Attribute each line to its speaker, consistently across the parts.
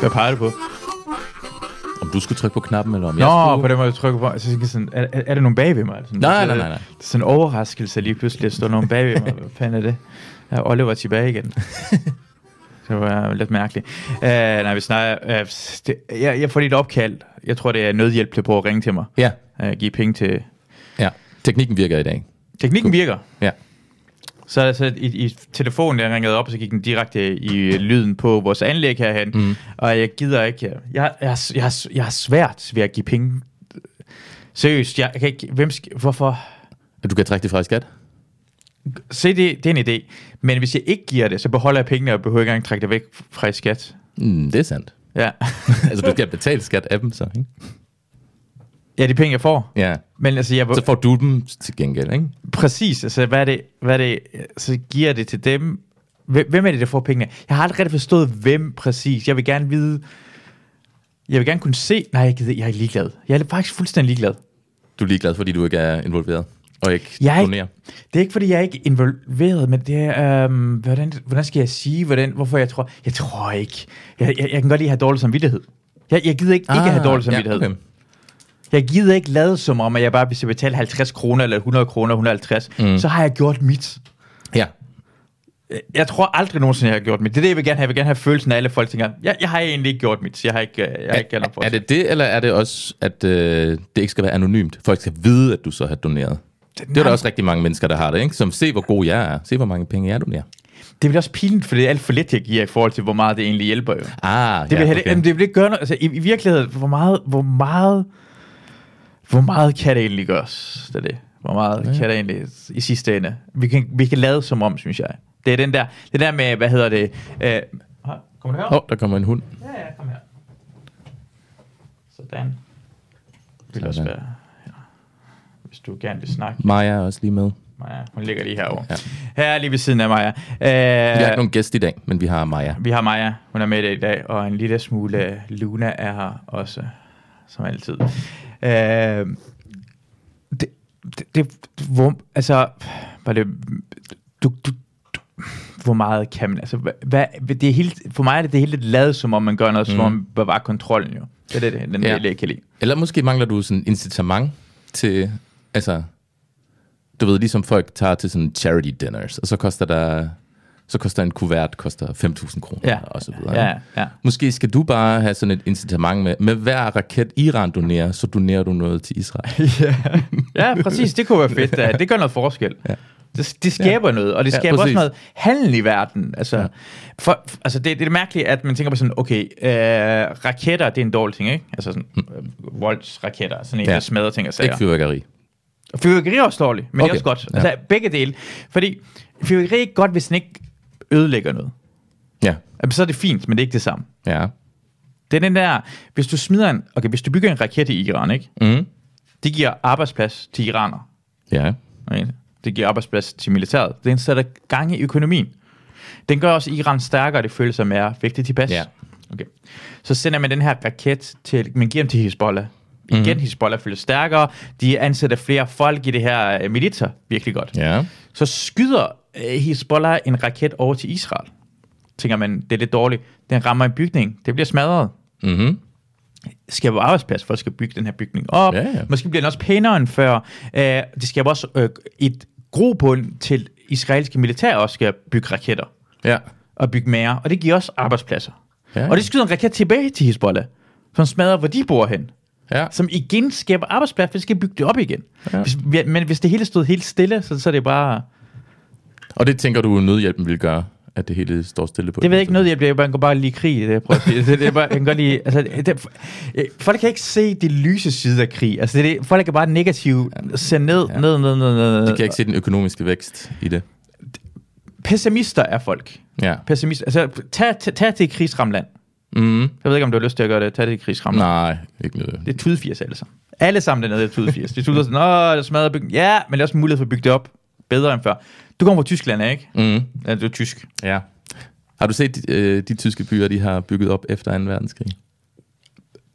Speaker 1: Hvad peger du på?
Speaker 2: Om du skulle trykke på knappen, eller om jeg
Speaker 1: Nå,
Speaker 2: skulle...
Speaker 1: på den måde, jeg trykker på. Så tænker jeg sådan, er, er- er der nogen bag ved mig? Eller Sådan,
Speaker 2: Nej,
Speaker 1: det,
Speaker 2: nej, nej, nej.
Speaker 1: Det er sådan en overraskelse lige pludselig, at stå nogen bag ved mig. Hvad fanden er det? Ja, Oliver er tilbage igen. det var lidt mærkeligt. Uh, nej, vi snakker... Uh, det, jeg, jeg får lige et opkald. Jeg tror, det er nødhjælp, der prøver at ringe til mig.
Speaker 2: Ja,
Speaker 1: Uh, give penge til...
Speaker 2: ja. Teknikken virker i dag.
Speaker 1: Teknikken virker.
Speaker 2: Ja.
Speaker 1: Så er der så i, i telefonen, jeg ringede op, så gik den direkte i øh, lyden på vores anlæg herhen. Mm. Og jeg gider ikke. Jeg, jeg, jeg, jeg, har- jeg har svært ved at give penge. Seriøst, jeg kan ikke... Hvem skal, hvorfor?
Speaker 2: Du kan trække det fra i skat.
Speaker 1: Se, det, det er en idé. Men hvis jeg ikke giver det, så beholder jeg pengene og behøver ikke engang trække det væk fra i skat.
Speaker 2: Mm, det er sandt.
Speaker 1: Ja.
Speaker 2: altså, du skal betale skat af dem så, ikke?
Speaker 1: ja, de penge, jeg får.
Speaker 2: Ja.
Speaker 1: Men altså, jeg,
Speaker 2: Så får du dem til gengæld, ikke?
Speaker 1: Præcis, altså hvad er det, hvad er det så giver det til dem? Hvem hvem er det, der får pengene? Jeg har aldrig rigtig forstået, hvem præcis. Jeg vil gerne vide, jeg vil gerne kunne se, nej, jeg, gider, jeg er ligeglad. Jeg er faktisk fuldstændig ligeglad.
Speaker 2: Du er ligeglad, fordi du ikke er involveret. Og ikke
Speaker 1: Jeg er ikke-
Speaker 2: donerer.
Speaker 1: Det er ikke, fordi jeg er ikke involveret, men det er, øhm, hvordan, hvordan skal jeg sige, hvordan, hvorfor jeg tror, jeg tror ikke. Jeg, jeg, jeg kan godt lide at have dårlig samvittighed. Jeg, jeg gider ikke, ah, ikke have dårlig samvittighed.
Speaker 2: Ja,
Speaker 1: Ja,
Speaker 2: okay.
Speaker 1: Jeg gider ikke lade som om, at jeg bare, hvis jeg betaler 50 kroner, eller 100 kroner, 150, mm. så har jeg gjort mit.
Speaker 2: ja.
Speaker 1: Øh, Jeg tror aldrig nogensinde, jeg har gjort mit. Det er det, jeg vil gerne have. Jeg vil gerne have følelsen af, at alle folk tænker, jeg, jeg har egentlig ikke gjort mit, så jeg har ikke, øh, jeg har ikke gjort noget for
Speaker 2: Er det det, eller er det også, at øh, det ikke skal være anonymt? Folk skal vide, at du så har doneret. Det, det er der også rigtig mange mennesker, der har det, ikke? Som, se hvor god jeg er. Se hvor mange penge jeg donerer.
Speaker 1: det bliver også pinligt, for det er alt for lidt, jeg giver i forhold til, hvor meget det egentlig hjælper. Jo. Det
Speaker 2: Ah,
Speaker 1: vil,
Speaker 2: ja,
Speaker 1: ja, okay. jamen, det vil ikke gøre noget. Altså, i, I virkeligheden, hvor meget, hvor meget, hvor meget kan det egentlig gøres? Det er det. Hvor meget ja. kan det egentlig i sidste ende? Vi kan, vi kan lade som om, synes jeg. Det er den der, det der med, hvad hedder det? Øh, kommer du her?
Speaker 2: Hov, der kommer en hund.
Speaker 1: Ja, ja, kom her. Sådan. Det vil også
Speaker 2: Sådan.
Speaker 1: være, ja. Hvis du gerne vil snakke.
Speaker 2: Maja er også lige med.
Speaker 1: Maja, hun ligger lige herovre.
Speaker 2: Ja.
Speaker 1: Ja. Her er lige ved siden af Maja. Øh,
Speaker 2: Vi har ikke
Speaker 1: Æh,
Speaker 2: nogen gæst i dag, men vi har Maja.
Speaker 1: vi har Maja, hun er med i dag, og en lille smule øh, Luna er her også, som altid. Æh, det, det, det, hvor, altså, var det, du, du, du, hvor meget kan man, altså, hvad, hvad, det er helt, for mig er det, det hele lidt lavet, som om man gør noget, mm. som om man bevarer kontrollen jo. Det er det, den
Speaker 2: Ja.
Speaker 1: ja. del, jeg ikke kan lide.
Speaker 2: Eller måske mangler du sådan incitament til, altså, du ved, ligesom folk tager til sådan charity dinners, og så koster der, så koster en kuvert, koster 5.000 kroner,
Speaker 1: Ja.
Speaker 2: og så videre.
Speaker 1: Ja, ja.
Speaker 2: Måske skal du bare have sådan et incitament med, med hver raket Iran donerer, så donerer du noget til Israel.
Speaker 1: Ja, præcis. Det kunne være fedt. Ja. Det gør noget forskel. Ja. Det, det skaber ja. noget, og det
Speaker 2: Ja,
Speaker 1: skaber ja, også
Speaker 2: præcis.
Speaker 1: noget handel i verden. Altså, ja. for, altså det, det er mærkeligt, at man tænker på sådan, okay, øh, raketter, det er en dårlig ting, ikke? Altså sådan, øh, voldsraketter, sådan en,
Speaker 2: Ja.
Speaker 1: ja. der smadrer ting og sager.
Speaker 2: Ikke fyrværkeri.
Speaker 1: Og Fyrværkeri er også dårligt, men okay. det er
Speaker 2: Okay.
Speaker 1: også godt. Altså, begge dele. Fordi fyrværkeri er ikke godt, hvis den ikke ødelægger noget.
Speaker 2: Ja,
Speaker 1: Jamen, så er det fint, men det er ikke det samme.
Speaker 2: ja.
Speaker 1: Det er den der, hvis du smider en, okay, hvis du bygger en raket i Iran, ikke?
Speaker 2: Mm.
Speaker 1: Det giver arbejdsplads til iraner.
Speaker 2: Ja,
Speaker 1: Okay? Det giver arbejdsplads til militæret. Den sætter gang i økonomien. Den gør også Iran stærkere, det føles som er vigtigt tilpas.
Speaker 2: Ja.
Speaker 1: Okay. Så sender man den her raket til, man giver dem til Hezbollah. Igen,
Speaker 2: Mhm.
Speaker 1: mm-hmm. Hezbollah føles stærkere. De ansætter flere folk i det her øh, militser virkelig godt.
Speaker 2: ja.
Speaker 1: Så skyder øh, Hezbollah en raket over til Israel. Tænker man, det er lidt dårligt. Den rammer en bygning. Det bliver smadret
Speaker 2: Mm-hmm.
Speaker 1: skaber arbejdsplads, folk skal bygge den her bygning op,
Speaker 2: Ja, ja.
Speaker 1: måske bliver den også pænere end før. Øh, det skaber også øh, et grobund til israelske militær også skal bygge raketter
Speaker 2: Ja.
Speaker 1: og bygge mere, og det giver også arbejdspladser.
Speaker 2: Ja.
Speaker 1: Og det skyder en raket tilbage til Hezbollah, som smadrer, hvor de bor hen,
Speaker 2: Ja.
Speaker 1: som igen skaber arbejdspladser, for de skal bygge det op igen.
Speaker 2: Ja.
Speaker 1: Ja. Hvis, men hvis det hele stod helt stille, så, så er det bare...
Speaker 2: Og det tænker du, nødhjælpen vil gøre, at det hele står stille på?
Speaker 1: Det ved jeg ikke noget, jeg bliver man kan bare lide krig, det jeg prøver at sige. Det, det er bare, jeg kan godt lide, altså, det, øh, folk kan ikke se de lyse side af krig. Altså, det, er det, folk kan bare negativt se ned, ja. ned, ned, ned, ned,
Speaker 2: Jeg kan
Speaker 1: ned.
Speaker 2: ikke se den økonomiske vækst i det.
Speaker 1: Pessimister er folk.
Speaker 2: Ja.
Speaker 1: Pessimister. Altså, tag, tag, tag til et krigsramland.
Speaker 2: Mm.
Speaker 1: Jeg ved ikke, om du har lyst til at gøre det. Tag til et krigsramland.
Speaker 2: Nej, ikke noget.
Speaker 1: Det er tudfirs alle sammen. Alle sammen dernede er tudfirs. De tuder sådan, åh, der smadrer bygningen. Ja, men der er også mulighed for at bygge det op bedre end før. Du kommer fra Tyskland, ikke?
Speaker 2: Mm.
Speaker 1: Mm-hmm. Ja, du er tysk.
Speaker 2: Ja. Har du set øh, de tyske byer, de har bygget op efter 2. verdenskrig?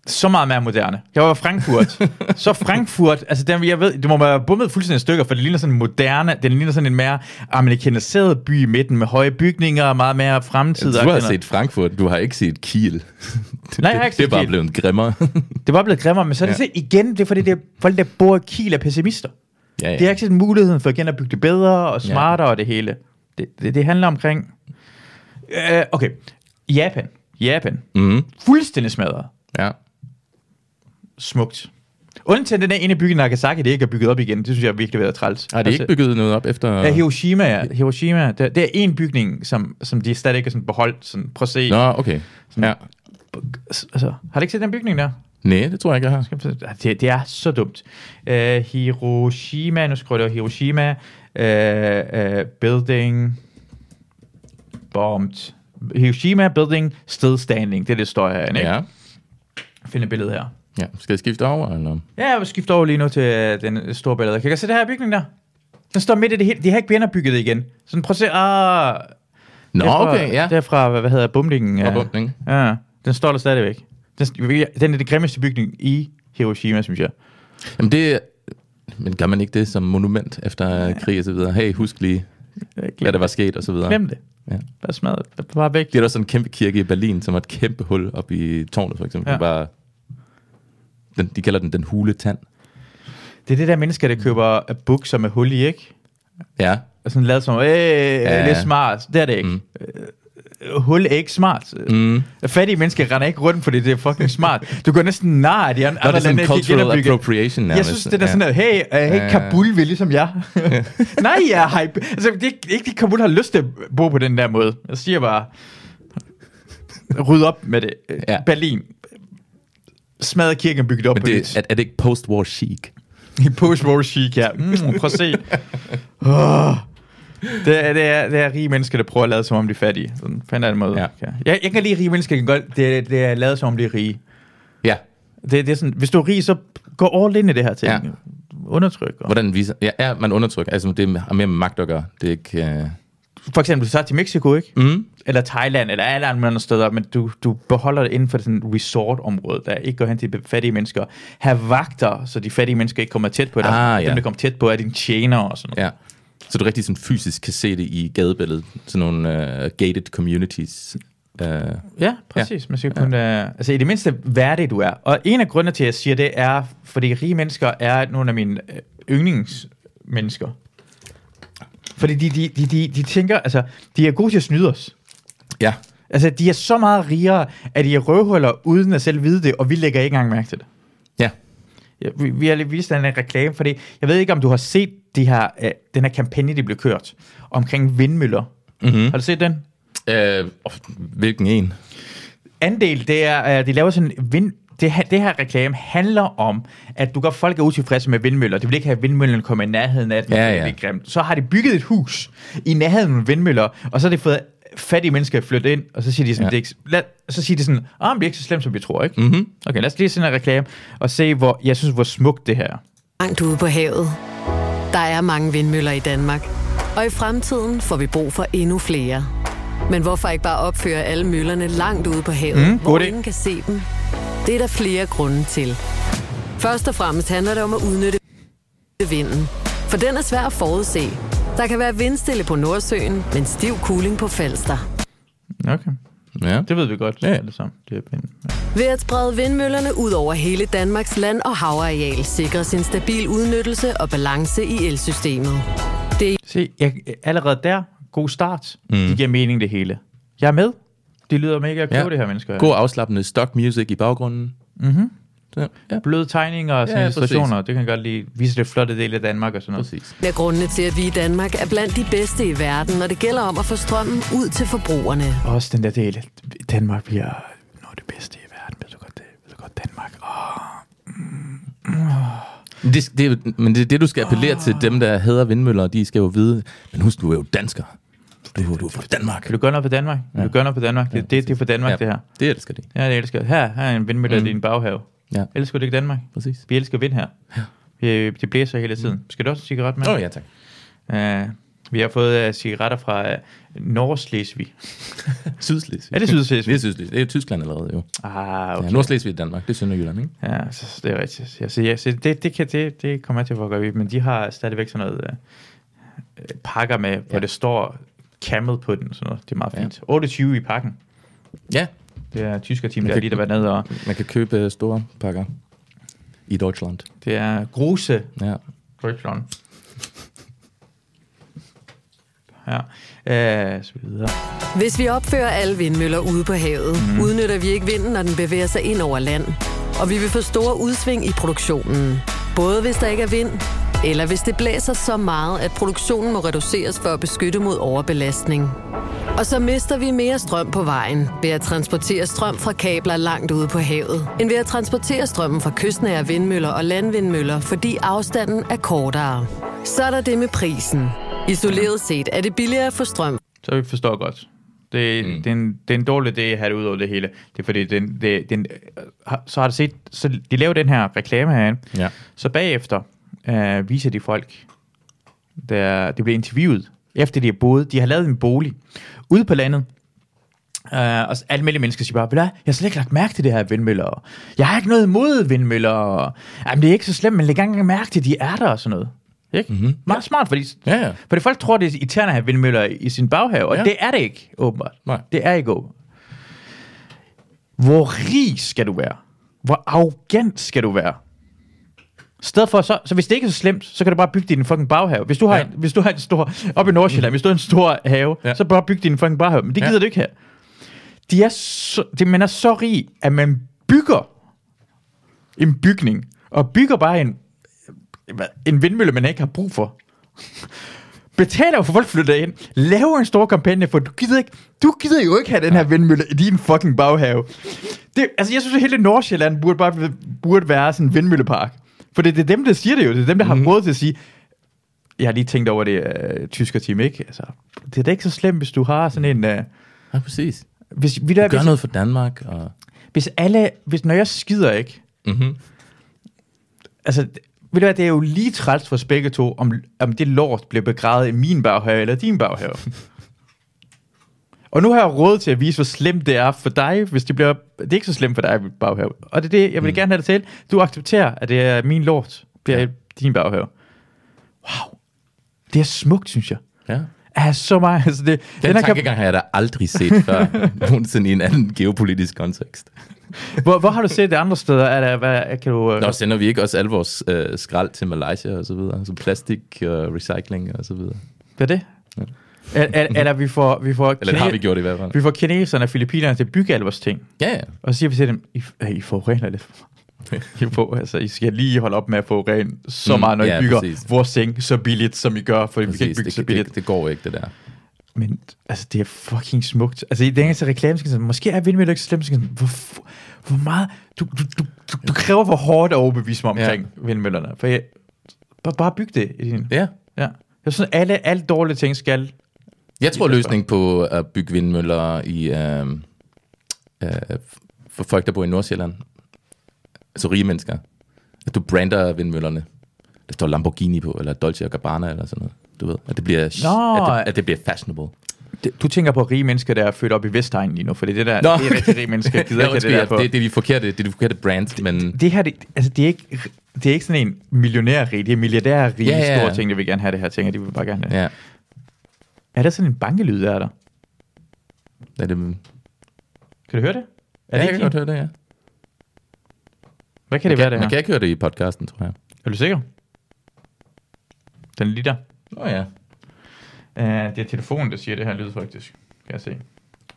Speaker 1: så meget mere moderne. Jeg var i Frankfurt. så Frankfurt, altså den, jeg ved, det må være bummet fuldstændig i stykker, for det ligner sådan en moderne, den ligner sådan en mere amerikaniseret by i midten, med høje bygninger og meget mere fremtid.
Speaker 2: Du har
Speaker 1: og-
Speaker 2: set Frankfurt, du har ikke set Kiel. det,
Speaker 1: Nej, jeg har ikke
Speaker 2: det, det er
Speaker 1: set
Speaker 2: bare
Speaker 1: Kiel.
Speaker 2: blevet grimmere.
Speaker 1: Det var blevet grimmere, men så er det
Speaker 2: Ja.
Speaker 1: ja. igen, det er fordi, det er folk, der bor i Kiel, er pessimister.
Speaker 2: ja, ja.
Speaker 1: De har ikke set muligheden for igen at bygge det bedre og smartere og det hele. Det, det, det handler omkring... Øh, okay, Japan. Japan.
Speaker 2: mm,
Speaker 1: Fuldstændig smadret.
Speaker 2: ja.
Speaker 1: Smukt. Undtagen den der ene bygge i Nagasaki, det ikke er bygget op igen. Det synes jeg er virkelig været træls. Altså,
Speaker 2: Har de ikke bygget noget op efter...
Speaker 1: Ja, Hiroshima, ja. Hiroshima, der, der er en bygning, som, som de stadig ikke er sådan beholdt. Sådan, prøv at se.
Speaker 2: Nå, okay. Ja.
Speaker 1: Altså, har du ikke set den bygning der?
Speaker 2: Nej, det tror jeg ikke, jeg har.
Speaker 1: Det, det er så dumt. Øh, Hiroshima, nu skriver jeg Hiroshima, øh, øh, building, bombed. Hiroshima building, still standing. Det er det, står herinde, ikke? Ja.
Speaker 2: Ja.
Speaker 1: Find et billede her.
Speaker 2: ja. Skal jeg skifte over, eller?
Speaker 1: Ja, jeg vil skifte over lige nu til øh, den store billede. Kan jeg se det her bygning der? Den står midt i det hele. De har ikke genopbygget det igen. Sådan, prøv at se. Ah,
Speaker 2: Nå,
Speaker 1: det er fra,
Speaker 2: okay, ja.
Speaker 1: Det er fra, hvad, hvad hedder, bombningen.
Speaker 2: Fra
Speaker 1: øh,
Speaker 2: bombningen.
Speaker 1: Ja, den står der stadigvæk. Den, den er den grimmeste bygning i Hiroshima, synes jeg.
Speaker 2: Jamen det... Men gør man ikke det som monument efter krig og så videre? Hey, husk lige, hvad der var sket og så videre.
Speaker 1: Glem det.
Speaker 2: Ja.
Speaker 1: Ja. Bare smad det. Bare væk.
Speaker 2: Det er der sådan en kæmpe kirke i Berlin, som har et kæmpe hul op i tårnet, for eksempel.
Speaker 1: Ja.
Speaker 2: Ja. Bare, den, de kalder den den hule tand.
Speaker 1: Det er det der mennesker, der køber øh, bukser med hul i, ikke?
Speaker 2: Ja,
Speaker 1: Og sådan lavet som, øh, ja. det er
Speaker 2: ja.
Speaker 1: smart. Det er det ikke. Mm. Hul er ikke smart. Mm. Fattige mennesker render ikke rundt, fordi det er fucking smart. Du går næsten nar af de an-
Speaker 2: Nå, det
Speaker 1: andre
Speaker 2: er sådan
Speaker 1: lande,
Speaker 2: en
Speaker 1: de
Speaker 2: cultural
Speaker 1: genopbygger.
Speaker 2: appropriation
Speaker 1: Jeg
Speaker 2: nærmest.
Speaker 1: synes, det er
Speaker 2: ja.
Speaker 1: sådan noget, hey, uh, hey
Speaker 2: ja.
Speaker 1: Kabul vil ligesom jeg. Nej, jeg er hype. Altså, det er ikke- ikke, de Kabul har lyst til at bo på den der måde. Jeg siger bare, ryd op med det.
Speaker 2: Ja.
Speaker 1: Ja. Berlin. Smadre kirken bygget op
Speaker 2: Men
Speaker 1: på nyt.
Speaker 2: det, er, er det ikke post-war chic?
Speaker 1: I post-war chic, ja. Mm, prøv at se. Oh. Det, er, det, er, det er rige mennesker, der prøver at lade som om de er fattige. Sådan fandt jeg en måde.
Speaker 2: Ja.
Speaker 1: Ja. Jeg, jeg kan lide rige mennesker, jeg kan godt, det, det er lavet som om de er rige.
Speaker 2: Ja,
Speaker 1: Det, det er sådan, hvis du er rig, så gå all in i det her ting.
Speaker 2: Ja.
Speaker 1: Ja. Undertryk. Og.
Speaker 2: hvordan viser... Ja, ja man undertrykker. Altså, det har mere med magt at gøre. Det er ikke... Uh...
Speaker 1: For eksempel, så er til Mexico, ikke?
Speaker 2: Mm.
Speaker 1: Eller Thailand, eller alle andre steder, men du, du beholder det inden for sådan et resort-område, der ikke går hen til fattige mennesker. Have vagter, så de fattige mennesker ikke kommer tæt på dig.
Speaker 2: Ah, ja.
Speaker 1: Dem, der kommer tæt på, er dine tjenere og sådan noget.
Speaker 2: Ja. Så du rigtig sådan fysisk kan se det i gadebilledet. Sådan nogle uh, gated communities. Uh,
Speaker 1: Ja, præcis. Ja. Man skal kunne, ja. altså i det mindste værdig du er. Og en af grundene til, at jeg siger det, er, fordi rige mennesker er nogle af mine øh, yndlingsmennesker. Fordi de, de, de, de, de tænker, altså, de er gode til at snyde os.
Speaker 2: ja.
Speaker 1: Altså, de er så meget rigere, at de er røvhuller uden at selv vide det, og vi lægger ikke engang mærke til det.
Speaker 2: Ja.
Speaker 1: Ja, vi, vi har lige vist en reklame, fordi jeg ved ikke, om du har set de her, øh, den her kampagne, de blev kørt omkring vindmøller. Mm-hmm. Har du set den?
Speaker 2: Uh, hvilken en?
Speaker 1: andel, det er, øh, de laver sådan en vind, det, her, det her reklame handler om, at du gør folk er utilfredse med vindmøller. De vil ikke have, at vindmøllerne kommer i nærheden af dem.
Speaker 2: Ja,
Speaker 1: det
Speaker 2: ja.
Speaker 1: er lidt grimt. Så har de bygget et hus i nærheden af vindmøller, og så har de fået fattige mennesker at flytte ind, og så siger de sådan,
Speaker 2: Ja.
Speaker 1: ja. det er ikke, lad, så siger de sådan, ah, men det er ikke så slemt, som vi tror, ikke? Mm-hmm. Okay, lad os lige se en reklame, og se, hvor, jeg synes, hvor smukt det her er.
Speaker 3: Langt ude på havet. Der er mange vindmøller i Danmark. Og i fremtiden får vi brug for endnu flere. Men hvorfor ikke bare opføre alle møllerne langt ude på havet,
Speaker 1: Mm,
Speaker 3: hvor
Speaker 1: god idé.
Speaker 3: ingen kan se dem? Det er der flere grunde til. Først og fremmest handler det om at udnytte vinden. For den er svær at forudse. Der kan være vindstille på Nordsøen, men stiv kuling på Falster.
Speaker 1: Okay,
Speaker 2: Ja.
Speaker 1: det ved vi godt.
Speaker 2: Ja.
Speaker 1: Ja. Alle sammen. Det er pænt. Ja.
Speaker 3: Ved at sprede vindmøllerne ud over hele Danmarks land- og havareal, sikres en stabil udnyttelse og balance i elsystemet.
Speaker 1: Se, jeg, allerede der, god start. Mm. Det giver mening, det hele. Jeg er med. Det lyder mega klogt, ja. det her mennesker. her.
Speaker 2: God afslappende stock music i baggrunden. Øh. Mm-hmm. Ja,
Speaker 1: bløde tegninger og sådan
Speaker 2: Ja,
Speaker 1: ja,
Speaker 2: præcis.
Speaker 1: illustrationer. Det kan jeg godt lige vise det flotte del af Danmark og sådan noget.
Speaker 2: præcis.
Speaker 3: Det er grundene til, at vi i Danmark er blandt de bedste i verden, når det gælder om at få strømmen ud til forbrugerne.
Speaker 1: Også den der del. Danmark bliver noget af det bedste i verden. Ved du godt det? Ved du godt Danmark? Åh,
Speaker 2: Men Det, det, er jo- men det er det, du skal appellere til dem, der hader vindmøller. De skal jo vide, men husk, du er jo dansker. Du, du er fra Danmark.
Speaker 1: vil du gøre noget for Danmark? Vil du gøre noget for Danmark? Det, det, det er for Danmark, ja. det her.
Speaker 2: det elsker de.
Speaker 1: Ja, det elsker jeg. Her, her er en vindmølle mm. i din baghave.
Speaker 2: Ja.
Speaker 1: Elsker du ikke Danmark?
Speaker 2: Præcis. Mm.
Speaker 1: Vi elsker vind her. Ja. Det blæser hele tiden. Skal du også en cigaret med?
Speaker 2: Åh oh, ja, tak.
Speaker 1: Øh, Vi har fået uh, cigaretter fra uh, Norslesvig.
Speaker 2: Sydslesvig.
Speaker 1: Er det Sydslesvig?
Speaker 2: Det er Sydslesvig. Det er Tyskland allerede, jo.
Speaker 1: Ah,
Speaker 2: Okay.
Speaker 1: okay.
Speaker 2: Ja, Nordslesvig i Danmark, det er Sønderjylland, ikke?
Speaker 1: Ja, så, så det er rigtigt. Ja, så, ja, så det, det, kan, det, det kommer jeg til at få godt ved, men de har stadigvæk sådan noget øh, pakker med, hvor
Speaker 2: Ja.
Speaker 1: det står camel på den. og Sådan noget. Det er meget fint. 28 i pakken.
Speaker 2: Ja,
Speaker 1: Det er tyskerteam,
Speaker 2: Men
Speaker 1: der
Speaker 2: det-
Speaker 1: lige der var nede, og
Speaker 2: man kan købe øh, store pakker i Deutschland.
Speaker 1: det er Gruse
Speaker 2: Ja.
Speaker 1: Deutschland. Ja, øh, så videre.
Speaker 3: Hvis vi opfører alle vindmøller ude på havet, mm. udnytter vi ikke vinden, når den bevæger sig ind over land. Og vi vil få store udsving i produktionen. Både hvis der ikke er vind, eller hvis det blæser så meget, at produktionen må reduceres for at beskytte mod overbelastning. Og så mister vi mere strøm på vejen ved at transportere strøm fra kabler langt ude på havet, end ved at transportere strømmen fra kystnære vindmøller og landvindmøller, fordi afstanden er kortere. Så er der det med prisen. Isoleret set er det billigere at få strøm
Speaker 1: Så vi forstår godt. Det, mm. det, er en, det er en dårlig idé at have det ud over det hele. Det er fordi, den, det, den, øh, har- så har du set, så de laver den her reklame herinde.
Speaker 2: Ja.
Speaker 1: Så bagefter øh, viser de folk, der, de bliver interviewet, efter de har boet. De har lavet en bolig ude på landet. Øh, og s- alle mulige mennesker siger bare, "Ved du hvad, jeg har slet ikke lagt mærke til det her vindmøller. og Jeg har ikke noget imod vindmøller. og, Jamen, det er ikke så slemt, men læg ikke engang mærke til, at de er der og sådan noget. Ikke? Mm-hmm. Meget smart, fordi s-
Speaker 2: Mhm. Ja, ja.
Speaker 1: fordi folk tror, det er irriterende at have vindmøller i sin baghave, og
Speaker 2: Ja.
Speaker 1: ja. det er det ikke, åbenbart.
Speaker 2: Nej.
Speaker 1: Det er ikke åbenbart. Hvor rig skal du være? Hvor arrogant skal du være? I stedet for, så, så hvis det ikke er så slemt, så kan du bare bygge din fucking baghave. Hvis du har,
Speaker 2: Ja.
Speaker 1: ja. en, hvis du har en stor, op i Nordsjælland, hvis du har en stor have,
Speaker 2: Ja.
Speaker 1: ja. så bare bygge din fucking baghave. Men det
Speaker 2: Ja.
Speaker 1: gider ja. du ikke have. De er så, de, man er så rig, at man bygger en bygning, og bygger bare en, hvad, en vindmølle, man ikke har brug for. Betaler jo for at folk flytter ind, laver en stor kampagne for, du gider, ikke, du gider jo ikke have den her vindmølle i din fucking baghave. Det, altså, jeg synes, at hele Nordsjælland burde, bare, burde være sådan en vindmøllepark. For det, det er dem, der siger det jo. Det er dem, der har råd til at sige, jeg har lige tænkt over det øh, tysker team, ikke? Altså, det er da ikke så slemt, hvis du har sådan en... Øh,
Speaker 2: ja præcis.
Speaker 1: hvis, vi der,
Speaker 2: Gør
Speaker 1: hvis,
Speaker 2: noget for Danmark. Og...
Speaker 1: hvis alle... Hvis, når jeg skider, ikke?
Speaker 2: Mm-hmm.
Speaker 1: altså, d- ved du hvad, det er jo lige træls for os begge to, om, om det lort bliver begravet i min baghave eller din baghave. og nu har jeg råd til at vise, hvor slemt det er for dig, hvis det bliver... Det er ikke så slemt for dig, i baghave. Og det er det, jeg vil mm. gerne have dig til. Du accepterer, at det er min lort, bliver ja. din baghave. Wow. Det er smukt, synes jeg.
Speaker 2: Ja.
Speaker 1: Er så meget... Altså det,
Speaker 2: Den,
Speaker 1: her
Speaker 2: Den
Speaker 1: kamp-
Speaker 2: tankegang har jeg da aldrig set før, nogensinde i en anden geopolitisk kontekst.
Speaker 1: hvor, hvor, har du set det andre steder? Er der, hvad, kan du... øh,
Speaker 2: Nå, sender vi ikke også al vores øh, skrald til Malaysia og så videre? Så plastik og recycling og så videre.
Speaker 1: Hvad er det? Ja. Eller, eller vi får, vi får,
Speaker 2: Eller det har vi
Speaker 1: kine-
Speaker 2: gjort i hvert fald.
Speaker 1: vi får kineserne og filippinerne til at bygge alle vores ting.
Speaker 2: Ja, ja.
Speaker 1: Og så siger vi til dem, I, øh, I forurener lidt. I, på, altså, I skal lige holde op med at forurene så
Speaker 2: Mm,
Speaker 1: mm, meget, når
Speaker 2: ja,
Speaker 1: I bygger
Speaker 2: præcis.
Speaker 1: vores seng så billigt, som I gør, for vi kan
Speaker 2: Præcis.
Speaker 1: ikke bygge
Speaker 2: Det,
Speaker 1: så
Speaker 2: det,
Speaker 1: billigt.
Speaker 2: det, det går ikke, det der.
Speaker 1: Men altså, det er fucking smukt. Altså, i den eneste reklame, skal jeg sådan, måske er vindmøller ikke så slemt, skal jeg sådan, hvor, f- hvor meget, du, du, du, du, du kræver for hårdt at overbevise mig omkring ja. vindmøllerne. For jeg, bare, bare byg det. I din,
Speaker 2: Ja.
Speaker 1: ja. Jeg synes, alle, alle dårlige ting skal
Speaker 2: Jeg tror,
Speaker 1: I hvert fald.
Speaker 2: løsningen på at bygge vindmøller i, øh, øh, for folk, der bor i Nordsjælland, altså rige mennesker, at du brander vindmøllerne. Der står Lamborghini på, eller Dolce Gabbana, eller sådan noget. Du ved, at det bliver,
Speaker 1: Nå.
Speaker 2: at det, at det bliver fashionable.
Speaker 1: det, du tænker på rige mennesker, der er født op i Vestegn lige nu, for det er det der,
Speaker 2: Nå.
Speaker 1: Altså, det er rigtig rige mennesker, der gider
Speaker 2: Nå,
Speaker 1: ikke have det
Speaker 2: undskyld,
Speaker 1: der på.
Speaker 2: det, det, er de forkerte, det er de forkerte brands, men...
Speaker 1: det her, det, altså, det, er ikke, det er ikke sådan en millionærrig, det er milliardærrig
Speaker 2: Ja,
Speaker 1: ja,
Speaker 2: ja,
Speaker 1: ja.
Speaker 2: ja.
Speaker 1: store ting, der vil gerne have det her ting, og de vil bare gerne have. Ja.
Speaker 2: Ja,
Speaker 1: Er der sådan en bankelyd, der er der?
Speaker 2: er det,
Speaker 1: Kan du høre det? Er
Speaker 2: ja,
Speaker 1: det
Speaker 2: jeg kan
Speaker 1: ikke
Speaker 2: godt
Speaker 1: din?
Speaker 2: høre det, ja.
Speaker 1: Hvad kan det være, det her?
Speaker 2: Man kan ikke høre det i podcasten, tror jeg.
Speaker 1: Er du sikker? Den er lige der.
Speaker 2: Nå ja.
Speaker 1: Uh, det er telefonen, der siger det her lyd, faktisk. Kan jeg se.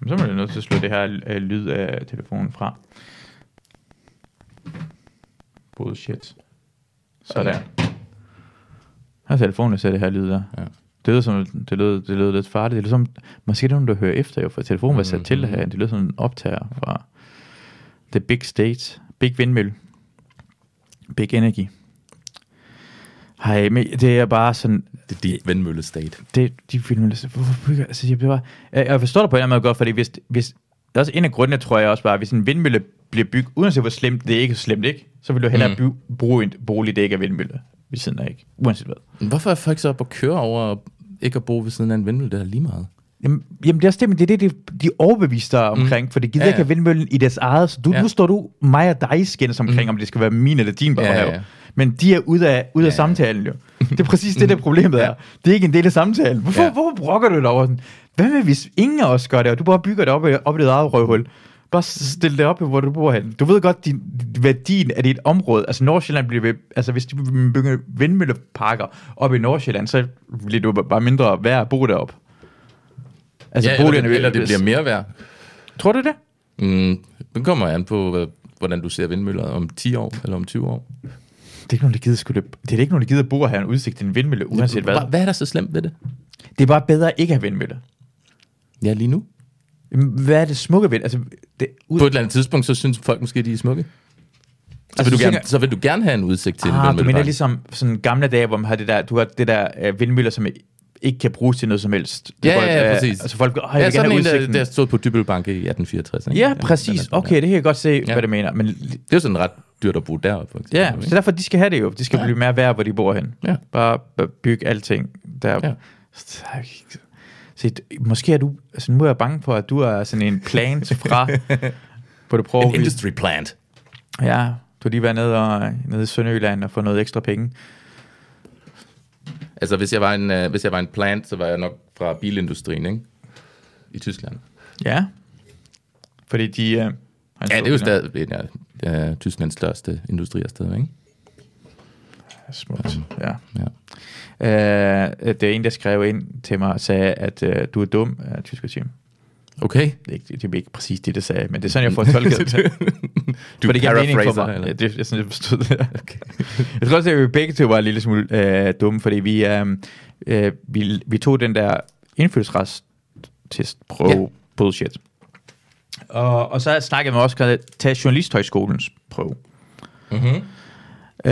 Speaker 1: Men så er man nødt til at slå det her uh, lyd af telefonen fra. Bullshit. Sådan. Her er telefonen, der siger det her lyd der.
Speaker 2: Ja.
Speaker 1: Det lyder, som, det, lyder, det lyder lidt farligt. Det lyder som, måske er det nogen, der hører efter, jo, for telefonen var sat til det her. Det lyder som en optager fra The Big State. Big Windmill. Big Energy. Hej, men det er bare sådan,
Speaker 2: Det er dit vindmøllestate.
Speaker 1: det, de filmer, altså, hvorfor bygger, altså, jeg, bliver bare, jeg, jeg forstår det på en eller anden måde godt, fordi hvis, hvis, det er også en af grundene, tror jeg også bare, hvis en vindmølle bliver bygget, uanset hvor slemt det er, ikke er slemt, ikke? Så vil du hellere
Speaker 2: Mm.
Speaker 1: mm. by, bruge en bolig, der ikke er vindmølle ved siden af, ikke? Uanset hvad.
Speaker 2: Hvorfor er folk så oppe og køre over ikke at bo ved siden af en vindmølle, det er lige meget.
Speaker 1: Jamen, jamen det er også det, men det er det, de, de overbeviser dig omkring, mm. for det gider
Speaker 2: Ja,
Speaker 1: ja, ja. ikke
Speaker 2: ja.
Speaker 1: at vindmøllen i deres eget, så du,
Speaker 2: Ja.
Speaker 1: ja. nu står du mig og dig skændes omkring, mm. om det skal være min eller din
Speaker 2: ja,
Speaker 1: baghave. Ja,
Speaker 2: ja.
Speaker 1: ja. Men de er ude af, ude af
Speaker 2: Ja.
Speaker 1: samtalen jo. Det er præcis det, der problemet er. Det er ikke en del af samtalen. Hvorfor,
Speaker 2: Ja.
Speaker 1: ja. hvorfor brokker du dig over den? Hvad med, hvis ingen af os gør det, og du bare bygger det op, i- op i dit eget røvhul? Bare stille det op, hvor du bor hen. Du ved godt, din, værdien af dit område, altså Nordsjælland bliver ved, altså hvis de bygger vindmølleparker op i Nordsjælland, så bliver det jo bare mindre værd at bo deroppe. Altså
Speaker 2: ja,
Speaker 1: boligerne
Speaker 2: eller, det, eller det bliver mere værd.
Speaker 1: Tror du det?
Speaker 2: Mm, det kommer an på, hvad- hvordan du ser vindmøller om 10 år eller om 20 år.
Speaker 1: Det er ikke nogen, der gider, skulle det, det er ikke nogen, der gider bo og have en udsigt til en vindmølle, uanset hvad.
Speaker 2: Hvad er der så slemt ved det?
Speaker 1: Det er bare bedre at ikke at have vindmøller.
Speaker 2: Ja, lige nu.
Speaker 1: Jamen, Hvad er det smukke ved det? altså, det? Ud...
Speaker 2: På et eller andet tidspunkt, så synes folk måske, de er smukke. Så
Speaker 1: Altså,
Speaker 2: vil, du
Speaker 1: så
Speaker 2: gerne,
Speaker 1: tænker-
Speaker 2: så vil du gerne have en udsigt til en
Speaker 1: Ah, du mener
Speaker 2: vindmøllepark.
Speaker 1: ligesom sådan gamle dage, hvor man har det der, du har det der øh, vindmøller, som ikke kan bruges til noget som helst. Du
Speaker 2: Ja,
Speaker 1: går,
Speaker 2: ja, ja,
Speaker 1: øh,
Speaker 2: præcis.
Speaker 1: Altså folk går, "Åh, jeg
Speaker 2: Ja,
Speaker 1: vil gerne
Speaker 2: sådan
Speaker 1: have
Speaker 2: en, der,
Speaker 1: udsigten.
Speaker 2: der stod på Dybbølbanke i 1864. Ikke?
Speaker 1: Ja, præcis.
Speaker 2: den er-
Speaker 1: Okay, det kan jeg godt se,
Speaker 2: Ja.
Speaker 1: ja. hvad det mener. Men
Speaker 2: Det er jo sådan ret dyrt at bruge deroppe, for eksempel.
Speaker 1: ja,
Speaker 2: ikke?
Speaker 1: så derfor de skal have det jo. De skal
Speaker 2: Ja.
Speaker 1: ja. blive mere værd, hvor de bor hen.
Speaker 2: Ja.
Speaker 1: Bare b- bygge alting der.
Speaker 2: Ja.
Speaker 1: Ja. Se, d- måske er du, altså nu er jeg bange for, at du er sådan en plant fra, hvor du prøver
Speaker 2: En industry plant.
Speaker 1: Ja, du har lige været nede, og, nede i Sønderjylland og få noget ekstra penge.
Speaker 2: Altså, hvis jeg, var en, øh, hvis jeg var en plant, så var jeg nok fra bilindustrien, ikke? I Tyskland.
Speaker 1: Ja. Fordi de... Øh, har en stor
Speaker 2: Ja, det er jo
Speaker 1: vindmølle.
Speaker 2: stadig ja, ja, Tysklands største industri stadig, ikke?
Speaker 1: Smukt, ja.
Speaker 2: Ja.
Speaker 1: Øh, det er en, der skrev ind til mig og sagde, at øh, du er dum, øh, tysker team.
Speaker 2: Okay.
Speaker 1: Det er, ikke, det er ikke præcis det, det sagde, men det er sådan, jeg får tolket det.
Speaker 2: du
Speaker 1: For det giver mening for
Speaker 2: paraphraser,
Speaker 1: mig.
Speaker 2: eller?
Speaker 1: Ja, det er sådan, jeg forstod det. Okay. jeg tror også, at vi begge to var en lille smule øh, dumme, fordi vi, øh, øh, vi, vi tog den der indfødsretstest prøve
Speaker 2: Ja.
Speaker 1: ja. bullshit. Og, og så snakkede man også om at tage journalisthøjskolens prøve.
Speaker 2: Mhm.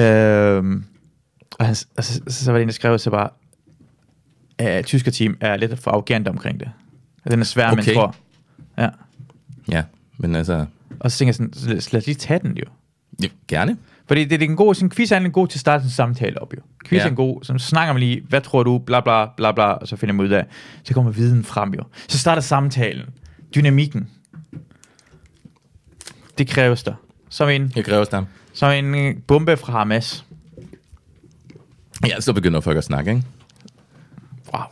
Speaker 1: Øhm, og han, og så, så, så var det en, der skrev så bare, at tyskerteam er lidt for arrogant omkring det. At Den er svær, okay.
Speaker 2: Okay.
Speaker 1: man tror. Ja.
Speaker 2: Ja, men altså,
Speaker 1: Og så tænker jeg sådan, så lad, lad os lige tage den jo.
Speaker 2: ja, gerne.
Speaker 1: Fordi det, det er en god, sådan, quiz er en god til at starte en samtale op jo. Quiz
Speaker 2: Ja.
Speaker 1: er en god, så snakker man lige, hvad tror du, bla bla bla bla, og så finder man ud af, så kommer viden frem jo. Så starter samtalen, dynamikken. Det kræves der. Som en,
Speaker 2: Jeg kræver stam.
Speaker 1: som en øh, bombe fra Hamas.
Speaker 2: Ja, så begynder folk at snakke, ikke?
Speaker 1: Wow.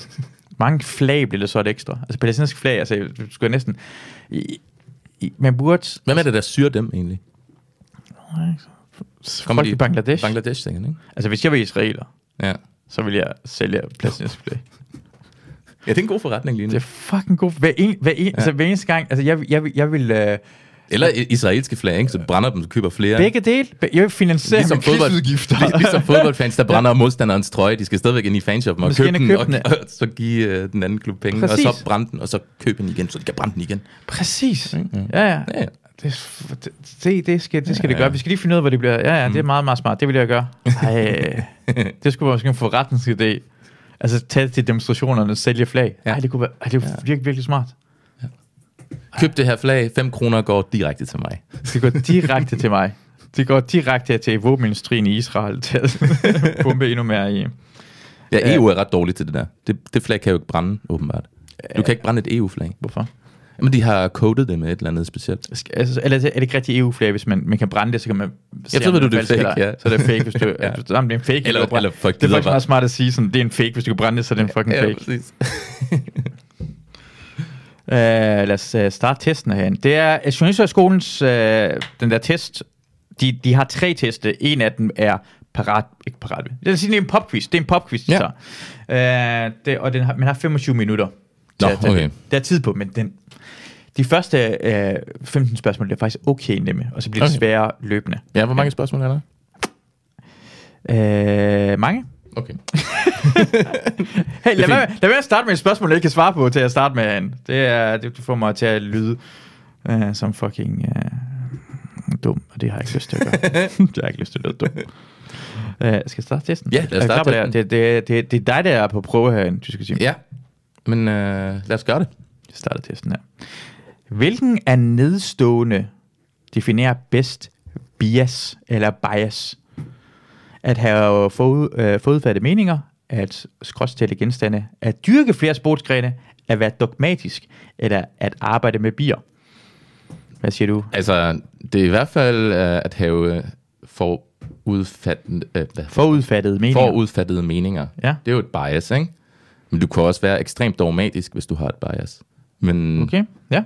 Speaker 1: Mange flag blev det så et ekstra. Altså palæstinensisk flag, altså jeg skulle næsten... I, i, man burde...
Speaker 2: Hvem er det, der syrer dem egentlig?
Speaker 1: Kommer folk i Bangladesh? Bangladesh?
Speaker 2: Bangladesh, sikkert, ikke?
Speaker 1: Altså hvis jeg var israeler,
Speaker 2: Ja.
Speaker 1: så ville jeg sælge palæstinensisk flag.
Speaker 2: ja, det er en god forretning lige nu.
Speaker 1: Det er fucking god. Hver, en, hver, en, ja. altså, hver eneste gang, altså jeg, jeg, jeg vil øh,
Speaker 2: Eller i- israelske flag, ikke? Så brænder dem, så køber flere.
Speaker 1: begge dele, be- jeg vil finansiere
Speaker 2: Ligesom
Speaker 1: ligesom
Speaker 2: fodbold-
Speaker 1: krigsudgifter.
Speaker 2: Lig- Ligesom fodboldfans, der brænder modstanderens trøje, de skal stadigvæk ind i fanshoppen og
Speaker 1: Man skal
Speaker 2: købe
Speaker 1: ind
Speaker 2: den,
Speaker 1: og
Speaker 2: og,
Speaker 1: købe
Speaker 2: og så give øh, den anden klub penge,
Speaker 1: Præcis.
Speaker 2: og så brænde den, og så købe den igen, så de kan brænde den igen.
Speaker 1: Præcis.
Speaker 2: Mm.
Speaker 1: Ja, ja.
Speaker 2: Ja, ja.
Speaker 1: Det, det, det skal det, skal
Speaker 2: Ja,
Speaker 1: det
Speaker 2: ja.
Speaker 1: gøre. Vi skal lige finde ud af, hvor det bliver. Ja, ja, det er meget, meget smart. Det vil jeg gøre. Ej, det skulle være måske en forretningsidé. Altså, tage til demonstrationerne og sælge flag.
Speaker 2: Ja.
Speaker 1: Ej, det kunne være ej, det er virkelig, virkelig smart.
Speaker 2: Køb det her flag, 5 kroner går direkte til mig.
Speaker 1: Det går direkte til mig. Det går direkte til våbenindustrien i Israel til at pumpe endnu mere i.
Speaker 2: Ja,
Speaker 1: Ja.
Speaker 2: EU er ret dårligt til det der. Det, det flag kan jo ikke brænde, åbenbart. Du kan ikke brænde et EU-flag.
Speaker 1: Hvorfor?
Speaker 2: Men de har kodet det med et eller andet specielt.
Speaker 1: Skal- Altså, eller er det ikke rigtig EU-flag, hvis man, man kan brænde det, så kan man se,
Speaker 2: så
Speaker 1: om
Speaker 2: ved du,
Speaker 1: er
Speaker 2: det er
Speaker 1: falsk eller
Speaker 2: fake,
Speaker 1: ej.
Speaker 2: ja.
Speaker 1: Så er det fake, hvis du...
Speaker 2: Ja.
Speaker 1: ja. Jamen, det er en fake.
Speaker 2: Eller-
Speaker 1: du kan brænde.
Speaker 2: eller folk
Speaker 1: det er
Speaker 2: gider
Speaker 1: faktisk
Speaker 2: bare-
Speaker 1: meget smart at sige sådan, det er en fake, hvis du kan brænde det, så er det en fucking fake.
Speaker 2: præcis.
Speaker 1: Uh, lad os uh, starte testen herhen. Det er uh, Journalisthøjskolens, uh, den der test, de, de har tre teste. En af dem er parat, ikke parat. Det vil sige, det er en popquiz. Det er en popquiz, de
Speaker 2: Ja.
Speaker 1: tager. Uh, det, og den har, man har 25 minutter. til
Speaker 2: Nå,
Speaker 1: at tage
Speaker 2: okay.
Speaker 1: den. Der er tid på, men den, de første øh, 15 spørgsmål det er faktisk okay nemme, og så bliver okay.
Speaker 2: Okay.
Speaker 1: det sværere løbende.
Speaker 2: Ja, hvor mange spørgsmål er der?
Speaker 1: Øh, mange?
Speaker 2: Okay.
Speaker 1: Hey, lad,
Speaker 2: fint.
Speaker 1: være, lad være at starte med et spørgsmål, jeg ikke kan svare på, til at starte med en. Det, er, det får mig til at lyde øh, som fucking øh, dum, og det har jeg ikke lyst til at gøre. det har jeg ikke lyst til at lyde dum. Øh, skal jeg starte testen?
Speaker 2: Ja, lad os
Speaker 1: Er du klar
Speaker 2: starte
Speaker 1: på det, her?
Speaker 2: testen.
Speaker 1: det, det, det, det er dig, der er på prøve herinde, du skal sige.
Speaker 2: Ja, men øh, lad os gøre det.
Speaker 1: Jeg starter testen her. Hvilken af nedstående definerer bedst bias eller bias? At have fået, øh, fodfatte meninger, at skråstille genstande, at dyrke flere sportsgrene, at være dogmatisk, eller at arbejde med bier. Hvad siger du?
Speaker 2: Altså, det er i hvert fald øh, at have øh, forudfattende, øh, hvad?
Speaker 1: Forudfattede meninger.
Speaker 2: forudfattede meninger.
Speaker 1: Ja.
Speaker 2: Det er jo et bias, ikke? Men du kan også være ekstremt dogmatisk, hvis du har et bias. Men okay.
Speaker 1: Okay, ja.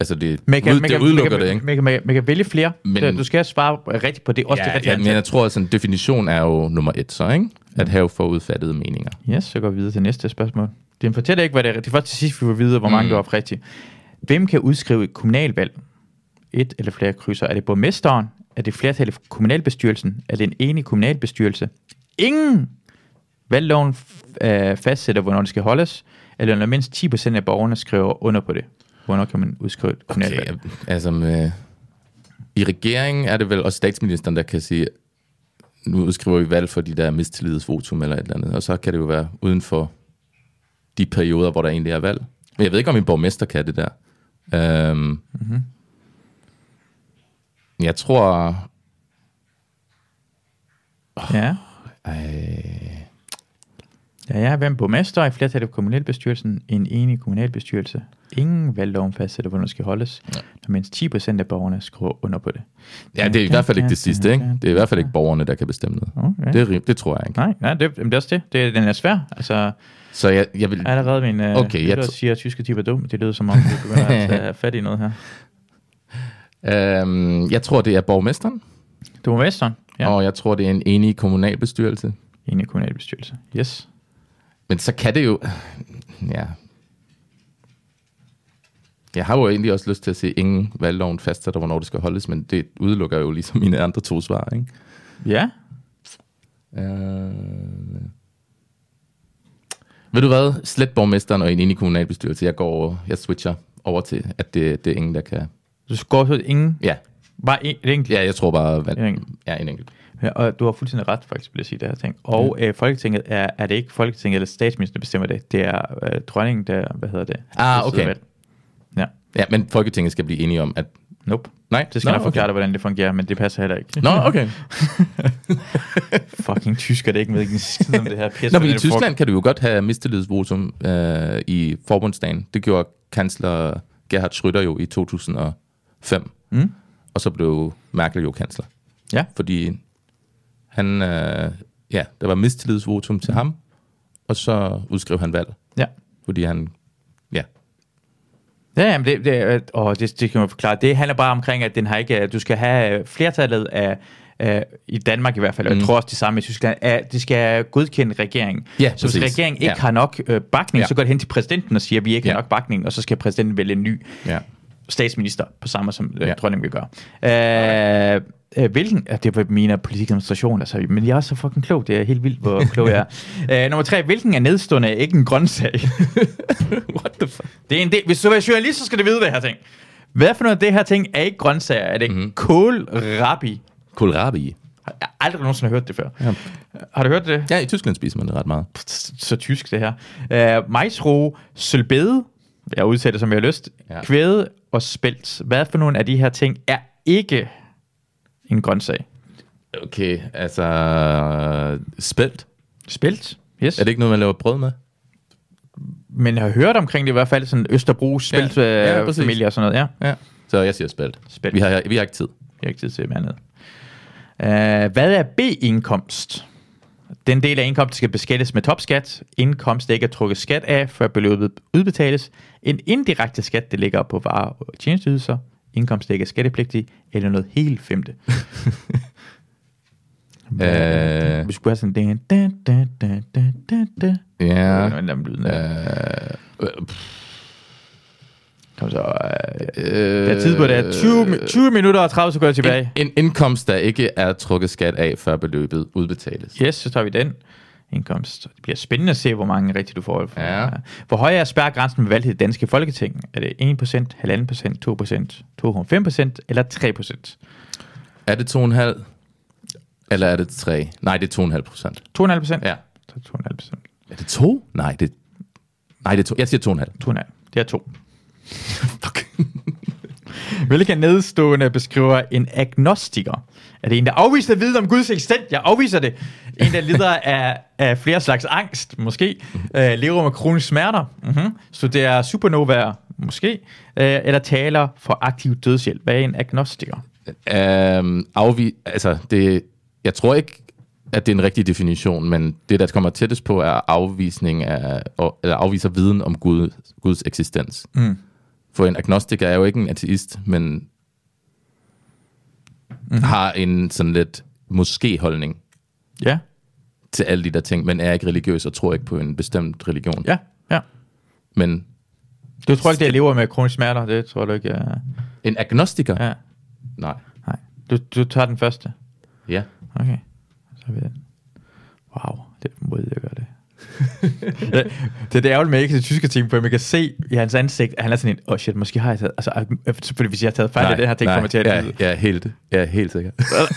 Speaker 2: altså, det,
Speaker 1: Man kan,
Speaker 2: ud,
Speaker 1: man
Speaker 2: det
Speaker 1: kan,
Speaker 2: udelukker
Speaker 1: man kan,
Speaker 2: det, ikke?
Speaker 1: Man kan, man kan, man kan vælge flere.
Speaker 2: Men-
Speaker 1: Men, du skal svare rigtigt på det. Også det
Speaker 2: Ja,
Speaker 1: rigtige
Speaker 2: ja, men
Speaker 1: antal.
Speaker 2: jeg tror, at sådan, definition er jo nummer et så, ikke? At have forudfattede meninger.
Speaker 1: Yes, så går vi videre til næste spørgsmål. Den fortæller ikke, hvad det er. Det er først til sidst, vi får vide, hvor mange der var rigtigt. Hvem kan udskrive et kommunalvalg? Et eller flere krydser. Er det borgmesteren? Er det flertallet i kommunalbestyrelsen? Er det en enig kommunalbestyrelse? Ingen! Valgloven f- øh, fastsætter, hvornår det skal holdes, eller når mindst 10% af borgerne skriver under på det. Hvornår kan man udskrive et kommunalvalg?
Speaker 2: Okay, altså med, i regeringen er det vel også statsministeren, der kan sige, nu udskriver vi valg for de der mistillidsvotum eller et eller andet, og så kan det jo være uden for de perioder, hvor der egentlig er valg. Men jeg ved ikke, om en borgmester kan det der. Øhm, mm-hmm. Jeg tror...
Speaker 1: Ja.
Speaker 2: Ej,
Speaker 1: Ja, ja, hvem borgmester i flertallet af kommunalbestyrelsen, en enig kommunalbestyrelse. Ingen valgloven fastsætter, hvornår det skal holdes, ja. når mindst 10% af borgerne skriver under på det.
Speaker 2: ja, det er i hvert fald ikke det sidste, ikke? Det er i hvert fald ikke borgerne, der kan bestemme noget.
Speaker 1: Okay.
Speaker 2: Det, er, rim- det tror jeg ikke.
Speaker 1: Nej, nej det, jamen, det er også det. det. Den er svær. Altså,
Speaker 2: Så jeg, jeg vil...
Speaker 1: allerede min øh,
Speaker 2: Okay, jeg
Speaker 1: lytter
Speaker 2: tr-
Speaker 1: siger, at tyske typer er dum. Det lyder som om, vi begynder at tage fat i noget her.
Speaker 2: Øhm, jeg tror, det er borgmesteren,
Speaker 1: Du var mesteren. Ja,
Speaker 2: ja.
Speaker 1: oh.
Speaker 2: og jeg tror, det er en enig kommunalbestyrelse.
Speaker 1: enig kommunalbestyrelse. Yes.
Speaker 2: Men så kan det jo... Ja. Jeg har jo egentlig også lyst til at se ingen valgloven fastsætter, hvornår det skal holdes, men det udelukker jo ligesom mine andre to svar, ikke?
Speaker 1: Ja,
Speaker 2: Øh... Ved du hvad? Slet borgmesteren og en enig kommunalbestyrelse. Jeg går over, jeg switcher over til, at det, det er ingen, der kan...
Speaker 1: du går så ingen,
Speaker 2: Ja,
Speaker 1: bare en, et enkelt.
Speaker 2: ja jeg tror bare... Valg...
Speaker 1: En.
Speaker 2: Ja, en enkelt.
Speaker 1: Ja, og du har fuldstændig ret, faktisk, vil jeg sige, det her ting. Og øh, Folketinget, er, er det ikke Folketinget eller statsministeren, der bestemmer det? Det er øh, dronningen, der, hvad hedder det?
Speaker 2: Ah,
Speaker 1: der sidder
Speaker 2: okay.
Speaker 1: valg. Ja,
Speaker 2: Ja, men Folketinget skal blive enige om, at...
Speaker 1: nope.
Speaker 2: Nej,
Speaker 1: Det skal Nå,
Speaker 2: Nå,
Speaker 1: nok forklare dig, hvordan det fungerer, men det passer heller ikke.
Speaker 2: Okay. Nå, okay.
Speaker 1: Fucking tysker, det er ikke med en skid om det her pisse.
Speaker 2: Nå, men i Tyskland kan du jo godt have mistillidsvotum øh, i forbundsdagen. Det gjorde kansler Gerhard Schröder jo i 2005.
Speaker 1: Mm.
Speaker 2: Og så blev Merkel jo kansler.
Speaker 1: Ja.
Speaker 2: Fordi han, øh, ja, der var mistillidsvotum til ham, og så udskrev han valg,
Speaker 1: Ja.
Speaker 2: fordi han, ja.
Speaker 1: Ja, jamen det, det, øh, åh, det, det kan man forklare. Det handler bare omkring, at den har ikke, øh, du skal have øh, flertallet af, øh, i Danmark i hvert fald, og
Speaker 2: Mm.
Speaker 1: jeg tror også det samme i Tyskland, at de skal godkende regeringen.
Speaker 2: Ja,
Speaker 1: så hvis
Speaker 2: præcis.
Speaker 1: regeringen ikke
Speaker 2: Ja.
Speaker 1: har nok øh, bakning,
Speaker 2: Ja.
Speaker 1: så går det hen til præsidenten og siger, at vi ikke ja.
Speaker 2: Ja.
Speaker 1: har nok bakning, og så skal præsidenten vælge en ny
Speaker 2: ja.
Speaker 1: statsminister, på samme som øh,
Speaker 2: Ja.
Speaker 1: ja. dronningen vil gøre. Øh, øh, hvilken, øh, det var mine politikadministration, altså, men jeg er så fucking klog, det er helt vildt, hvor klog jeg er. Øh, nummer tre, hvilken er nedstående er ikke en grøntsag?
Speaker 2: What the fuck?
Speaker 1: Det er en del. Hvis du er journalist, så skal du vide det her ting. Hvad for noget af det her ting er ikke grøntsager? Er det
Speaker 2: Mhm.
Speaker 1: mm-hmm. kålrabi?
Speaker 2: Kohlrabi.
Speaker 1: Jeg har aldrig nogensinde hørt det før.
Speaker 2: Ja.
Speaker 1: Har du hørt det?
Speaker 2: ja, i Tyskland spiser man det ret meget.
Speaker 1: Så tysk det her. Uh, majsro, sølvbede, jeg udtaler det, som jeg har lyst,
Speaker 2: Ja.
Speaker 1: ja. kvæde og spelt. Hvad for nogle af de her ting er ikke en grøntsag?
Speaker 2: Okay, altså spelt.
Speaker 1: Spelt? Yes.
Speaker 2: Er det ikke noget, man laver brød med?
Speaker 1: Men jeg har hørt omkring det i hvert fald, sådan Østerbro, spelt,
Speaker 2: Ja,
Speaker 1: ja.
Speaker 2: ja,
Speaker 1: Ja,
Speaker 2: præcis.
Speaker 1: familie og sådan noget. Ja.
Speaker 2: Ja. Så jeg siger spelt.
Speaker 1: Spelt.
Speaker 2: Vi har, vi har ikke tid.
Speaker 1: Jeg har ikke tid til mere andet. Uh, hvad er B-indkomst? Den del af indkomsten skal beskattes med topskat. Indkomst, der ikke er trukket skat af, før beløbet udbetales. En indirekte skat, der ligger på varer og tjenesteydelser. Indkomst, der ikke er skattepligtig. Eller noget helt femte.
Speaker 2: Øh.
Speaker 1: Vi skulle have sådan en... Da, da, da, da, da, da.
Speaker 2: Ja. Øh,
Speaker 1: Hvordan er den lyden der? Kom så. Øh,
Speaker 2: Øh,
Speaker 1: der er tid på det. 20, mi- 20 minutter og 30 sekunder tilbage.
Speaker 2: En, en indkomst, der ikke er trukket skat af, før beløbet udbetales.
Speaker 1: Yes, så tager vi den indkomst. Det bliver spændende at se, hvor mange rigtigt du får. Øh,
Speaker 2: Ja.
Speaker 1: Hvor høj er spærregrænsen ved valg til det danske folketing? Er det 1%, 1,5%, 2%, 2,5% eller 3%?
Speaker 2: Er det 2,5? Eller er det 3? Nej, det er 2,5 procent.
Speaker 1: 2,5%?
Speaker 2: Ja.
Speaker 1: Så 2,5%.
Speaker 2: Er det 2? Nej, det, nej, det er 2. Jeg siger 2,5.
Speaker 1: 2,5. Det er 2.
Speaker 2: Fuck.
Speaker 1: Hvilke nedstående beskriver en agnostiker? Er det en, der afviser at vide om Guds eksistens? Jeg afviser det. En, der lider af, af flere slags angst, måske. Øh, lever med kroniske smerter? Mm-hmm. Studerer supernovaer? Måske. Øh, eller taler for aktiv dødshjælp? Hvad er en agnostiker?
Speaker 2: Øhm, afvi- altså, det, jeg tror ikke, at det er en rigtig definition, men det, der kommer tættest på, er afvisning af, og- eller afviser viden om Gud, Guds eksistens. Mm. For en agnostiker er jo ikke en ateist, men mm.
Speaker 1: Mm-hmm.
Speaker 2: har en sådan lidt måske-holdning
Speaker 1: Ja,
Speaker 2: til alle de der ting, men er ikke religiøs og tror ikke på en bestemt religion.
Speaker 1: ja, ja.
Speaker 2: Men
Speaker 1: Du tror ikke, det er lever med kroniske smerter? Det tror du ikke, jeg...
Speaker 2: en agnostiker?
Speaker 1: Ja,
Speaker 2: Nej.
Speaker 1: nej. Du, du tager den første.
Speaker 2: Ja.
Speaker 1: Okay. Så er vi den. Wow, det er modigt at gøre det. ja, det er det ærgerlige med, at jeg ikke er det tyske team, for man kan se i hans ansigt, at han er sådan en, åh oh shit, måske har jeg taget, altså øh, selvfølgelig hvis jeg har taget fejl af det her ting, kommer til at
Speaker 2: ja,
Speaker 1: lyde.
Speaker 2: ja, helt, ja, helt sikkert.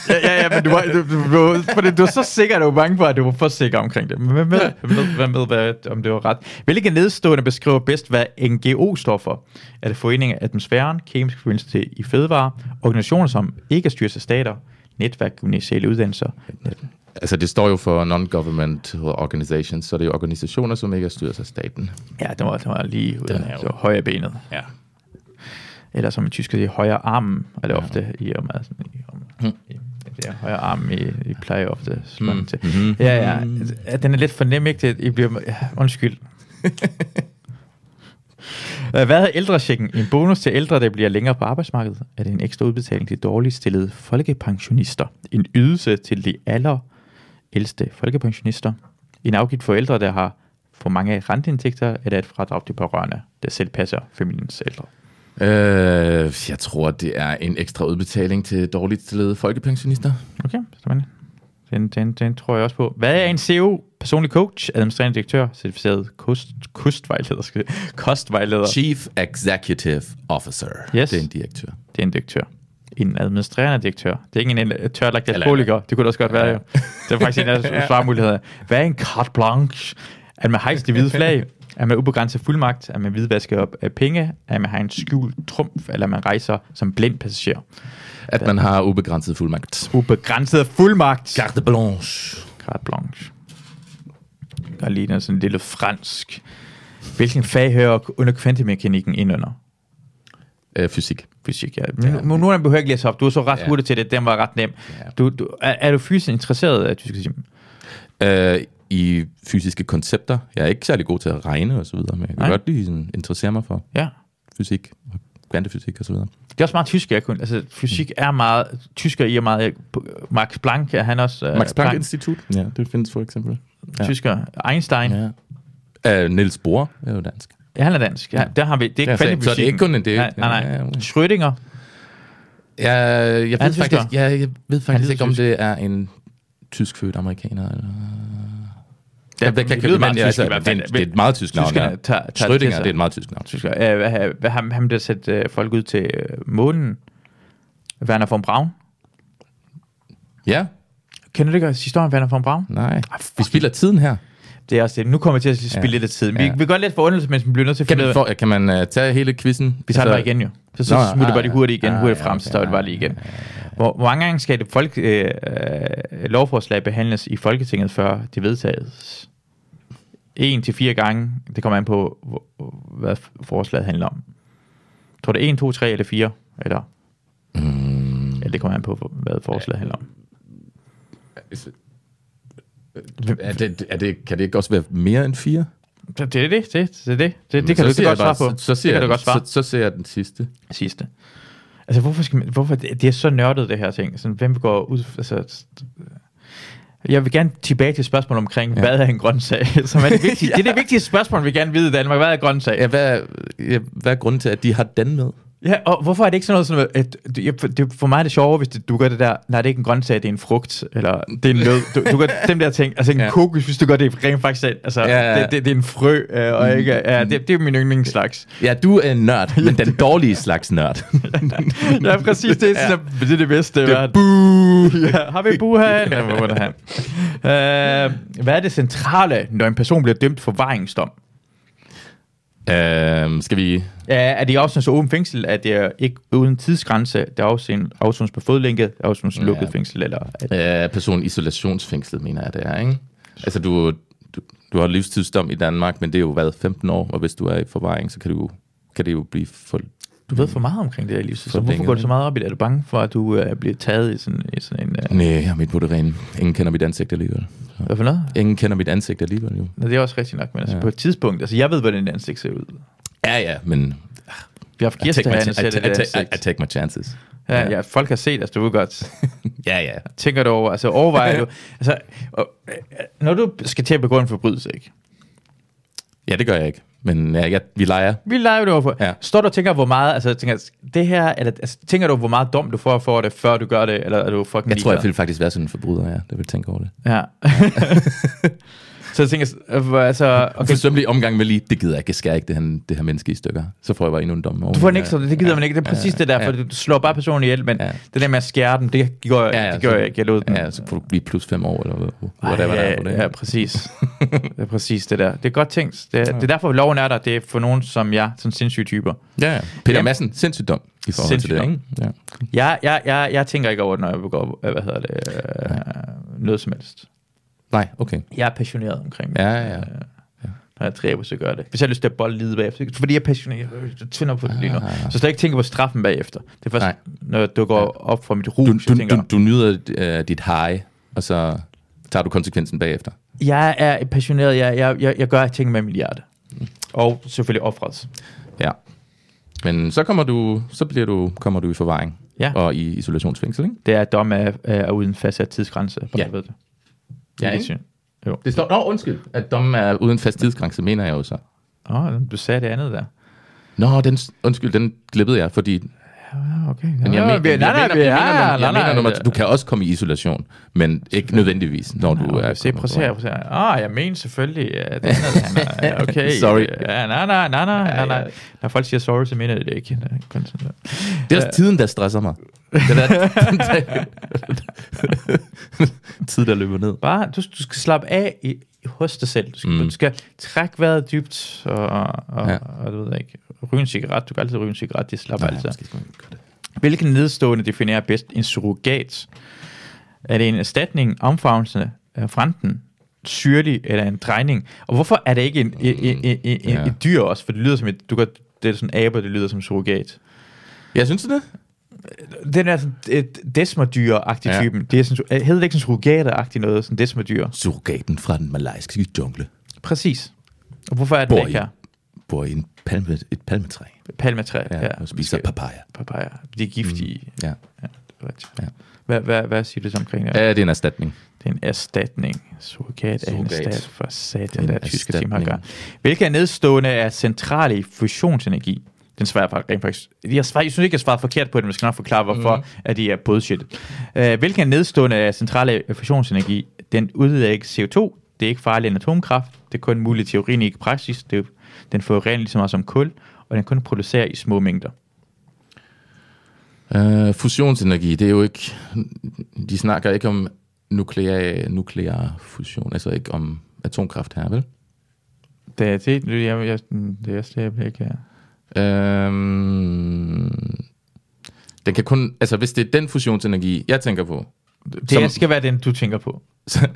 Speaker 1: ja, ja, ja, men du var, du, du, du, fordi du var så sikker, at du var bange for, at du var for sikker omkring det. Men hvem ved, hvem ved, hvem ved hvad, om det var ret? Hvilke nedstående beskriver bedst, hvad NGO står for? Er det Foreningen af Atmosfæren, Kemisk Forbindelse i Fødevare, organisationer som ikke er styret af stater, netværk, gymnasiale uddannelser,
Speaker 2: Altså, det står jo for non-governmental organizations, så det er jo organisationer, som ikke er styret af staten.
Speaker 1: Ja, den var, den var lige ude
Speaker 2: er jo-
Speaker 1: så højre benet.
Speaker 2: Ja.
Speaker 1: Eller som en tysker siger, højre armen er det ofte i og med. Sådan, i, og med i, det er højre arm i, i plejer ofte mm. til. Mm-hmm. Ja, ja. Altså, Den er lidt for nem, ikke? Det, I bliver, ja, undskyld. Øh, Hvad er ældrechecken? En bonus til ældre, der bliver længere på arbejdsmarkedet? Er det en ekstra udbetaling til dårligt stillede folkepensionister? En ydelse til de aller ældste folkepensionister? En afgift for ældre, der har for mange renteindtægter? Eller et fradrag til pårørende, der selv passer familiens ældre?
Speaker 2: Øh, jeg tror, det er en ekstra udbetaling til dårligt stillede folkepensionister.
Speaker 1: Okay, spændende. Den, den, den tror jeg også på. Hvad er en CEO? Personlig coach, administrerende direktør, certificeret kost, kostvejleder, skal jeg- kostvejleder.
Speaker 2: Chief Executive Officer.
Speaker 1: Yes.
Speaker 2: Det er en direktør.
Speaker 1: Det er en direktør. En administrerende direktør. Det er ikke en en tørlagt
Speaker 2: Eller-
Speaker 1: alkoholiker. Det kunne det også godt være, jo. Det er faktisk en af svarmulighederne. Hvad er en carte blanche? Er man hejst det hvide flag? Er man ubegrænset fuldmagt? Er man hvidvasket op af penge? Er man har en skjult trumf? Eller man rejser som blind passager?
Speaker 2: At man har ubegrænset fuldmagt.
Speaker 1: Ubegrænset fuldmagt!
Speaker 2: Carte blanche.
Speaker 1: Carte blanche. Der ligner sådan en lille fransk. Hvilken fag hører under kvantemekanikken ind under?
Speaker 2: Øh, fysik.
Speaker 1: Fysik, ja. Men ja. nu, nu behøver jeg ikke læse op. Du er så ret
Speaker 2: Ja.
Speaker 1: ja. hurtigt til det. Den var ret nem.
Speaker 2: Ja.
Speaker 1: Ja. Du, du, er, er du fysisk interesseret af tysk sim?
Speaker 2: Øh, I fysiske koncepter. Jeg er ikke særlig god til at regne og så videre, men jeg kan
Speaker 1: Nej.
Speaker 2: godt lige sådan, interessere mig for
Speaker 1: Ja.
Speaker 2: fysik og kvantefysik og så videre.
Speaker 1: Det er også meget tysk, jeg kun. Altså, fysik
Speaker 2: Mm.
Speaker 1: er meget... Tysker i er meget... Max Planck er han også... øh,
Speaker 2: Max Planck Institut. Ja, det findes for eksempel. Ja.
Speaker 1: Tysker. Einstein. Ja.
Speaker 2: Ja. Øh, Niels Bohr er jo dansk.
Speaker 1: Han er dansk. Ja. Der har vi, det er
Speaker 2: Ja,
Speaker 1: ikke
Speaker 2: så- så det er
Speaker 1: kvantefysik.
Speaker 2: ikke kun en- det er
Speaker 1: Nej,
Speaker 2: ikke-
Speaker 1: nej,
Speaker 2: Ja,
Speaker 1: nej.
Speaker 2: ja, okay.
Speaker 1: Schrödinger.
Speaker 2: Ja, jeg
Speaker 1: Han
Speaker 2: ved
Speaker 1: er
Speaker 2: faktisk,
Speaker 1: tysker.
Speaker 2: ja, jeg ved faktisk
Speaker 1: lyder
Speaker 2: ikke, om
Speaker 1: tysk.
Speaker 2: det er en tyskfødt amerikaner. Eller... Ja, det, altså,
Speaker 1: det lyder meget tysk i hvert
Speaker 2: det, er en-
Speaker 1: fald.
Speaker 2: det er et meget tysk navn.
Speaker 1: Tyskerne
Speaker 2: ja.
Speaker 1: tager- tager det til
Speaker 2: Schrödinger,
Speaker 1: sig.
Speaker 2: det er et meget tysk navn.
Speaker 1: tysker. Øh, hvad, hvad, hvad ham, ham der sendte øh, folk ud til øh, månen? Werner von Braun?
Speaker 2: Ja,
Speaker 1: Kender du ikke historien om Werner von Braun?
Speaker 2: nej. Vi
Speaker 1: Ah, fuck.
Speaker 2: spiller tiden her.
Speaker 1: Det er også det. Nu kommer jeg til at spille
Speaker 2: Ja.
Speaker 1: ja. lidt af tiden. Vi,
Speaker 2: Ja.
Speaker 1: ja. vi går lidt for underligt, men vi bliver nødt til at
Speaker 2: Kan,
Speaker 1: finde ud
Speaker 2: man,
Speaker 1: af...
Speaker 2: for, kan man uh, tage hele quizzen?
Speaker 1: Vi tager det bare igen jo. Så, så
Speaker 2: Altså- Nå,
Speaker 1: Nå, smutter
Speaker 2: ah,
Speaker 1: bare lige hurtigt igen,
Speaker 2: ah,
Speaker 1: hurtigt
Speaker 2: ja,
Speaker 1: frem,
Speaker 2: okay,
Speaker 1: så står det
Speaker 2: ah,
Speaker 1: bare lige igen. Hvor, hvor mange gange skal det folk, øh, øh, lovforslag behandles i Folketinget, før det vedtages? En til fire gange. Det kommer an på, hvor- hvad forslaget handler om. Tror det er en, to, tre eller fire? Eller? Mm. Ja, det kommer an på, hvad forslaget handler om.
Speaker 2: Er det, er det, kan det ikke også være mere end fire?
Speaker 1: Det det er det, det det er det. Det, det
Speaker 2: Så
Speaker 1: kan du
Speaker 2: siger
Speaker 1: ikke
Speaker 2: jeg
Speaker 1: godt svare
Speaker 2: bare-
Speaker 1: på.
Speaker 2: Så, så,
Speaker 1: det
Speaker 2: siger
Speaker 1: kan du
Speaker 2: jeg,
Speaker 1: godt svare
Speaker 2: så, så ser jeg den sidste.
Speaker 1: sidste. Altså, hvorfor skal man, hvorfor, det det er så nørdet, det her ting. Sådan, hvem går ud, altså, jeg vil gerne tilbage til spørgsmålet omkring, ja. hvad er en grøntsag? Som er det, vigtige, ja. det er det vigtige spørgsmål, vi gerne vil vide i Danmark. Hvad er grøntsag?
Speaker 2: Ja, hvad, ja, hvad er grunden til, at de har den med?
Speaker 1: Ja, og hvorfor er det ikke sådan noget, sådan, at at- jeg- for- det, for mig er det sjovere, hvis det, du gør det der, nej, det er ikke en grøntsag, det er en frugt, eller det er en nød. Du, du gør dem der ting, altså en
Speaker 2: Ja.
Speaker 1: ja. kokos, hvis du gør det rent faktisk, selv. altså,
Speaker 2: Ja, ja, ja.
Speaker 1: Det, det, det, er en frø, øh, og ikke, ja, det, det er min yndlingsslags.
Speaker 2: Ja, du er en nørd, men den dårlige slags nørd.
Speaker 1: Ja, præcis, det er, sådan, det, er det bedste. i
Speaker 2: Det er
Speaker 1: verden.
Speaker 2: boo!
Speaker 1: ja, har vi buhan? Ja, hvor var det han? Øh, hvad er det centrale, når en person bliver dømt for varingsdom?
Speaker 2: Øhm, skal vi...
Speaker 1: Ja, er det afsnit så åbent fængsel, at det er ikke uden tidsgrænse, det er afsnit på fodlænke, afsnit lukket
Speaker 2: Ja.
Speaker 1: fængsel, eller at,
Speaker 2: Øh, person isolationsfængslet, mener jeg, det er, ikke? Altså, du, du, du har livstidsdom i Danmark, men det er jo været 15 år, og hvis du er i forvaring, så kan, du, kan det jo blive for...
Speaker 1: du ved for meget omkring det her liv, så hvorfor
Speaker 2: Fodlænke,
Speaker 1: går du så
Speaker 2: ikke?
Speaker 1: meget op i det? Er du bange for, at du øh, bliver taget i sådan, i sådan en... Øh,
Speaker 2: Nej, jeg er midt på det rene. Ingen kender mit ansigt alligevel. Så.
Speaker 1: hvad for noget?
Speaker 2: Ingen kender mit ansigt alligevel, jo.
Speaker 1: Nå, det er også rigtigt nok, men altså ja.
Speaker 2: Ja.
Speaker 1: på et tidspunkt, altså jeg ved, hvordan den ansigt ser ud.
Speaker 2: Ja, ja, men...
Speaker 1: Vi har haft
Speaker 2: I
Speaker 1: gæster
Speaker 2: take, my,
Speaker 1: herinde,
Speaker 2: I,
Speaker 1: og ser det
Speaker 2: take,
Speaker 1: der
Speaker 2: I, take, I
Speaker 1: ansigt.
Speaker 2: take my chances.
Speaker 1: Ja, ja, folk har set os, du ved godt.
Speaker 2: Ja, ja.
Speaker 1: Tænker du over, altså overvejer du, altså, og, øh, når du skal til at begå en forbrydelse, ikke?
Speaker 2: Ja, det gør jeg ikke. Men ja, jeg, vi leger.
Speaker 1: Vi leger det overfor. Ja.
Speaker 2: Ja.
Speaker 1: Står du og tænker, hvor meget, altså tænker, det her, eller, altså, tænker du, hvor meget dom du får for det, før du gør det, eller er du fucking
Speaker 2: Jeg tror, jeg
Speaker 1: ligeglad?
Speaker 2: ville faktisk være sådan en forbryder, ja. Det vil tænke over det.
Speaker 1: Ja. så jeg tænker, øh, hvor- altså,
Speaker 2: Og
Speaker 1: okay,
Speaker 2: okay. forsømmelig omgang med lige, det gider jeg ikke, jeg skærer ikke det, han, det her menneske i stykker. Så får jeg bare endnu en dom over.
Speaker 1: du får en ekstra, det gider man ikke, det er præcis det der, for
Speaker 2: ja.
Speaker 1: du slår bare personen ihjel, men
Speaker 2: Ja.
Speaker 1: det der med at skære den, det gør, ja, ja, det gør
Speaker 2: så-
Speaker 1: jeg ikke, jeg lod den.
Speaker 2: Ja, så får du blive plus fem år, eller whatever
Speaker 1: Ej,
Speaker 2: der
Speaker 1: ja,
Speaker 2: er på det.
Speaker 1: Ja, præcis. det er præcis det der. Det er godt tænkt. Det er, det er derfor, loven er der. Det er for nogen som jeg, sådan sindssyge typer.
Speaker 2: ja, ja. Peter
Speaker 1: Ja.
Speaker 2: Madsen, sindssygt dom i forhold
Speaker 1: Sindssygt
Speaker 2: til det,
Speaker 1: dum.
Speaker 2: ikke? Ja.
Speaker 1: Jeg, jeg, jeg, jeg tænker ikke over det, når jeg begår, øh, hvad hedder det, øh, noget som helst.
Speaker 2: Nej, okay.
Speaker 1: Jeg er passioneret omkring det.
Speaker 2: Ja, ja.
Speaker 1: Øh, Når jeg dræber, så gør jeg det. Hvis jeg har lyst til at bolde lige bagefter, fordi jeg er passioneret, øh, jeg tænder på det lige nu.
Speaker 2: Ah.
Speaker 1: Så slet ikke tænker på straffen bagefter. Det er først,
Speaker 2: Nej.
Speaker 1: når jeg dukker op fra mit rus,
Speaker 2: Du,
Speaker 1: jeg
Speaker 2: du,
Speaker 1: tænker,
Speaker 2: du, du nyder øh, dit high, og så tager du konsekvensen bagefter.
Speaker 1: jeg er passioneret, jeg, jeg, jeg, jeg gør ting med mit hjerte. Og selvfølgelig offret.
Speaker 2: Ja. Men så kommer du, så bliver du, kommer du i forvaring.
Speaker 1: Ja.
Speaker 2: Og i isolationsfængsel, ikke?
Speaker 1: Det er at dom er, er uden fastsat tidsgrænse. bare
Speaker 2: Ja.
Speaker 1: du ved det.
Speaker 2: Ja,
Speaker 1: det
Speaker 2: ikke?
Speaker 1: synes-
Speaker 2: Det står, nå, undskyld, Mhm. at dommen er uden fast tidsgrænse, mener jeg jo så.
Speaker 1: Åh, oh, du sagde det andet der.
Speaker 2: Nå, den, undskyld, den glippede jeg, fordi...
Speaker 1: Ja, okay.
Speaker 2: Men jeg,
Speaker 1: Nå,
Speaker 2: men,
Speaker 1: vi-
Speaker 2: jeg,
Speaker 1: nej, nej,
Speaker 2: mener,
Speaker 1: vi-
Speaker 2: jeg
Speaker 1: ja,
Speaker 2: mener,
Speaker 1: nej,
Speaker 2: jeg
Speaker 1: nej,
Speaker 2: mener nummer,
Speaker 1: det-
Speaker 2: du kan også komme i isolation, men ikke nødvendigvis, når du
Speaker 1: Nå,
Speaker 2: er...
Speaker 1: Ah, Se, prøv
Speaker 2: kommet
Speaker 1: at se her,
Speaker 2: på-
Speaker 1: prøv at se her. Ah, jeg mener selvfølgelig, at det andet, han er, okay.
Speaker 2: Sorry.
Speaker 1: Ja, nej, nej, nej, nej,
Speaker 2: Ja,
Speaker 1: nej,
Speaker 2: ja.
Speaker 1: nej. Når folk siger sorry, så mener de det ikke. Det er kun sådan der.
Speaker 2: Det er også tiden, der stresser mig. Den er, den der, tid, der løber ned.
Speaker 1: Bare, du, du skal slappe af i, hos dig selv. Du skal, mm.
Speaker 2: Mm.
Speaker 1: du skal trække vejret dybt, og, og, og, ja.
Speaker 2: Ja.
Speaker 1: og du ved jeg ikke, ryge en cigaret. Du kan altid ryge en cigaret, det slapper altid. af.
Speaker 2: måske skal man ikke gøre det.
Speaker 1: Hvilken nedstående definerer bedst en surrogat? Er det en erstatning, omfavnelse, øh, franten, syrlig eller en drejning? Og hvorfor er det ikke en, en, en, en, en,
Speaker 2: Ja.
Speaker 1: et dyr også? For det lyder som et, du kan, det er sådan en abe, det lyder som surrogat.
Speaker 2: Jeg synes du det.
Speaker 1: Den er sådan et desmodyr-agtig ja.
Speaker 2: Ja.
Speaker 1: typen. Det er sådan, øh, hedder det ikke sådan surrogat-agtig noget, sådan desmodyr?
Speaker 2: Surrogaten fra den malajske jungle
Speaker 1: Præcis. Og hvorfor er det
Speaker 2: Bor
Speaker 1: ikke
Speaker 2: i.
Speaker 1: her?
Speaker 2: bor i en palme, et palmetræ
Speaker 1: Palmetræ.
Speaker 2: ja, ja, og spiser papaya.
Speaker 1: papaya. De er giftige. Mm.
Speaker 2: Ja.
Speaker 1: Ja, det er rigtigt.
Speaker 2: Ja.
Speaker 1: Hvad, hvad, hvad siger du så omkring det?
Speaker 2: ja, det er en erstatning.
Speaker 1: Det er en erstatning. Surrogat er en
Speaker 2: Surrogat.
Speaker 1: erstat for satan,
Speaker 2: En
Speaker 1: der er tyske
Speaker 2: erstatning.
Speaker 1: timer gør. Hvilke af nedstående er centrale i fusionsenergi? Den svarer jeg faktisk rent faktisk. Jeg, svarer, jeg synes ikke, jeg svarer forkert på det, men jeg skal nok forklare, hvorfor mm. at de er bullshit. Uh, hvilke af nedstående er centrale i fusionsenergi? Den udleder ikke CO2. Det er ikke farlig end atomkraft. Det er kun muligt i teorien, ikke i praksis. Det, er- den forurener lige så meget som kul, og den kun producerer i små mængder.
Speaker 2: Uh, fusionsenergi, det er jo ikke... De snakker ikke om nuklear, nuklear fusion, altså ikke om atomkraft her, vel?
Speaker 1: Det er det, jeg, jeg, det er også det, jeg bliver ikke...
Speaker 2: Øhm, den kan kun, altså hvis det er den fusionsenergi, jeg tænker på,
Speaker 1: Det
Speaker 2: Som-
Speaker 1: skal være den, du tænker på.
Speaker 2: så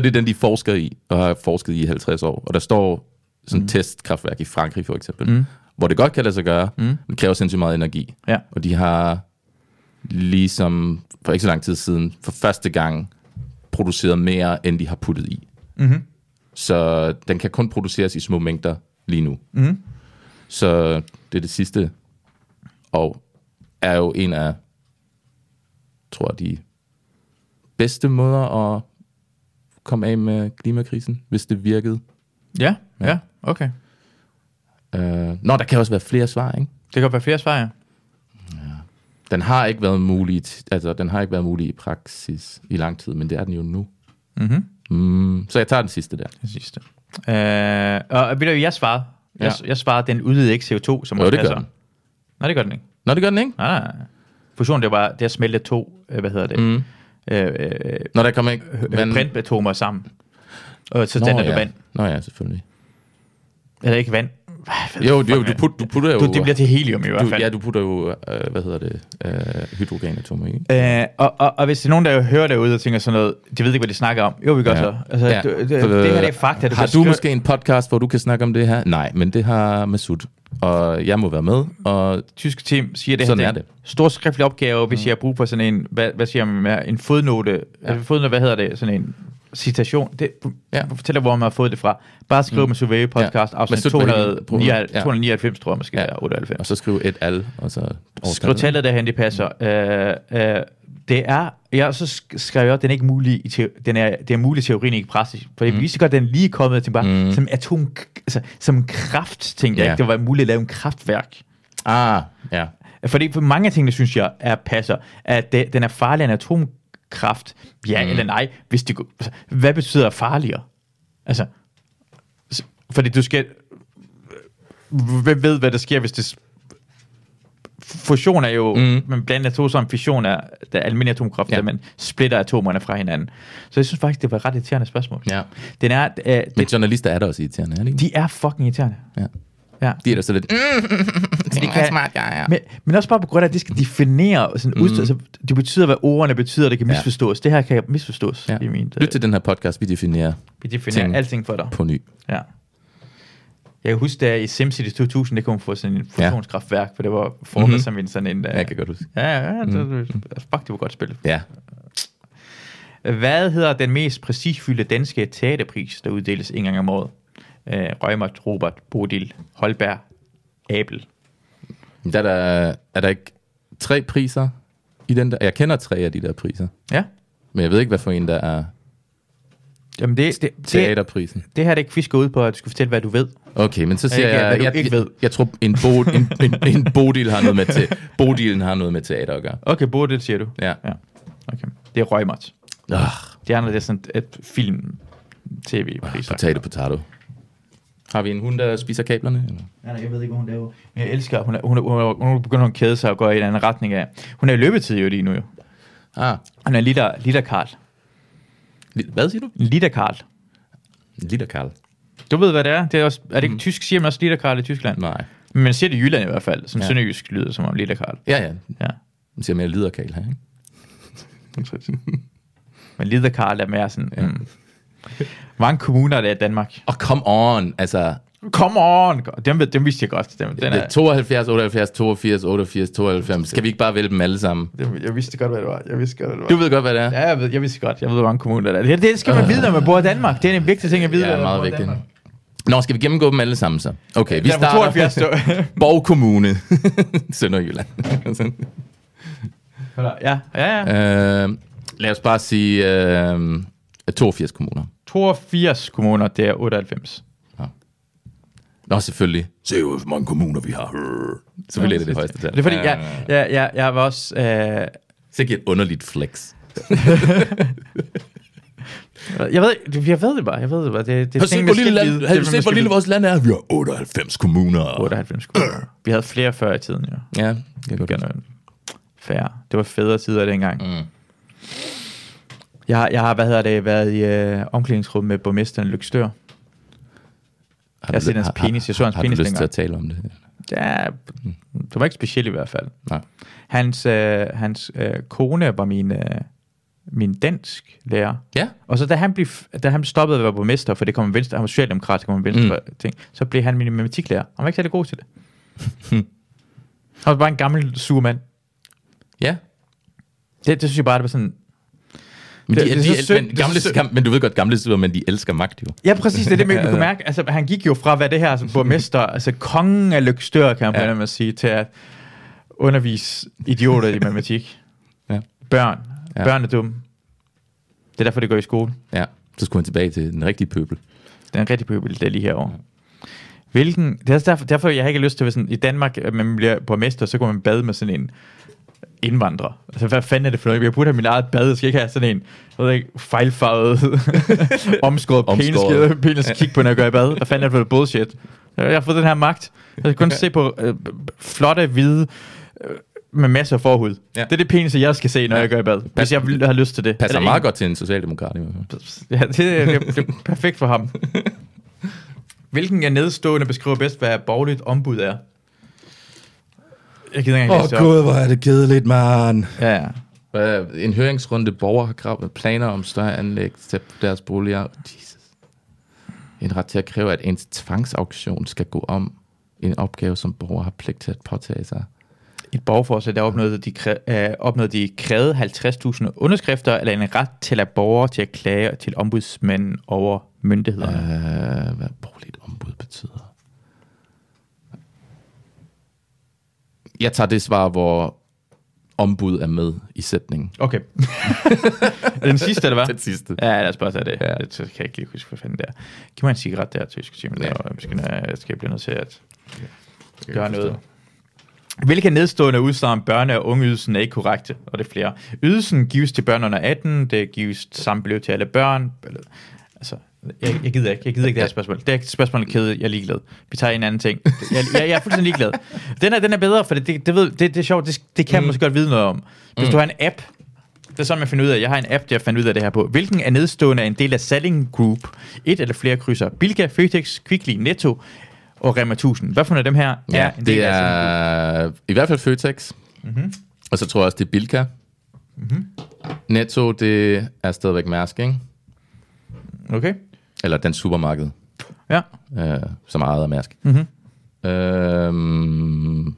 Speaker 2: det er den, de forsker i, og har forsket i i 50 år. Og der står sådan et mm. testkraftværk i Frankrig for eksempel,
Speaker 1: Mm.
Speaker 2: mm. hvor det godt kan lade sig gøre,
Speaker 1: Mm.
Speaker 2: mm. men det kræver sindssygt meget energi.
Speaker 1: Ja.
Speaker 2: Og de har ligesom for ikke så lang tid siden, for første gang, produceret mere, end de har puttet i.
Speaker 1: Mm-hmm.
Speaker 2: Så den kan kun produceres i små mængder lige nu.
Speaker 1: Mhm.
Speaker 2: Så det er det sidste. Og er jo en af, tror jeg, de bedste måder at komme af med klimakrisen, hvis det virkede.
Speaker 1: Ja, ja,
Speaker 2: Ja.
Speaker 1: ja, okay.
Speaker 2: Uh, nå, der kan også være flere svar, ikke?
Speaker 1: Det kan godt være flere svar, ja.
Speaker 2: Den har ikke været mulig, t- altså, den har ikke været mulig i praksis i lang tid, men det er den jo nu.
Speaker 1: Mm-hmm.
Speaker 2: Mm, så jeg tager den sidste der.
Speaker 1: Det sidste. Øh, og ved du, jeg svarede. Jeg,
Speaker 2: Ja.
Speaker 1: jeg svarede, den udleder ikke CO2, som
Speaker 2: Jo,
Speaker 1: også
Speaker 2: det gør
Speaker 1: passer.
Speaker 2: den.
Speaker 1: Nej, det gør den ikke.
Speaker 2: Nå, det gør den ikke?
Speaker 1: Nej, nej, nej. Fusion, det er bare det er at smelte to, øh, hvad hedder det, mm.
Speaker 2: Mm.
Speaker 1: øh, øh,
Speaker 2: Nå, der kommer ikke...
Speaker 1: øh,
Speaker 2: vand-
Speaker 1: brintatomer sammen. Og så
Speaker 2: Nå,
Speaker 1: danner du
Speaker 2: ja.
Speaker 1: vand.
Speaker 2: Nå ja, selvfølgelig.
Speaker 1: Eller ikke vand. Hvad
Speaker 2: Jo,
Speaker 1: fuck,
Speaker 2: jo du,
Speaker 1: mand.
Speaker 2: put, du putter jo...
Speaker 1: du, det bliver til helium i hvert
Speaker 2: du,
Speaker 1: fald.
Speaker 2: ja, du putter jo, øh, hvad hedder det, øh, hydrogenatomer i.
Speaker 1: Øh, og, og, og hvis der er nogen, der hører derude og tænker sådan noget, de ved ikke, hvad de snakker om. Jo, vi gør ja. så. Altså, ja. du, det, det,
Speaker 2: For, øh,
Speaker 1: det her det er fakta.
Speaker 2: har
Speaker 1: kan
Speaker 2: du
Speaker 1: skrive-
Speaker 2: måske en podcast, hvor du kan snakke om det her? Nej, men det har Masud. Og jeg må være med, og
Speaker 1: tyske team siger det
Speaker 2: Sådan
Speaker 1: her.
Speaker 2: er Mm.
Speaker 1: ting. Stor skriftlig opgave, hvis jeg har brug for sådan en, hvad, hvad siger man, mere, en fodnote, ja. altså, fodnote, hvad hedder det, sådan en citation. Det, ja.
Speaker 2: Ja.
Speaker 1: Fortæl dig, hvor man har fået det fra. Bare skriv mm. med Survey Podcast, ja.
Speaker 2: Ja.
Speaker 1: afsnit
Speaker 2: Men slut med hele programmet.
Speaker 1: 299,
Speaker 2: Ja.
Speaker 1: 299 tror jeg måske,
Speaker 2: Ja.
Speaker 1: ja. 98.
Speaker 2: og så skriv et al, og så...
Speaker 1: Skriv tallet derhen, det passer. Mm. Øh, øh, det er, ja, så sk- skrev jeg, den er ikke mulig, i teo- den er, det er mulig i teorien, ikke i praksis. For det mm. viste godt, den lige er kommet til bare, mm. som atom, altså, som kraft, tænkte
Speaker 2: Ja.
Speaker 1: jeg ikke, det var muligt at lave en kraftværk.
Speaker 2: Ah, ja.
Speaker 1: Fordi for mange af tingene, synes jeg, er passer. At det, den er farlig end atomkraft. Ja mm. eller nej. Hvis det, går- altså, hvad betyder farligere? Altså, s- fordi du skal... Hvem ved, hvad der sker, hvis det... s- Fusion er jo... Mm. Man blander to sammen. Fission er der er almindelig atomkraft, ja.
Speaker 2: Ja.
Speaker 1: der man splitter atomerne fra hinanden. Så jeg synes faktisk, det var et ret irriterende spørgsmål.
Speaker 2: Ja.
Speaker 1: Den er, øh,
Speaker 2: Men
Speaker 1: det,
Speaker 2: journalister er der også irriterende, er det ikke?
Speaker 1: de er fucking irriterende.
Speaker 2: Ja.
Speaker 1: Ja.
Speaker 2: De er der så lidt... Mm,
Speaker 1: Men de kan, smart, ja, ja. Men, men også bare på grund af, at det skal definere sådan mm. udstyr, altså, det betyder, hvad ordene betyder, det kan
Speaker 2: Ja.
Speaker 1: misforstås. Det her kan misforstås.
Speaker 2: ja.
Speaker 1: Ja. I min, øh,
Speaker 2: Lyt til den her podcast, vi definerer
Speaker 1: vi definerer
Speaker 2: ting.
Speaker 1: alting for dig.
Speaker 2: på ny.
Speaker 1: Ja. Jeg kan huske, da i SimCity 2000, det kom fra sådan en fusionskraftværk, for det var formet
Speaker 2: Mhm.
Speaker 1: mm-hmm. som en sådan en... Uh,
Speaker 2: Jeg kan godt huske.
Speaker 1: Ja, ja, ja det,
Speaker 2: Mhm.
Speaker 1: det- altså, fuck, det var godt spil.
Speaker 2: Ja.
Speaker 1: Hvad hedder den mest prestigefyldte danske teaterpris, der uddeles en gang om året? Uh, Rømert, Robert, Bodil, Holberg, Abel.
Speaker 2: Men Der er, der, er der ikke tre priser i den der? Jeg kender tre af de der priser,
Speaker 1: Ja,
Speaker 2: men jeg ved ikke, hvad for en der er
Speaker 1: Jamen det, det, det,
Speaker 2: teaterprisen.
Speaker 1: det her er det ikke, vi skal ud på, at du skal fortælle, hvad du ved.
Speaker 2: Okay, men så siger
Speaker 1: Ikke,
Speaker 2: jeg,
Speaker 1: hvad du
Speaker 2: jeg,
Speaker 1: ikke ved.
Speaker 2: jeg, jeg tror, en, bo, en, en, en bodil har noget med te, bodilen har noget med teater at gøre.
Speaker 1: Okay, Bodil, siger du.
Speaker 2: Ja.
Speaker 1: ja. Okay. Det er Røgmert.
Speaker 2: Ah,
Speaker 1: De andre, det er sådan et film tv priser
Speaker 2: potato, potato. Har vi en hund, der spiser kablerne? Eller?
Speaker 1: Nej, nej, jeg ved ikke, hvad hun laver. Men jeg elsker, hun, er, hun, er, hun, er, hun begynder at kæde sig og gå i en anden retning af. Hun er i løbetid jo lige nu, jo.
Speaker 2: Ah,
Speaker 1: Hun er en lille, lille Karl.
Speaker 2: li- hvad siger du?
Speaker 1: En lille Karl.
Speaker 2: En liter Karl.
Speaker 1: Du ved, hvad det er. Det er, også, er det ikke tysk? Siger man også lille Karl i Tyskland?
Speaker 2: Mm. Nej.
Speaker 1: Men man siger det i Jylland i hvert fald. Som ja.
Speaker 2: Ja.
Speaker 1: sønderjysk lyder som om lille Karl.
Speaker 2: Ja, ja.
Speaker 1: Ja.
Speaker 2: Man siger mere liderkal her, ikke?
Speaker 1: Men lille Karl er mere sådan... Ja. Mm. Mange kommuner er der i Danmark.
Speaker 2: Og oh, come on, altså.
Speaker 1: Come on! Dem, ved- dem vidste jeg godt. Dem, den
Speaker 2: Det er
Speaker 1: er,
Speaker 2: 72, 78, 82, 88, 92. Skal vi ikke bare vælge dem alle sammen?
Speaker 1: dem, jeg vidste godt, hvad det var. Jeg vidste godt, hvad det var.
Speaker 2: Du ved godt, hvad det er.
Speaker 1: Ja, jeg, ved, jeg vidste godt. Ah. Jeg ved, hvor mange kommuner der er. Det, det skal man vide, når man bor i Danmark. Det er en vigtig ting at vide.
Speaker 2: Ja,
Speaker 1: når man
Speaker 2: meget
Speaker 1: bor i
Speaker 2: vigtigt.
Speaker 1: Danmark.
Speaker 2: Nå, skal vi gennemgå dem alle sammen så? Okay, vi
Speaker 1: Der er på
Speaker 2: starter...
Speaker 1: 72 stå.
Speaker 2: Borg Kommune, Sønderjylland.
Speaker 1: ja, ja, ja.
Speaker 2: øh, lad os bare sige øh, 82 kommuner.
Speaker 1: 82 kommuner, det er 98.
Speaker 2: Nå, selvfølgelig. Se jo, hvor mange kommuner vi har. Selvfølgelig er det det højeste tal.
Speaker 1: Det er fordi, jeg, jeg, jeg, jeg var også... Øh,
Speaker 2: Så giver et underligt flex.
Speaker 1: jeg, ved, jeg ved det bare. Jeg ved det bare. Det, det er
Speaker 2: Har du set,
Speaker 1: ting, man
Speaker 2: hvor
Speaker 1: skal
Speaker 2: lille, land,
Speaker 1: vide.
Speaker 2: har
Speaker 1: Det
Speaker 2: du
Speaker 1: man
Speaker 2: set, hvor
Speaker 1: skal
Speaker 2: lille
Speaker 1: vide.
Speaker 2: vores land er? Vi har 98 kommuner.
Speaker 1: 98 kommuner. Vi havde flere før i tiden, jo.
Speaker 2: Ja, det er godt.
Speaker 1: Gør noget Færre. Det var federe tider dengang. Mm. Jeg, har- jeg har, hvad hedder det, været i øh, omklædningsrummet med borgmesteren i Lykstør.
Speaker 2: Har
Speaker 1: Jeg
Speaker 2: du
Speaker 1: har set
Speaker 2: lyst-
Speaker 1: hans penis. Jeg så hans
Speaker 2: har,
Speaker 1: penis
Speaker 2: Har du lyst
Speaker 1: dengang.
Speaker 2: til at tale om det?
Speaker 1: Ja, det var ikke specielt i hvert fald.
Speaker 2: Nej.
Speaker 1: Hans, øh, hans øh, kone var min, øh, min dansk lærer.
Speaker 2: Ja,
Speaker 1: Og så da han, blev, da han stoppede at være borgmester, for det kom en venstre, han var socialdemokrat, det kom en venstre mm. ting, så blev han min matematiklærer. Han var ikke særlig god til det. han var bare en gammel sur mand.
Speaker 2: ja.
Speaker 1: Det, det synes jeg bare, det var sådan...
Speaker 2: Men,
Speaker 1: Det-
Speaker 2: de,
Speaker 1: det er
Speaker 2: de,
Speaker 1: så
Speaker 2: de,
Speaker 1: synd,
Speaker 2: men,
Speaker 1: det er
Speaker 2: gamle,
Speaker 1: så synd.
Speaker 2: gam, men du ved godt, gamle sider, men de elsker magt jo.
Speaker 1: Ja, præcis, det er det, man kunne mærke. Altså, han gik jo fra at være det her altså, borgmester, altså kongen af lykstør, kan man
Speaker 2: Ja.
Speaker 1: ja. med at sige, til at undervise idioter i matematik.
Speaker 2: Ja.
Speaker 1: Børn. Ja.
Speaker 2: Ja.
Speaker 1: Børn er dumme. Det er derfor, det går i skole.
Speaker 2: Ja, så skulle han tilbage til den rigtige pøbel.
Speaker 1: Den er rigtig pøbel, det er lige herovre. Hvilken, det er også derfor, derfor, jeg har ikke lyst til, at sådan, i Danmark, at man bliver borgmester, så går man bade med sådan en indvandrer. Altså, hvad fanden er det for noget? Jeg burde have min eget bad, jeg skal ikke have sådan en, jeg ved ikke, fejlfarvet, omskåret
Speaker 2: Omskåret.
Speaker 1: penis, penis kig på, når jeg går i bad. Hvad fanden er det for noget bullshit? Jeg har fået den her magt. Jeg kan kun se på øh, flotte, hvide, øh, med masser af forhud.
Speaker 2: Ja.
Speaker 1: Det er det penis, jeg skal se, når jeg går i bad. Hvis jeg har lyst til det.
Speaker 2: Passer
Speaker 1: Eller
Speaker 2: meget
Speaker 1: ikke-
Speaker 2: godt til en socialdemokrat i hvert fald.
Speaker 1: Ja, det, det, det er perfekt for ham. Hvilken er nedstående beskriver bedst, hvad borgerligt ombud er? Jeg gider ikke engang
Speaker 2: Åh oh,
Speaker 1: læse det op.
Speaker 2: gud, hvor er det kedeligt, mand.
Speaker 1: Ja, ja.
Speaker 2: Øh, En høringsrunde borgere har krav med planer om større anlæg til deres boliger. Oh, Jesus. En ret til at kræve, at ens tvangsauktion skal gå om en opgave, som borgere har pligt til at påtage sig.
Speaker 1: Et borgerforslag, der opnåede de, kræ- øh, opnåede de krævede 50.000 underskrifter, eller en ret til at borgere til at klage til ombudsmanden over myndighederne. Ja.
Speaker 2: Øh, hvad borgerligt ombud betyder. Jeg tager det svar, hvor ombud er med i sætningen.
Speaker 1: Okay. er det den sidste, eller hvad?
Speaker 2: Den sidste.
Speaker 1: Ja, lad os bare tage det.
Speaker 2: Ja.
Speaker 1: Ja. Det så kan jeg ikke lige huske, hvad fanden det er. Giv mig en cigaret der, til jeg skal sige, men
Speaker 2: Ja.
Speaker 1: ja. jeg skal blive nødt til at gøre
Speaker 2: jeg forstår.
Speaker 1: noget. Hvilke nedstående udsagn om børne- og ungeydelsen er ikke korrekte? Og det er flere. Ydelsen gives til børn under 18, det gives samme beløb til alle børn. Altså, jeg, jeg gider ikke, jeg gider ikke det her spørgsmål. Det her spørgsmål er kedeligt, jeg er ligeglad. Vi tager en anden ting. Jeg, jeg, jeg er fuldstændig ligeglad. Den er, den er bedre, for det, det, det, ved, det, det er sjovt, det, det kan
Speaker 2: Mm.
Speaker 1: jeg måske godt vide noget om. Hvis du har en app, det er sådan, man finder ud af. Jeg har en app, der fandt ud af det her på. Hvilken er nedstående er en del af Selling Group? Et eller flere krydser. Bilka, Føtex, Kvickly, Netto og Rema 1000. Hvad for nogle af dem her
Speaker 2: Ja,
Speaker 1: er
Speaker 2: ja
Speaker 1: en del
Speaker 2: det
Speaker 1: af Mhm. Selling Group?
Speaker 2: er i hvert fald Føtex. Mm-hmm. Og så tror jeg også, det er Bilka. Mm-hmm.
Speaker 1: Mhm.
Speaker 2: Netto, det er stadigvæk Mærsk, ikke?
Speaker 1: Okay.
Speaker 2: Eller den supermarked,
Speaker 1: Ja.
Speaker 2: øh, som er ejet af Mærsk.
Speaker 1: Mhm.
Speaker 2: Mm-hmm. Øhm,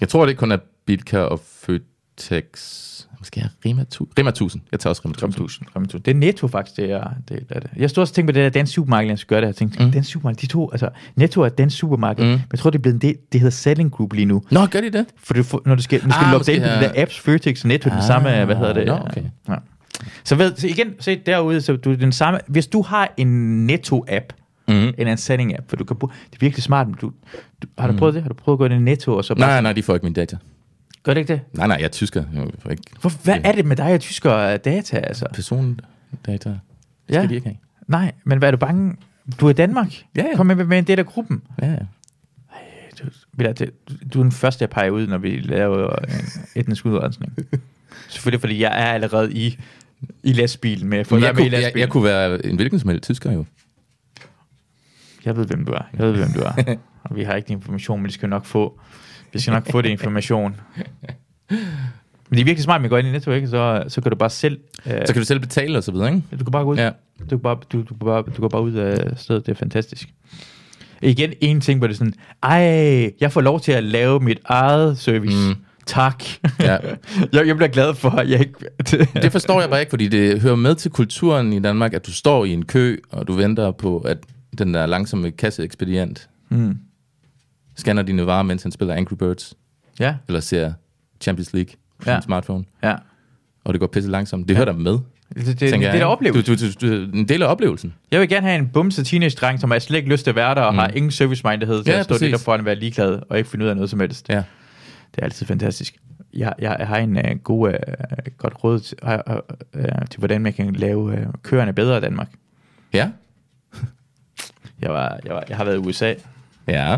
Speaker 2: jeg tror, det kun er Bilka og Føtex. Måske er Rema, tu- Rema 1000. Jeg tager også Rema 1000.
Speaker 1: Rema 1000. Rema 1000. Det er Netto faktisk, det er det. Er det. Jeg stod også og tænkte på det der dansk supermarked, jeg skulle gøre det. Jeg tænkte, mm. dansk supermarked, de to, altså Netto er dansk supermarked. Mm. Men jeg tror, det er blevet en del, det hedder Selling Group lige nu.
Speaker 2: Nå, gør de det?
Speaker 1: For du, får- når du skal, når du skal
Speaker 2: Ah,
Speaker 1: ah, logge
Speaker 2: måske
Speaker 1: dig ind på de
Speaker 2: her.
Speaker 1: der apps, Føtex og Netto, ah, den
Speaker 2: Ah,
Speaker 1: samme, hvad hedder det?
Speaker 2: nå, okay.
Speaker 1: Ja. Så, ved, så igen, se derude, så du er den samme, hvis du har en Netto-app, mm. en ansætning-app, for du kan bruge, det er virkelig smart, men du, du har du
Speaker 2: Mm.
Speaker 1: prøvet det? Har du prøvet at gå ind i Netto, og så bare,
Speaker 2: Nej, nej, de får ikke min data.
Speaker 1: gør det ikke det?
Speaker 2: Nej, nej, jeg er tysker. Jeg får ikke
Speaker 1: Hvor, hvad er det med dig og tyskere og data, altså?
Speaker 2: persondata. Det skal
Speaker 1: Ja.
Speaker 2: de ikke have.
Speaker 1: Nej, men hvad er du bange? Du er i Danmark.
Speaker 2: Ja, ja.
Speaker 1: Kom med, med en del af gruppen.
Speaker 2: Ja, ja.
Speaker 1: Du, Peter, det- du er den første, jeg peger ud, når vi laver en etnisk udrensning. Selvfølgelig, fordi jeg er allerede i, i lastbilen med. For
Speaker 2: Men
Speaker 1: at
Speaker 2: jeg,
Speaker 1: være med i
Speaker 2: kunne, jeg,
Speaker 1: lastbilen.
Speaker 2: jeg, kunne være en hvilken som helst tysker jo.
Speaker 1: Jeg ved, hvem du er. Jeg ved, hvem du er. Og vi har ikke din information, men det skal vi nok få. Vi skal nok få det information. Men det er virkelig smart, at man går ind i Netto, ikke? Så, så kan du bare selv... Øh,
Speaker 2: Så kan du selv betale og så videre, ikke?
Speaker 1: du kan bare gå ud.
Speaker 2: Ja.
Speaker 1: Du, kan bare, du, du, kan bare, du går bare ud af stedet. Det er fantastisk. Igen, en ting, hvor det er sådan, ej, jeg får lov til at lave mit eget service. Mm. Tak.
Speaker 2: Ja.
Speaker 1: jeg, jeg bliver glad for, at jeg ikke...
Speaker 2: Det forstår jeg bare ikke, fordi det hører med til kulturen i Danmark, at du står i en kø, og du venter på, at den der langsomme kasseekspedient
Speaker 1: Mm.
Speaker 2: scanner dine varer, mens han spiller Angry Birds,
Speaker 1: ja,
Speaker 2: eller ser Champions League på ja.
Speaker 1: Ja.
Speaker 2: sin smartphone,
Speaker 1: ja.
Speaker 2: og det går pisse langsomt. Det hører der med, det,
Speaker 1: Det, det, det, det er der oplevelse.
Speaker 2: Du, du, du, du, en del af oplevelsen.
Speaker 1: Jeg vil gerne have en bumse teenage-dreng, som har slet ikke lyst til at være der, og mm. har ingen service-mindedhed til
Speaker 2: Ja,
Speaker 1: ja, at stå
Speaker 2: præcis.
Speaker 1: lidt der foran og være ligeglad, og ikke finde ud af noget som helst.
Speaker 2: Ja.
Speaker 1: Det er altid fantastisk. Jeg, jeg har en uh, god, uh, godt råd til, uh, uh, til, hvordan man kan lave uh, køerne bedre i Danmark.
Speaker 2: Ja.
Speaker 1: Jeg, var, jeg, var, jeg har været i USA.
Speaker 2: Ja.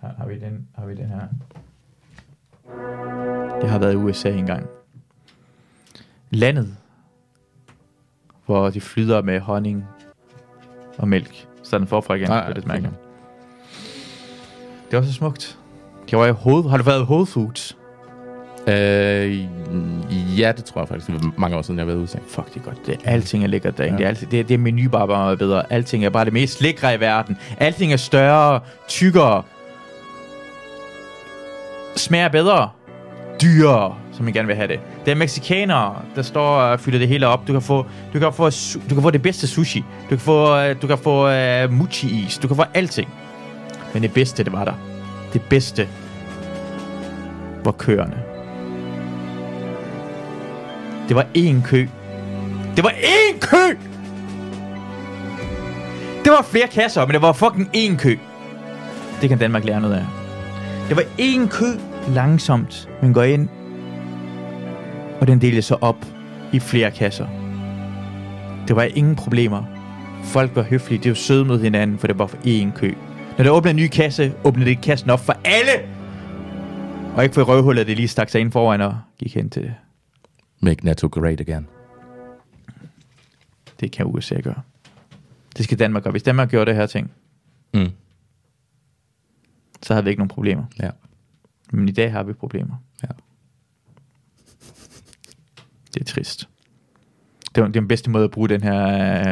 Speaker 1: Har, har, vi den, har vi den her? Jeg har været i USA engang. Landet, hvor de flyder med honning og mælk. Så er den forfra igen.
Speaker 2: Nej,
Speaker 1: det er lidt
Speaker 2: nej,
Speaker 1: mærkeligt. Det var så smukt. Jeg var i hoved... Har du været i Whole Foods?
Speaker 2: Øh, ja, det tror jeg faktisk. Det var mange år siden, jeg har været i USA.
Speaker 1: Fuck, det er godt. Det, alting er lækkert derinde. Ja. Det er, altid, det, er- det er menu bare meget bedre. Alting er bare det mest lækre i verden. Alting er større, tykkere. Smager bedre. Dyrere, som man gerne vil have det. Det er mexikanere, der står og fylder det hele op. Du kan få, du kan få, su- du kan få det bedste sushi. Du kan få, øh, du kan få uh, mochi-is. Du kan få alting. Men det bedste, det var der. Det bedste var køerne. Det var én kø. Det var én kø! Det var flere kasser, men det var fucking én kø. Det kan Danmark lære noget af. Det var én kø langsomt, men går ind, og den delte sig op i flere kasser. Det var ingen problemer. Folk var høflige, det var søde mod hinanden, for det var for én kø. Når der åbner en ny kasse, åbner det kassen op for alle! Og ikke for røvhullet, at det lige stak sig ind foran og gik hen til det.
Speaker 2: Make NATO great again.
Speaker 1: Det kan USA gøre. Det skal Danmark gøre. Hvis Danmark gjorde det her ting,
Speaker 2: Mm.
Speaker 1: så havde vi ikke nogen problemer.
Speaker 2: Ja.
Speaker 1: Men i dag har vi problemer.
Speaker 2: Ja.
Speaker 1: Det er trist. Det var, det var den bedste måde at bruge den her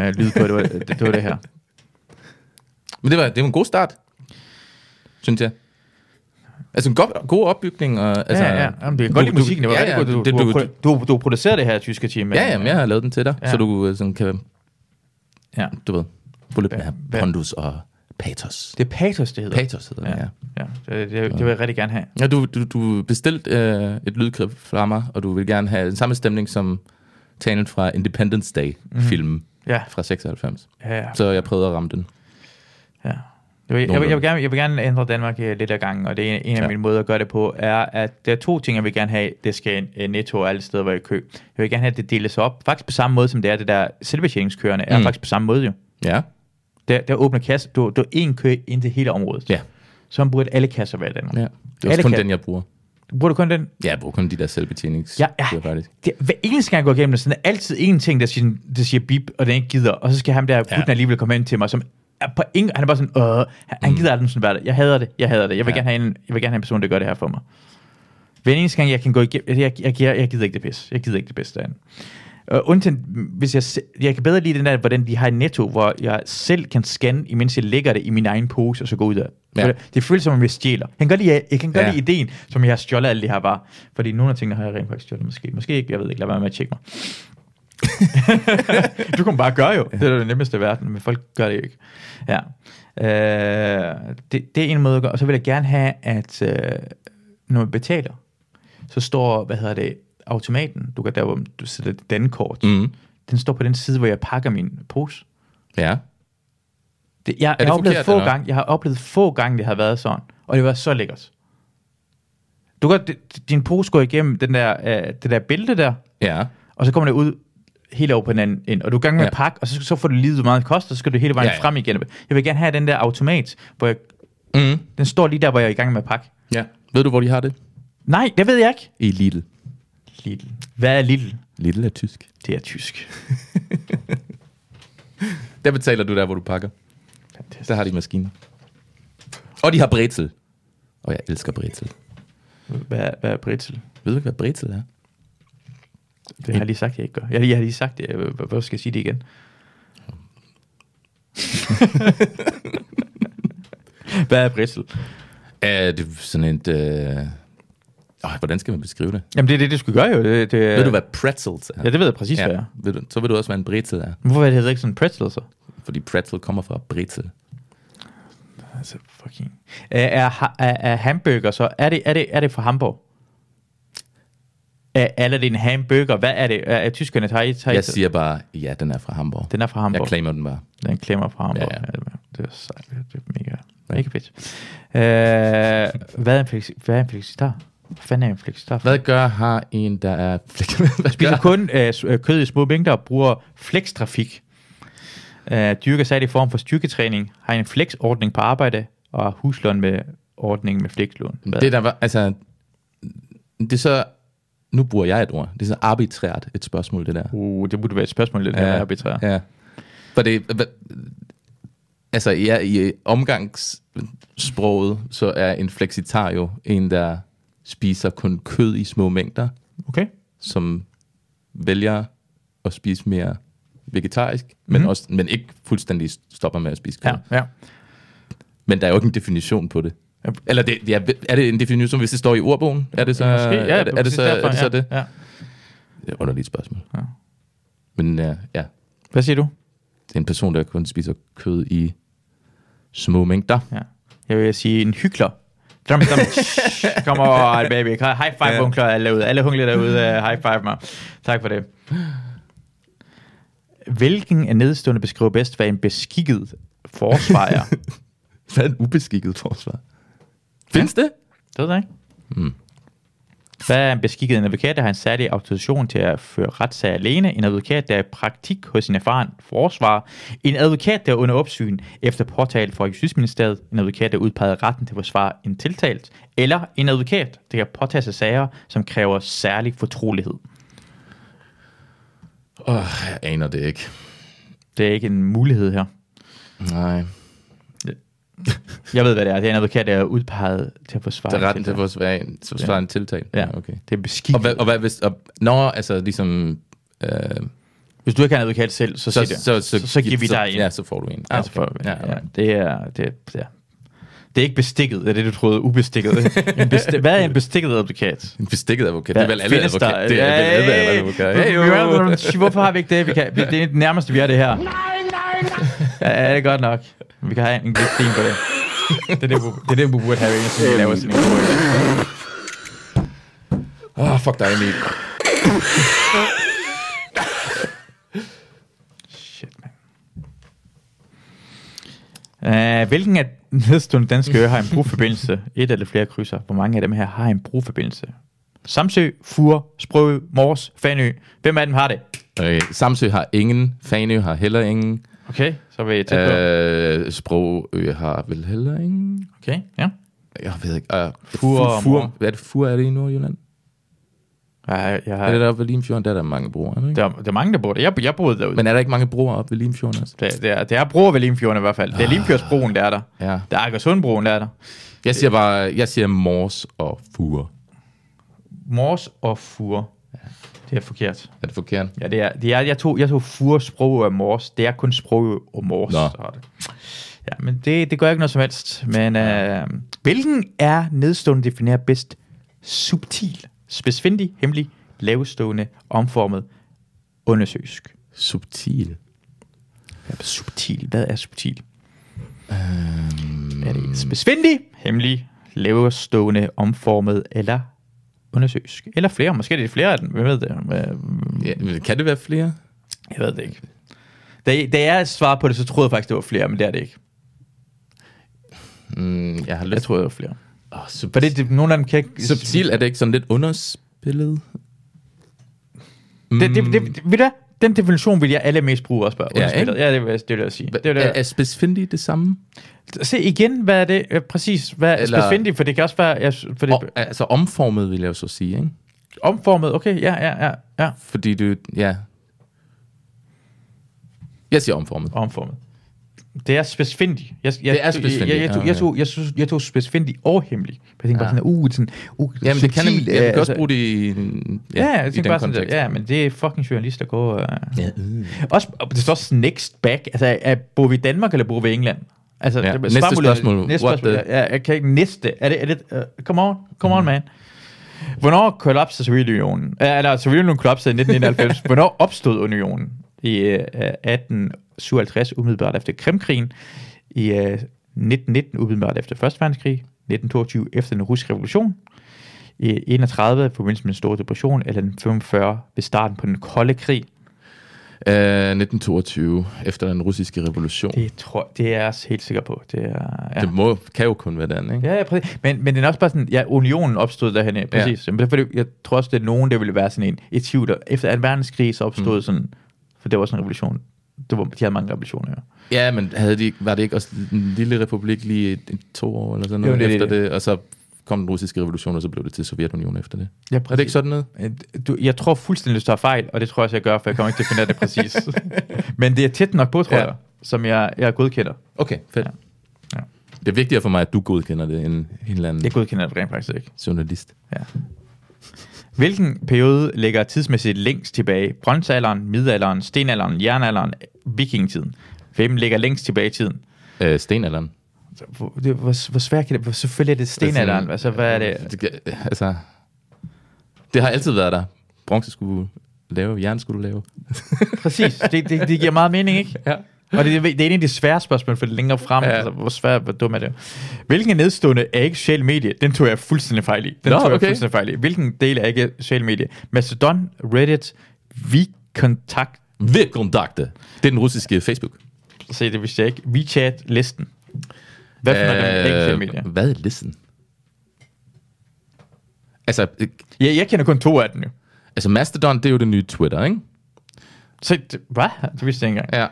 Speaker 1: øh, lyd på, det var det, det, var det her.
Speaker 2: Men det var, det var en god start, synes jeg. Altså en god, god opbygning. Og, altså,
Speaker 1: Altså, ja, ja. Jamen, det kan godt lide musikken. Det var ja, ja, godt. Du,
Speaker 2: det-
Speaker 1: du,
Speaker 2: du-
Speaker 1: du, du, du, du har produceret det her tyske team.
Speaker 2: Ja, ja, men jeg har lavet den til dig, ja.
Speaker 1: Ja.
Speaker 2: så du øh, sådan kan,
Speaker 1: ja.
Speaker 2: du ved, få lidt
Speaker 1: Hvad-
Speaker 2: mere
Speaker 1: hvad-
Speaker 2: pondus og patos.
Speaker 1: Det er patos, det hedder.
Speaker 2: Patos hedder det, ja.
Speaker 1: ja. ja. Det, det, det vil jeg rigtig gerne have.
Speaker 2: ja. du, du, du bestilte øh, et lydklip fra mig, og du vil gerne have den samme stemning som talen fra Independence
Speaker 1: Mhm.
Speaker 2: Day-filmen
Speaker 1: Ja,
Speaker 2: fra 96.
Speaker 1: ja, ja.
Speaker 2: Så jeg prøvede at ramme den.
Speaker 1: Ja. Jeg vil, jeg, vil, jeg, vil gerne, jeg vil gerne ændre Danmark øh, lidt ad gangen, og det er en, en af
Speaker 2: Ja.
Speaker 1: ja. mine måder at gøre det på, er, at der er to ting, jeg vil gerne have, det skal øh, netto og alle steder, hvor jeg køb. Jeg vil gerne have, at det deles op, faktisk på samme måde, som det er det der selvbetjeningskørende, er
Speaker 2: Mm.
Speaker 1: faktisk på samme måde jo.
Speaker 2: Ja,
Speaker 1: Der, der åbner kassen, du, du har én kø ind til hele området.
Speaker 2: Ja.
Speaker 1: Så burde alle kasser være i Danmark.
Speaker 2: ja. Det er også
Speaker 1: Alle
Speaker 2: kun
Speaker 1: kan-
Speaker 2: den, jeg bruger.
Speaker 1: Bruger du kun den?
Speaker 2: Ja, jeg bruger kun de der selvbetjenings.
Speaker 1: Ja, ja.
Speaker 2: Det er faktisk.
Speaker 1: Det, hver eneste gang jeg går igennem det, så er der altid en ting, der siger, der siger bip, og den ikke gider. Og så skal ham der ja. gutten alligevel komme ind til mig, som er på ingen, han er bare sådan, øh, han, han gider aldrig sådan hverdag. Jeg hader det, jeg hader det. Jeg vil,
Speaker 2: Ja.
Speaker 1: ja. gerne, have en, jeg vil gerne have en person, der gør det her for mig. Hver eneste gang, jeg kan gå igennem, jeg, jeg, jeg, gider- jeg gider ikke det pis. Jeg gider ikke det bedste derinde. Og undtagen, hvis jeg, se- jeg kan bedre lide den der, hvordan de har i netto, hvor jeg selv kan scanne, imens jeg lægger det i min egen pose, og så går ud af.
Speaker 2: Ja.
Speaker 1: Ja. Det, det føles som om, jeg stjæler. Jeg kan godt lide, jeg kan godt
Speaker 2: Ja.
Speaker 1: ja. lide ideen, som jeg har stjålet alle det her var. Fordi nogle af tingene har jeg rent faktisk stjålet, måske. Måske ikke, jeg ved ikke, lad være med at tjekke mig. du kan bare gøre jo. Det er det nemmeste i verden, men folk gør det jo ikke. Ja. Øh, det, det er en måde at gøre. Og så vil jeg gerne have, at øh, når man betaler, så står, hvad hedder det, automaten, du kan der, hvor du sætter dit dankort, mm.
Speaker 2: Mm.
Speaker 1: den står på den side, hvor jeg pakker min pose.
Speaker 2: Ja.
Speaker 1: Det, jeg,
Speaker 2: det
Speaker 1: jeg, har oplevet
Speaker 2: forkert,
Speaker 1: få
Speaker 2: eller hvad?
Speaker 1: gange, jeg har oplevet få gange, det har været sådan, og det var så lækkert. Du kan, d- din pose går igennem den der, øh, det der bælte der,
Speaker 2: Ja.
Speaker 1: og så kommer det ud helt over på den anden ende, og du er i gang med
Speaker 2: Ja.
Speaker 1: ja. at pakke, og så, så får du lige så meget det koster, og så skal du hele vejen
Speaker 2: Ja,
Speaker 1: ja,
Speaker 2: ja.
Speaker 1: ja. frem igen. Jeg vil gerne have den der automat, hvor jeg,
Speaker 2: Mm.
Speaker 1: den står lige der, hvor jeg er i gang med at pakke.
Speaker 2: ja. Ved du, hvor de har det?
Speaker 1: Nej, det ved jeg ikke.
Speaker 2: I Lidl.
Speaker 1: Lidl. Hvad er Lidl?
Speaker 2: Lidl er tysk.
Speaker 1: Det er tysk.
Speaker 2: Der betaler du der, hvor du pakker.
Speaker 1: Fantastisk.
Speaker 2: Der har de maskinen. Og de har brezel. Og jeg elsker brezel.
Speaker 1: Hvad, hvad er Britzel?
Speaker 2: Ved du ikke, hvad brezel er?
Speaker 1: Det har jeg lige sagt, jeg ikke gør. Jeg, jeg har lige sagt det. Hvor- hvor- Hvor skal jeg sige det igen? Hvad er Brissel?
Speaker 2: Er det er sådan et... Øh... Oh, hvordan skal man beskrive det?
Speaker 1: Jamen, det er det, det skulle gøre jo. Det, det,
Speaker 2: Ja. Ved du, hvad pretzels er?
Speaker 1: Ja, det ved jeg præcis, ja. hvad
Speaker 2: ja.
Speaker 1: er.
Speaker 2: Ved du, så ved du også, hvad en brezel er.
Speaker 1: Hvorfor hedder det ikke sådan pretzel så?
Speaker 2: Fordi pretzel kommer fra brezel.
Speaker 1: Altså, fucking... Er, er, ha- er, er hamburger så? Er det, er, det, er det fra Hamburg? Er, eller er det en hamburger? Hvad er det? Er, er tyskerne tager I? Tager I-
Speaker 2: Jeg siger bare, ja, den er fra Hamburg.
Speaker 1: Den er fra Hamburg.
Speaker 2: Jeg claimer den bare.
Speaker 1: Den klemmer fra Hamburg.
Speaker 2: Ja,
Speaker 1: Ja,
Speaker 2: ja.
Speaker 1: ja. Det er sejt. Det er mega,
Speaker 2: Ja.
Speaker 1: mega fedt. Øh, hvad, er en flexi- hvad er en flexitar? Hvad fanden er en flexitar?
Speaker 2: Hvad gør har en, der er... hvad
Speaker 1: Spiser kun øh, s- øh, kød i små mængder og bruger flextrafik. Øh, dyrker særlig i form for styrketræning. Har en flexordning på arbejde og har huslån med ordning med flexlån. Hvad?
Speaker 2: Det der var, altså... Det er så... Nu bruger jeg et ord. Det er så arbitrært et spørgsmål, det der.
Speaker 1: Uh, det burde være et spørgsmål, det der ja, arbitrære. Ja.
Speaker 2: Ja. For det, hva, altså ja, i omgangssproget, så er en flexitar jo en, der spiser kun kød i små mængder,
Speaker 1: Okay.
Speaker 2: som vælger at spise mere vegetarisk, men,
Speaker 1: Mhm.
Speaker 2: også, men ikke fuldstændig stopper med at spise kød.
Speaker 1: Ja,
Speaker 2: Ja.
Speaker 1: ja.
Speaker 2: Men der er jo ikke en definition på det.
Speaker 1: Ja.
Speaker 2: Eller det, ja, er det en definition, hvis det står i ordbogen? Er det så,
Speaker 1: Måske, ja,
Speaker 2: er det, er det,
Speaker 1: præcis
Speaker 2: så, er det, så
Speaker 1: ja,
Speaker 2: det?
Speaker 1: Ja.
Speaker 2: Det er et underligt spørgsmål.
Speaker 1: Ja.
Speaker 2: Men ja, ja,
Speaker 1: Hvad siger du?
Speaker 2: Det er en person, der kun spiser kød i små mængder.
Speaker 1: Ja. Jeg vil sige en hyggelig. Drum, drum, Kom over, baby. High five,
Speaker 2: Ja.
Speaker 1: ja. hunkler alle derude. Alle hunkler derude, uh, high five mig. Tak for det. Hvilken af nedstående beskriver bedst, hvad en beskikket forsvar er?
Speaker 2: Hvad er et ubeskikket forsvar? Findes det?
Speaker 1: det ved jeg ikke.
Speaker 2: Mm.
Speaker 1: Hvad er en beskikket en advokat, der har en særlig autorisation til at føre retssag alene? En advokat, der er i praktik hos sin erfaren forsvarer. En advokat, der er under opsyn efter påtale fra Justitsministeriet. En advokat, der udpeger retten til at forsvare en tiltalt. Eller en advokat, der kan påtage sig sager, som kræver særlig fortrolighed.
Speaker 2: Åh, oh, jeg aner det ikke.
Speaker 1: Det er ikke en mulighed her.
Speaker 2: Nej.
Speaker 1: Jeg ved, hvad det er. Det er en advokat, der er udpeget til at forsvare.
Speaker 2: Så retten til at
Speaker 1: tiltalt.
Speaker 2: forsvare en, forsvare en tiltalt.
Speaker 1: Ja.
Speaker 2: okay.
Speaker 1: Det er beskidt.
Speaker 2: Og hvad, og hvad hvis... Og, nå, altså ligesom... Øh,
Speaker 1: Hvis du ikke har en advokat selv, så, så, så, så, så, så giver vi dig en.
Speaker 2: Ja, så får du en.
Speaker 1: Ah, altså for, ja,
Speaker 2: ja,
Speaker 1: ja,
Speaker 2: alright.
Speaker 1: det er, det, er- ja. det er ikke bestikket, det er det, du troede, ubestikket. en besti- hvad er en bestikket advokat?
Speaker 2: En bestikket advokat. Det er vel alle
Speaker 1: findes der-
Speaker 2: advokater. Det er vel alle advokater.
Speaker 1: Hey, jo. Hvorfor har vi ikke det? Vi kan, det er det nærmeste, vi er det her. Nej, nej, nej. Ja, det er godt nok. Vi kan have en lidt stil på det. Det er det, bu- det, er det, vi burde have, når vi laver sådan en historie.
Speaker 2: Åh, oh, fuck dig, Emil.
Speaker 1: Shit, man. Uh, hvilken af nedstående danske øer har en broforbindelse? Et eller flere krydser. Hvor mange af dem her har en broforbindelse? Samsø, Fur, Sprøø, Mors, Fanø. Hvem af dem har det?
Speaker 2: Okay. Samsø har ingen. Fanø har heller ingen.
Speaker 1: Okay, så vil jeg tæt på.
Speaker 2: Øh, Sprogø har vel heller ingen.
Speaker 1: Okay, ja.
Speaker 2: Jeg ved ikke. Øh,
Speaker 1: Fur og Mor.
Speaker 2: Hvad er det? Fur er det i Nordjylland?
Speaker 1: Jeg, jeg har,
Speaker 2: Er det deroppe ved Limfjorden? Der er der mange broer, er der ikke?
Speaker 1: der, er, der er mange, der bor der. Jeg, jeg boede derude.
Speaker 2: Men er der ikke mange broer oppe ved Limfjorden også?
Speaker 1: Det, det, er, det er broer ved Limfjorden i hvert fald. Det er Limfjordsbroen, der er der.
Speaker 2: Ah. Ja.
Speaker 1: Der er Akersundbroen, der er der.
Speaker 2: Jeg siger bare, jeg siger Mors og Fur.
Speaker 1: Mors og Fur. Det er forkert.
Speaker 2: Er det forkert?
Speaker 1: Ja, det er, det er, jeg, tog, jeg tog Fur, Sprogø og Mors. Det er kun Sprogø og Mors.
Speaker 2: Nå.
Speaker 1: der har det. Ja, men det, det gør ikke noget som helst. Men øh, hvilken er nedstående definerer bedst subtil, spidsfindig, hemmelig, lavestående, omformet, undersøgsk?
Speaker 2: Subtil.
Speaker 1: Hvad er subtil? Hvad er subtil? Øhm... Er det spidsfindig, hemmelig, lavestående, omformet eller undersøgsk? Eller flere, måske er det flere af dem, hvem ved det? Øhm,
Speaker 2: Ja, men kan det være flere?
Speaker 1: Jeg ved det ikke. Da, da jeg svarede på det, så troede jeg faktisk, det var flere, men det er det ikke.
Speaker 2: Mm, jeg har lyst.
Speaker 1: Jeg troede, det var flere.
Speaker 2: oh, subtil.
Speaker 1: For det, det, nogle af dem kan ikke...
Speaker 2: subtil, er det ikke sådan lidt underspillet?
Speaker 1: Det, det, det, det, ved du hvad? Den definition vil jeg allermest bruge også bare.
Speaker 2: Mm. Ja,
Speaker 1: Ja, ja, det vil jeg, det vil jeg sige. Det,
Speaker 2: Det, det, er,
Speaker 1: det,
Speaker 2: er spidsfindig det samme?
Speaker 1: Se igen, hvad er det øh, præcis? Hvad er
Speaker 2: Eller-
Speaker 1: spidsfindig? For det kan også være... Jeg, for det,
Speaker 2: Og, altså omformet, vil jeg jo så sige, ikke?
Speaker 1: Omformet, okay, ja, ja, ja, ja.
Speaker 2: Fordi du, ja. Jeg siger omformet.
Speaker 1: omformet. Det er spidsfindig. Jeg, jeg,
Speaker 2: Det er spidsfindig,
Speaker 1: Jeg, jeg, jeg, tog,
Speaker 2: ja,
Speaker 1: jeg, tog, jeg, tog, jeg tog spidsfindig og hemmelig. Jeg tænkte bare
Speaker 2: Ja.
Speaker 1: sådan, uh, sådan, uh,
Speaker 2: Jamen, det kan, jeg,
Speaker 1: subtil,
Speaker 2: jeg kan
Speaker 1: øh,
Speaker 2: også bruge det i,
Speaker 1: Ja, ja
Speaker 2: i
Speaker 1: jeg
Speaker 2: den
Speaker 1: tænkte bare sådan,
Speaker 2: kontekst.
Speaker 1: ja, men det er fucking journalister, der går... Uh...
Speaker 2: Ja.
Speaker 1: Også, og det står også next back. Altså, er, bor vi i Danmark, eller bor vi i England? Altså,
Speaker 2: Ja,
Speaker 1: det-
Speaker 2: næste
Speaker 1: svarmulighed-
Speaker 2: spørgsmål.
Speaker 1: Næste
Speaker 2: What
Speaker 1: spørgsmål.
Speaker 2: the- Mm.
Speaker 1: Ja, jeg kan ikke næste. Er det, er det, uh, come on, come on, man. Hvornår kollapsede Sovjetunionen? Uh, eller Sovjetunionen kollapsede i 1991. Hvornår opstod unionen? I øh, 1857, umiddelbart efter Krimkrigen. I øh, 1919, umiddelbart efter Første Verdenskrig. 1922, efter den russiske revolution. I 31, i forbindelse med den store depression. Eller den 45, ved starten på den kolde krig.
Speaker 2: Øh, 1922, efter den russiske revolution. Det,
Speaker 1: Det tror det er jeg også helt sikker på. Det er, ja.
Speaker 2: det må, kan jo kun være den, ikke?
Speaker 1: Ja, ja, præcis. Men, men den er også bare sådan, ja, unionen opstod derhen, præcis. Ja. Men derfor, jeg tror også, det er nogen, der ville være sådan en et tvivl. der- Efter 2. verdenskrig, så opstod mm. sådan, for det var sådan en revolution. Det var, de havde mange revolutioner, ja.
Speaker 2: Ja, men havde de, ikke- var det ikke også en lille republik lige et, et, to år eller sådan
Speaker 1: Jo,
Speaker 2: noget
Speaker 1: det er
Speaker 2: efter
Speaker 1: det.
Speaker 2: det, Og så kom den russiske revolution, og så blev det til Sovjetunionen efter det.
Speaker 1: Ja,
Speaker 2: Er det ikke sådan noget?
Speaker 1: sådan? øh, Du, jeg tror fuldstændig, du tager fejl, og det tror jeg også, jeg gør, for jeg kommer ikke til at finde ud af det præcis. men det er tæt nok på, tror
Speaker 2: Ja.
Speaker 1: ja. jeg, som jeg, jeg godkender.
Speaker 2: Okay, fedt.
Speaker 1: Ja.
Speaker 2: Ja.
Speaker 1: Ja.
Speaker 2: Ja. Det er vigtigere for mig, at du godkender det, end en eller anden
Speaker 1: Jeg godkender det rent faktisk ikke.
Speaker 2: journalist.
Speaker 1: Ja. Hvilken periode ligger tidsmæssigt længst tilbage? Bronzealderen, middelalderen, stenalderen, jernalderen, vikingetiden. Hvem ligger længst tilbage i tiden?
Speaker 2: Øh, stenalderen.
Speaker 1: Så Hvor, det, hvor, hvor svært kan det hvor, Selvfølgelig er det stenalderen. Altså, hvad er det?
Speaker 2: det? Altså, det har altid været der. Bronze skulle du lave, jern skulle du lave.
Speaker 1: Præcis. Det, det, det giver meget mening, ikke?
Speaker 2: Ja.
Speaker 1: Og det, det er en af de svære spørgsmål, for det er længere frem. Ja.
Speaker 2: Ja.
Speaker 1: Altså, hvor svært, hvor dum er det? Hvilken nedstående er ikke social medie? Den tog jeg fuldstændig fejl i. Den
Speaker 2: Nå,
Speaker 1: tog jeg
Speaker 2: okay.
Speaker 1: fuldstændig fejl i. Hvilken del er ikke social medie? Mastodon, Reddit, V-Kontakt.
Speaker 2: Ved kontakte. Det er den russiske Facebook.
Speaker 1: Se, det vidste jeg ikke. WeChat-listen. Hvad for øh, er det social medie?
Speaker 2: hvad er listen? Altså, øh,
Speaker 1: Ja, jeg kender kun to af dem jo.
Speaker 2: altså Mastodon, det er jo det nye Twitter, ikke?
Speaker 1: Se, det, hvad? Det vidste jeg ikke engang.
Speaker 2: Ja.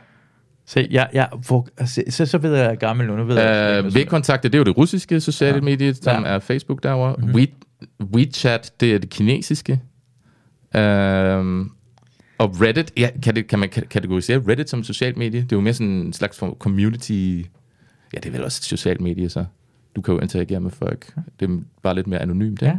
Speaker 1: Se, jeg, jeg, hvor, altså, så, så ved jeg, at jeg er gammel nu. Nu ved jeg, at jeg
Speaker 2: Øh, Vedkontakte, det er jo det russiske sociale ja. medie, som
Speaker 1: Ja.
Speaker 2: ja. er Facebook derovre. Mm-hmm. We, WeChat, det er det kinesiske. Øh, Og Reddit, ja, kan, det, kan man ka- kategorisere Reddit som et socialt medie? Det er jo mere sådan en slags form- community... Ja, det er vel også et socialt medie, så du kan jo interagere med folk. Det er bare lidt mere anonymt,
Speaker 1: Ja,
Speaker 2: ikke?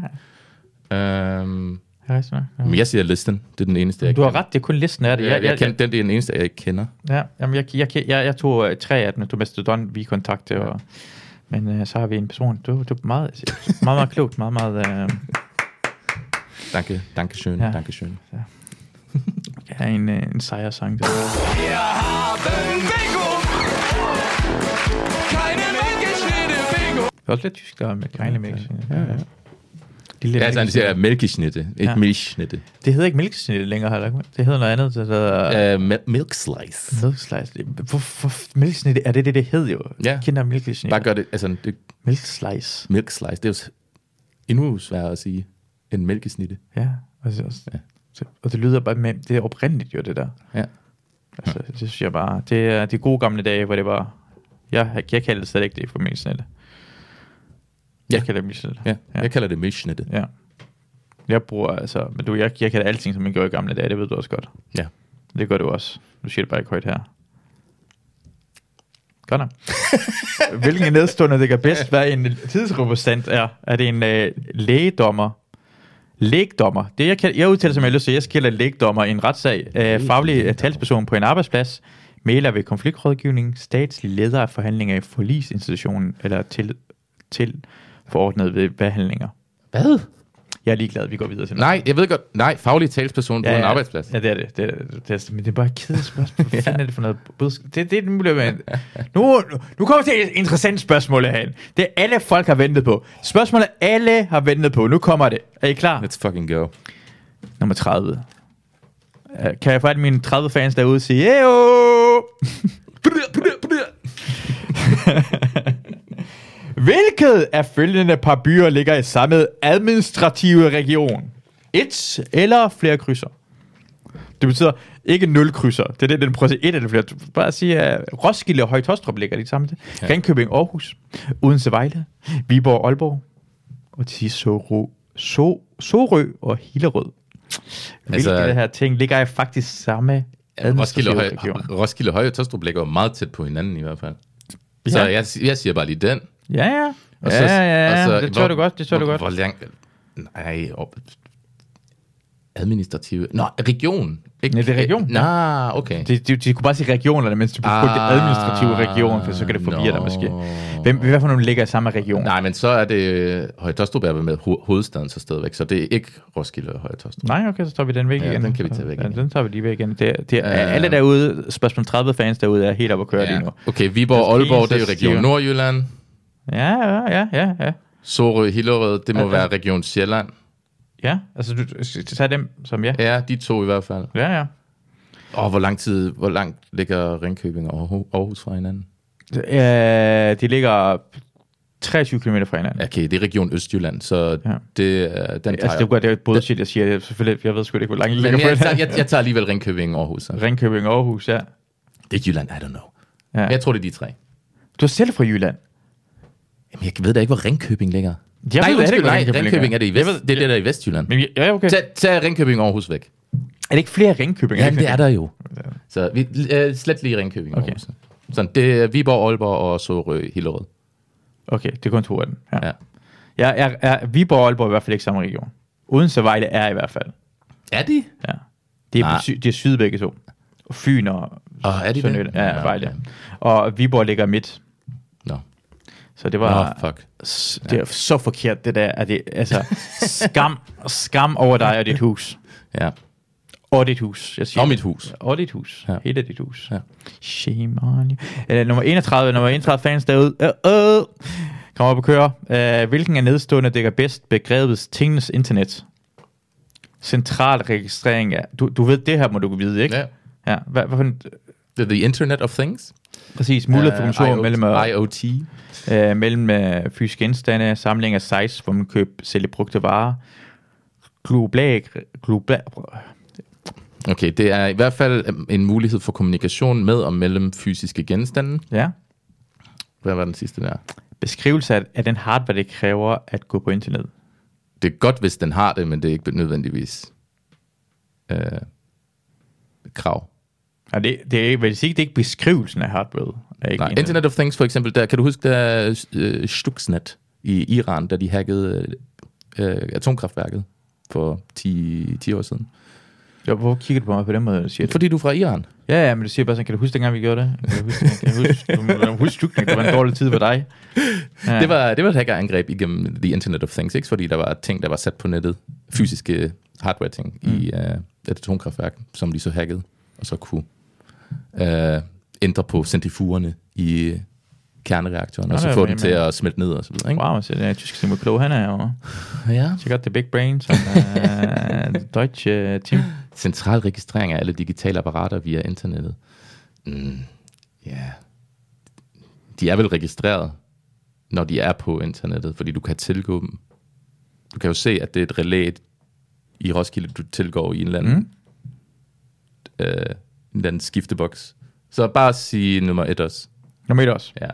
Speaker 2: Ja. Øhm,
Speaker 1: det er rigtigt nok. ja.
Speaker 2: men jeg siger listen. Det er den eneste, jeg
Speaker 1: Du har
Speaker 2: kender.
Speaker 1: ret, det er kun listen af det.
Speaker 2: Jeg, jeg, jeg, kender, den, det er den eneste, jeg ikke kender.
Speaker 1: Ja, jamen jeg, jeg, jeg, jeg, jeg tog øh, tre af dem, du Mastodon, vi kontakte, og, men øh, så har vi en person, du, du er meget, meget, meget klogt, meget, meget, øh,
Speaker 2: Danke, danke schön,
Speaker 1: Ja.
Speaker 2: ja. danke schön.
Speaker 1: jeg har en, øh, en sejrsang. Der. Det er også lidt tysk, der er med Keine Mix. Ja, ja.
Speaker 2: Ja, altså, han siger mælkesnitte, ikke
Speaker 1: Ja.
Speaker 2: ja. milchsnitte.
Speaker 1: ligesom- Det hedder ikke milksnitte længere, heller. ikke? det hedder noget andet, det hedder... Ja.
Speaker 2: Uh, milk slice.
Speaker 1: Milkslice. Hvor, hvor, milksnitte, er det det, det hed jo?
Speaker 2: Ja.
Speaker 1: Kinder milksnitte.
Speaker 2: Bare gør det, altså, det,
Speaker 1: Milkslice.
Speaker 2: milk slice, det er jo s- endnu sværere at sige end mælkesnitte.
Speaker 1: Ja, altså, også,
Speaker 2: Ja.
Speaker 1: ja. og det lyder bare, men det er oprindeligt jo det der.
Speaker 2: Ja.
Speaker 1: Altså, det synes jeg bare, det er de gode gamle dage, hvor det var, jeg, jeg kaldte det slet ikke det for mælksnitte.
Speaker 2: Ja.
Speaker 1: Jeg kalder det mælksnitte.
Speaker 2: Ja,
Speaker 1: Ja.
Speaker 2: ja. jeg kalder det milchsnitte.
Speaker 1: ja. Jeg bruger altså, men du, jeg, jeg kalder alting, som man gjorde i gamle dage, det ved du også godt.
Speaker 2: Ja.
Speaker 1: Det gør du også. Du siger det bare ikke højt her. Godt nok. Hvilken af nedstående, det kan bedst være en tidsrepræsentant er? Er det en øh, lægedommer? Lægdommer. Det, jeg, kan, jeg udtaler, som jeg har lyst til, jeg skiller lægdommer i en retssag. Øh, faglig øh, talsperson på en arbejdsplads. Mæler ved konfliktrådgivning. Statslig leder af forhandlinger i forlisinstitutionen. Eller til, til forordnet ved behandlinger.
Speaker 2: Hvad?
Speaker 1: Jeg er ligeglad, vi går videre til noget.
Speaker 2: Nej, jeg ved godt. Nej, faglig talsperson ja, på en arbejdsplads. Ja.
Speaker 1: Ja, det er det. det, er, det, er, det er, men det er bare et kedeligt spørgsmål. Hvad fanden er det for noget budskab? Det, det er den med. Nu, nu kommer til et interessant spørgsmål herhen. Det er alle folk har ventet på. Spørgsmålet alle har ventet på. Nu kommer det. Er I klar?
Speaker 2: Let's fucking go.
Speaker 1: Nummer 30. Øh, Kan jeg få alle mine 30 fans derude sige, Ejo! Hvilket af følgende par byer ligger i samme administrative region? Et eller flere krydser. Det betyder ikke nul krydser. Det er det, den prøver at sige. Et eller flere. Du kan Bare sige, at Roskilde og Højtostrup ligger lige sammen. Ja. Ringkøbing, Aarhus, Odense, Vejle, Viborg, Aalborg, og til sidst Sorø, so, Sorø og Hillerød. Hvilke
Speaker 2: Altså-
Speaker 1: af det her ting ligger i faktisk samme
Speaker 2: Roskilde
Speaker 1: administrative
Speaker 2: og, Høje,
Speaker 1: region?
Speaker 2: Roskilde og Høje Tostrup ligger jo meget tæt på hinanden i hvert fald. Ja. Så
Speaker 1: Ja.
Speaker 2: jeg, jeg siger bare lige den.
Speaker 1: Ja, ja. Og ja, ja, ja. det tror du godt, det tror
Speaker 2: hvor,
Speaker 1: du godt.
Speaker 2: Hvor langt... Nej, op. Administrative... Nå, region. Ikke?
Speaker 1: Ja, det er region.
Speaker 2: Nå, okay.
Speaker 1: De, de, de kunne bare sige regionerne, mens du brugte ah,
Speaker 2: Ah,
Speaker 1: administrative region, for så kan det forvirre no. dig
Speaker 2: nå.
Speaker 1: måske. Hvem, hvad for nogle ligger i samme region?
Speaker 2: Nej, men så er det... øh, Høje Tostrup er vel med ho- hovedstaden så stadigvæk, så det er ikke Roskilde og Høje Tostrup.
Speaker 1: Nej, okay, så tager vi den væk
Speaker 2: Ja,
Speaker 1: igen.
Speaker 2: den kan vi tage væk
Speaker 1: ja,
Speaker 2: igen.
Speaker 1: Den tager vi lige væk igen. Det, det er,
Speaker 2: Øh.
Speaker 1: alle derude, spørgsmål 30 fans derude, er helt oppe at køre ja. lige nu.
Speaker 2: Okay, Viborg og
Speaker 1: Det er
Speaker 2: Aalborg, det er jo
Speaker 1: eneste
Speaker 2: Region
Speaker 1: stive.
Speaker 2: Nordjylland.
Speaker 1: Ja, ja, ja, ja, ja.
Speaker 2: Sorø, Hillerød, det må
Speaker 1: Ja, ja.
Speaker 2: være Region Sjælland.
Speaker 1: Ja, altså du, du tager dem som ja.
Speaker 2: Ja, de to i hvert fald.
Speaker 1: Ja, ja.
Speaker 2: Og hvor lang tid, hvor langt ligger Ringkøbing og Aarhu- Aarhus fra hinanden?
Speaker 1: Øh, de ligger 23 km fra hinanden. Ja.
Speaker 2: Okay, det er Region Østjylland, så
Speaker 1: Ja.
Speaker 2: ja. det, øh, den tager
Speaker 1: Altså, det er jo godt, det er jo et bullshit, jeg siger. Jeg, selvfølgelig, jeg ved sgu ikke, hvor langt de
Speaker 2: jeg.
Speaker 1: ligger
Speaker 2: Men
Speaker 1: på
Speaker 2: jeg, tager,
Speaker 1: hinanden.
Speaker 2: jeg, jeg tager alligevel Ringkøbing og Aarhus. Så.
Speaker 1: Ringkøbing og Aarhus, ja.
Speaker 2: Det er Jylland, I don't know.
Speaker 1: ja.
Speaker 2: Men jeg tror, det er de tre.
Speaker 1: Du er selv fra Jylland.
Speaker 2: Jamen, jeg ved da ikke, hvor Ringkøbing ligger.
Speaker 1: Jeg
Speaker 2: nej,
Speaker 1: ved da
Speaker 2: undskyld,
Speaker 1: ikke, hvor
Speaker 2: nej,
Speaker 1: Ringkøbing
Speaker 2: Ringkøbing,
Speaker 1: ligger.
Speaker 2: er det i
Speaker 1: Jeg
Speaker 2: vest,
Speaker 1: ved-
Speaker 2: det er det, der er i Vestjylland.
Speaker 1: Men ja, ja, okay.
Speaker 2: Tag, tag Ringkøbing og Aarhus væk.
Speaker 1: Er det ikke flere Ringkøbing?
Speaker 2: Jamen, det er der jo. Så vi, øh, slet lige Ringkøbing og
Speaker 1: Okay.
Speaker 2: Aarhus. Sådan, det er Viborg, Aalborg og Sorø, Hillerød.
Speaker 1: Okay, det er kun to af dem. Ja. ja.
Speaker 2: Ja.
Speaker 1: Jeg, jeg, jeg, Viborg og Aalborg er i hvert fald ikke samme region. Odense og Vejle er i hvert fald.
Speaker 2: Er de?
Speaker 1: Ja. Det er,
Speaker 2: Nej.
Speaker 1: på sy- det er syd begge to. Og Fyn og
Speaker 2: Og er de
Speaker 1: Sønderjylland.
Speaker 2: det?
Speaker 1: Ja, ja, Vejle. Og Viborg ligger midt.
Speaker 2: Nå,
Speaker 1: Så det var...
Speaker 2: Nå fuck.
Speaker 1: S- Det er så forkert, det der. Er det, altså, skam, skam over dig og dit hus.
Speaker 2: Ja.
Speaker 1: Og dit hus, jeg siger.
Speaker 2: Og mit hus.
Speaker 1: Og dit hus. Ja.
Speaker 2: Ja.
Speaker 1: Hele dit hus. Ja.
Speaker 2: Ja.
Speaker 1: Shame on you. Øh, nummer 31, nummer 31 fans derude. Øh, øh. Kom op og køre. Øh, hvilken af nedstående dækker bedst begrebets tingenes internet? Central registrering af... Du, du ved, det her må du vide, ikke?
Speaker 2: Ja.
Speaker 1: ja. Hvad, hvad for en,
Speaker 2: The, the Internet of Things.
Speaker 1: præcis, mulighed for kommunikation
Speaker 2: IoT,
Speaker 1: mellem... øh,
Speaker 2: IoT.
Speaker 1: øh, mellem øh, fysiske genstande, samling af sites, hvor man køber sælge brugte varer, global, global,
Speaker 2: Okay, det er i hvert fald øhm, en mulighed for kommunikation med og mellem fysiske genstande.
Speaker 1: ja,
Speaker 2: Hvad var den sidste der?
Speaker 1: beskrivelse af, af den hardware, det kræver at gå på internet.
Speaker 2: Det er godt, hvis den har det, men det er ikke nødvendigvis. Øh, krav.
Speaker 1: Og det, det er ikke, vil jeg sige, det er ikke beskrivelsen af hardware. Er ikke
Speaker 2: Nej,
Speaker 1: en af-
Speaker 2: Internet of Things for eksempel, der, kan du huske, der øh, Stuxnet i Iran, da de hackede øh, øh, atomkraftværket for 10, 10 år siden?
Speaker 1: Jo, Hvor kigger du på mig på den måde, når du siger det?
Speaker 2: Fordi du er fra Iran.
Speaker 1: Ja, ja, men du siger bare sådan, kan du huske dengang, vi gjorde det? Kan du huske, kan du huske, du må- du må huske slutningen, det var en dårlig tid for dig. Ja.
Speaker 2: Det var, det var et hackerangreb igennem The Internet of Things, ikke? fordi der var ting, der var sat på nettet, fysiske hardware-ting mm. i øh, et atomkraftværk, som de så hackede, og så kunne øh, ændre på centrifugerne i øh, kernereaktoren,
Speaker 1: Nå,
Speaker 2: og så
Speaker 1: det
Speaker 2: få
Speaker 1: var
Speaker 2: dem
Speaker 1: med,
Speaker 2: til
Speaker 1: mand.
Speaker 2: at smelte ned og så videre. Ikke?
Speaker 1: Wow, så det er tysk, hvor klog han er jo.
Speaker 2: Ja.
Speaker 1: Check out the big brain, som uh, deutsche team.
Speaker 2: Central registrering af alle digitale apparater via internettet. Mm, ja. De er vel registreret, når de er på internettet, fordi du kan tilgå dem. Du kan jo se, at det er et relæ i Roskilde, du tilgår i en eller anden, mm. øh, en eller anden skifteboks. Så bare sige nummer et også.
Speaker 1: Nu mødte også.
Speaker 2: Ja.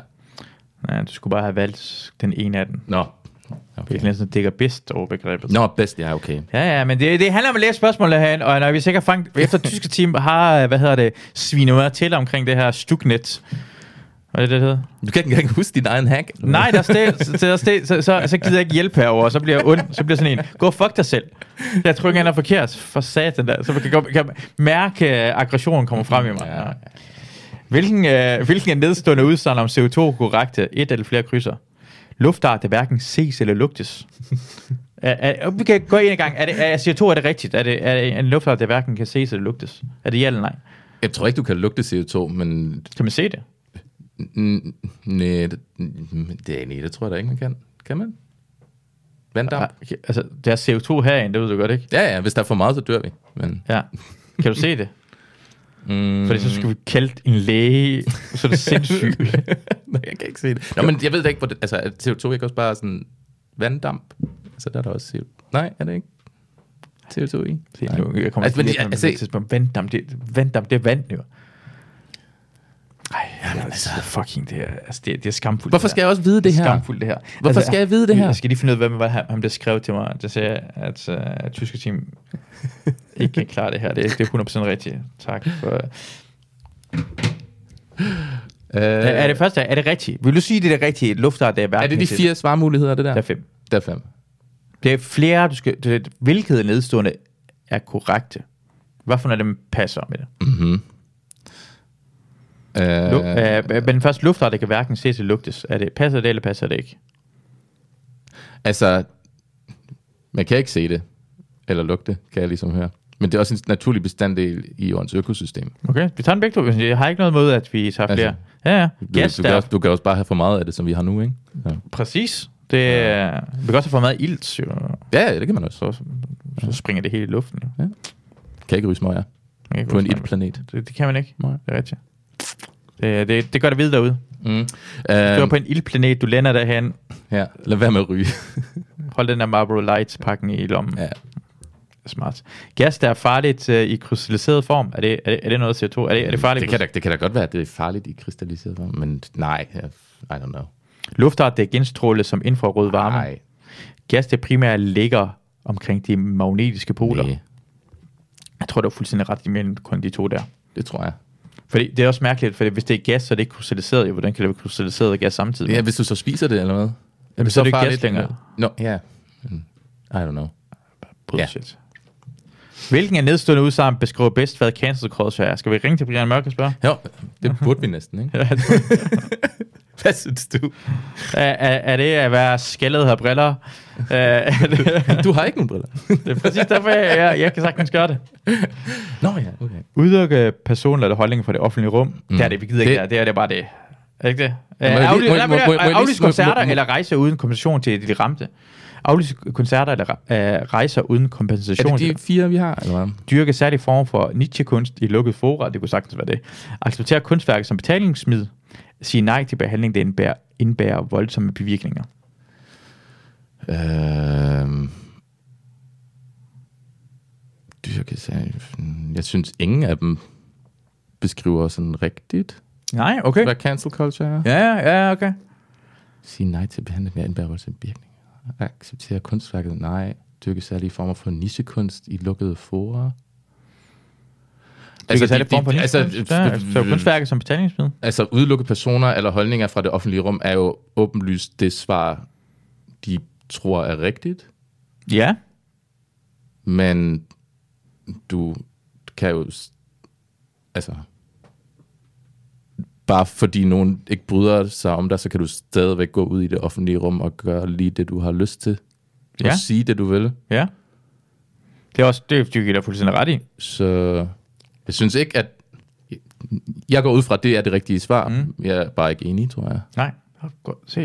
Speaker 1: Ja, du skulle bare have valgt den ene af dem.
Speaker 2: Nå.
Speaker 1: Det er
Speaker 2: Okay.
Speaker 1: sådan, at dækker bedst over begrebet.
Speaker 2: Nå, bedst, ja, okay.
Speaker 1: Ja, ja, men det, det handler om at læse spørgsmålene herinde, og når vi sikkert fangt, efter tyske team har, øh, hvad hedder det, svinet til omkring det her Stugnet. Hvad er det, det hedder?
Speaker 2: Du kan ikke engang huske din egen hack.
Speaker 1: Nej, der stil, så, så, så, så, så gider jeg ikke hjælpe herover, så bliver jeg ond, så bliver jeg sådan en, gå og fuck dig selv. Jeg tror ikke, han er forkert, for satan der. Så man kan, godt- kan mærke, at aggressionen kommer frem i mig. Ja. Hvilken, øh, hvilken af nedstående udsagn om CO2 korrekte et eller flere krydser? Luftart, der hverken ses eller lugtes. Er, er, vi kan gå ind i gang. Er, det, er CO2 er det rigtigt? Er det, er det en luftart, der hverken kan ses eller lugtes? Er det ja eller nej?
Speaker 2: Jeg tror ikke, du kan lugte CO2, men
Speaker 1: Kan man se det?
Speaker 2: Mm, Nej, det, mm, det, er- nej, det tror jeg da ikke, man kan. Kan man? Vanddamp?
Speaker 1: Ja. Altså, der er CO2 herinde, det ved du godt, ikke?
Speaker 2: Ja, ja, hvis der er for meget, så dør vi. Men,
Speaker 1: Ja. Kan du se det?
Speaker 2: mm,
Speaker 1: Fordi så skulle vi kalde en læge, så er det sindssygt.
Speaker 2: Nej, jeg kan ikke se det. Nå, men jeg ved da ikke, hvor det, altså er CO2 ikke også bare sådan vanddamp? Altså der er der også CO2. Nej, er det ikke? CO2 i?
Speaker 1: Se,
Speaker 2: Nej.
Speaker 1: nu, jeg kommer
Speaker 2: Altså,
Speaker 1: altså,
Speaker 2: men
Speaker 1: til
Speaker 2: jeg-
Speaker 1: at
Speaker 2: altså-
Speaker 1: altså, tidspunkt. Vanddam, det, vanddam, det er vand, jo. Ej, jamen, altså, fucking det her. Altså, det, det er skamfuldt.
Speaker 2: Hvorfor
Speaker 1: det
Speaker 2: skal jeg også vide
Speaker 1: det
Speaker 2: det her?
Speaker 1: skamfuldt, det her. Altså,
Speaker 2: Hvorfor skal jeg vide det her?
Speaker 1: Jeg skal lige finde ud af, hvem var ham, der skrev til mig, der sagde, at uh, at tyske team ikke kan klare det her. Det, det er 100% rigtigt. Tak for...
Speaker 2: Øh,
Speaker 1: Er, er det første, er det rigtigt? Vil du sige, det er det rigtige luftart, det er
Speaker 2: er
Speaker 1: hverken
Speaker 2: det de
Speaker 1: til-
Speaker 2: fire svarmuligheder, det der?
Speaker 1: Der er fem.
Speaker 2: Der er fem.
Speaker 1: Det er flere, du skal... Det, hvilket nedstående er korrekte? Hvad for nogle af dem passer med det?
Speaker 2: Øh,
Speaker 1: Lug, øh, øh, men først luftret, det kan hverken ses eller lugtes. Er det, passer det, eller passer det ikke?
Speaker 2: Altså, man kan ikke se det, eller lugte, kan jeg ligesom høre. Men det er også en naturlig bestanddel i jordens økosystem.
Speaker 1: Okay, vi tager en begge to. Jeg har ikke noget mod, at vi tager
Speaker 2: Altså,
Speaker 1: flere. ja, ja.
Speaker 2: Du,
Speaker 1: Gas
Speaker 2: du, kan
Speaker 1: der.
Speaker 2: også, du kan også bare have for meget af det, som vi har nu, ikke? Ja,
Speaker 1: Præcis. Det, ja. Vi kan også have for meget ilt, jo.
Speaker 2: ja ja, det kan man også.
Speaker 1: Så, så springer det hele i luften. Jo.
Speaker 2: Kan ikke ryge smøger
Speaker 1: Man kan ikke
Speaker 2: på en
Speaker 1: snakke-
Speaker 2: ildplanet.
Speaker 1: det, det kan man ikke.
Speaker 2: Nej.
Speaker 1: Det er rigtigt. Det, det, det gør det videre derude.
Speaker 2: Mm.
Speaker 1: Du er
Speaker 2: Øhm,
Speaker 1: på en ildplanet, du lander derhen.
Speaker 2: ja, lad være med at ryge.
Speaker 1: Hold den der Marlboro Lights-pakken i lommen.
Speaker 2: ja.
Speaker 1: Smart. Gas, der er farligt øh, i krystalliseret form, er det, er det, er det noget CO2? Er det, er det farligt?
Speaker 2: det, kan da, det kan da godt være, at det er farligt i kristalliseret form, men nej, jeg- I don't know.
Speaker 1: Luftart, det er genstrålet som infrarød varme.
Speaker 2: Nej,
Speaker 1: Gas, det primært ligger omkring de magnetiske poler.
Speaker 2: nej,
Speaker 1: Jeg tror, det var fuldstændig ret imellem kun de to der.
Speaker 2: det tror jeg.
Speaker 1: Fordi det er også mærkeligt, for hvis det er gas, så er det ikke krystalliseret. jo. Hvordan kan det være krystalliseret og gas samtidig?
Speaker 2: Ja, hvis du så spiser det, eller hvad?
Speaker 1: Jamen, så er det ikke gas længere.
Speaker 2: Nå, ja. Mm. I don't know.
Speaker 1: Bullshit. Hvilken af nedstående udsagn beskriver bedst, hvad cancel culture er? Skal vi ringe til Brian Mørk og spørge?
Speaker 2: Jo, det burde vi næsten, ikke? Hvad synes du?
Speaker 1: er, er, er det at være skældet og briller? Øh, er det,
Speaker 2: Du har ikke nogen briller.
Speaker 1: det er præcis derfor, jeg, jeg, jeg kan sagtens gøre det.
Speaker 2: Nå ja, okay.
Speaker 1: Udelukke personer eller holdninger fra det offentlige rum. Mm. Det er det, vi gider ikke.
Speaker 2: Det-
Speaker 1: Det, det, er, det er bare det. Er det ikke det? Øh,
Speaker 2: jeg lige- må-
Speaker 1: afly- nej,
Speaker 2: må- må- må jeg
Speaker 1: men, øh,
Speaker 2: lige-
Speaker 1: Aflyse
Speaker 2: må- må-
Speaker 1: koncerter
Speaker 2: må-
Speaker 1: eller rejser uden kompensation til de ramte. Aflyse koncerter eller øh, rejser uden
Speaker 2: Er
Speaker 1: kompensation.
Speaker 2: det
Speaker 1: til-
Speaker 2: de fire, vi har? Eller hvad?
Speaker 1: Dyrke særlig form for Nietzsche-kunst i lukket fora. Det kunne sagtens være det. Acceptere kunstværket som betalingsmid. Sige nej til behandling, der indbærer, indbærer voldsomme bivirkninger.
Speaker 2: Øhm. Dyrke sag. Jeg synes, ingen af dem beskriver sådan rigtigt,
Speaker 1: Nej, okay.
Speaker 2: hvad cancel culture er. Ja.
Speaker 1: Ja, ja, ja, okay.
Speaker 2: Sige nej til behandling af indbærer voldsomme virkninger. Acceptere kunstværket. Nej. Dyrke særlige former for nichekunst i lukkede forer.
Speaker 1: Altså,
Speaker 2: Altså,
Speaker 1: det kan
Speaker 2: de-
Speaker 1: form for
Speaker 2: de-
Speaker 1: altså,
Speaker 2: altså,
Speaker 1: så er kunstværket som betalingsmiddel.
Speaker 2: Altså udelukke personer eller holdninger fra det offentlige rum er jo åbenlyst det svar, de tror er rigtigt,
Speaker 1: Ja,
Speaker 2: men du kan jo, s- altså, bare fordi nogen ikke bryder sig om dig, så kan du stadigvæk gå ud i det offentlige rum og gøre lige det, du har lyst til, og
Speaker 1: Ja.
Speaker 2: sige det, du vil.
Speaker 1: ja. Det er også, det er giver dig fuldstændig ret i.
Speaker 2: Så jeg synes ikke, at... Jeg går ud fra, at det er det rigtige svar. Mm. Jeg er bare ikke enig, tror jeg.
Speaker 1: Nej, Nå, godt, se.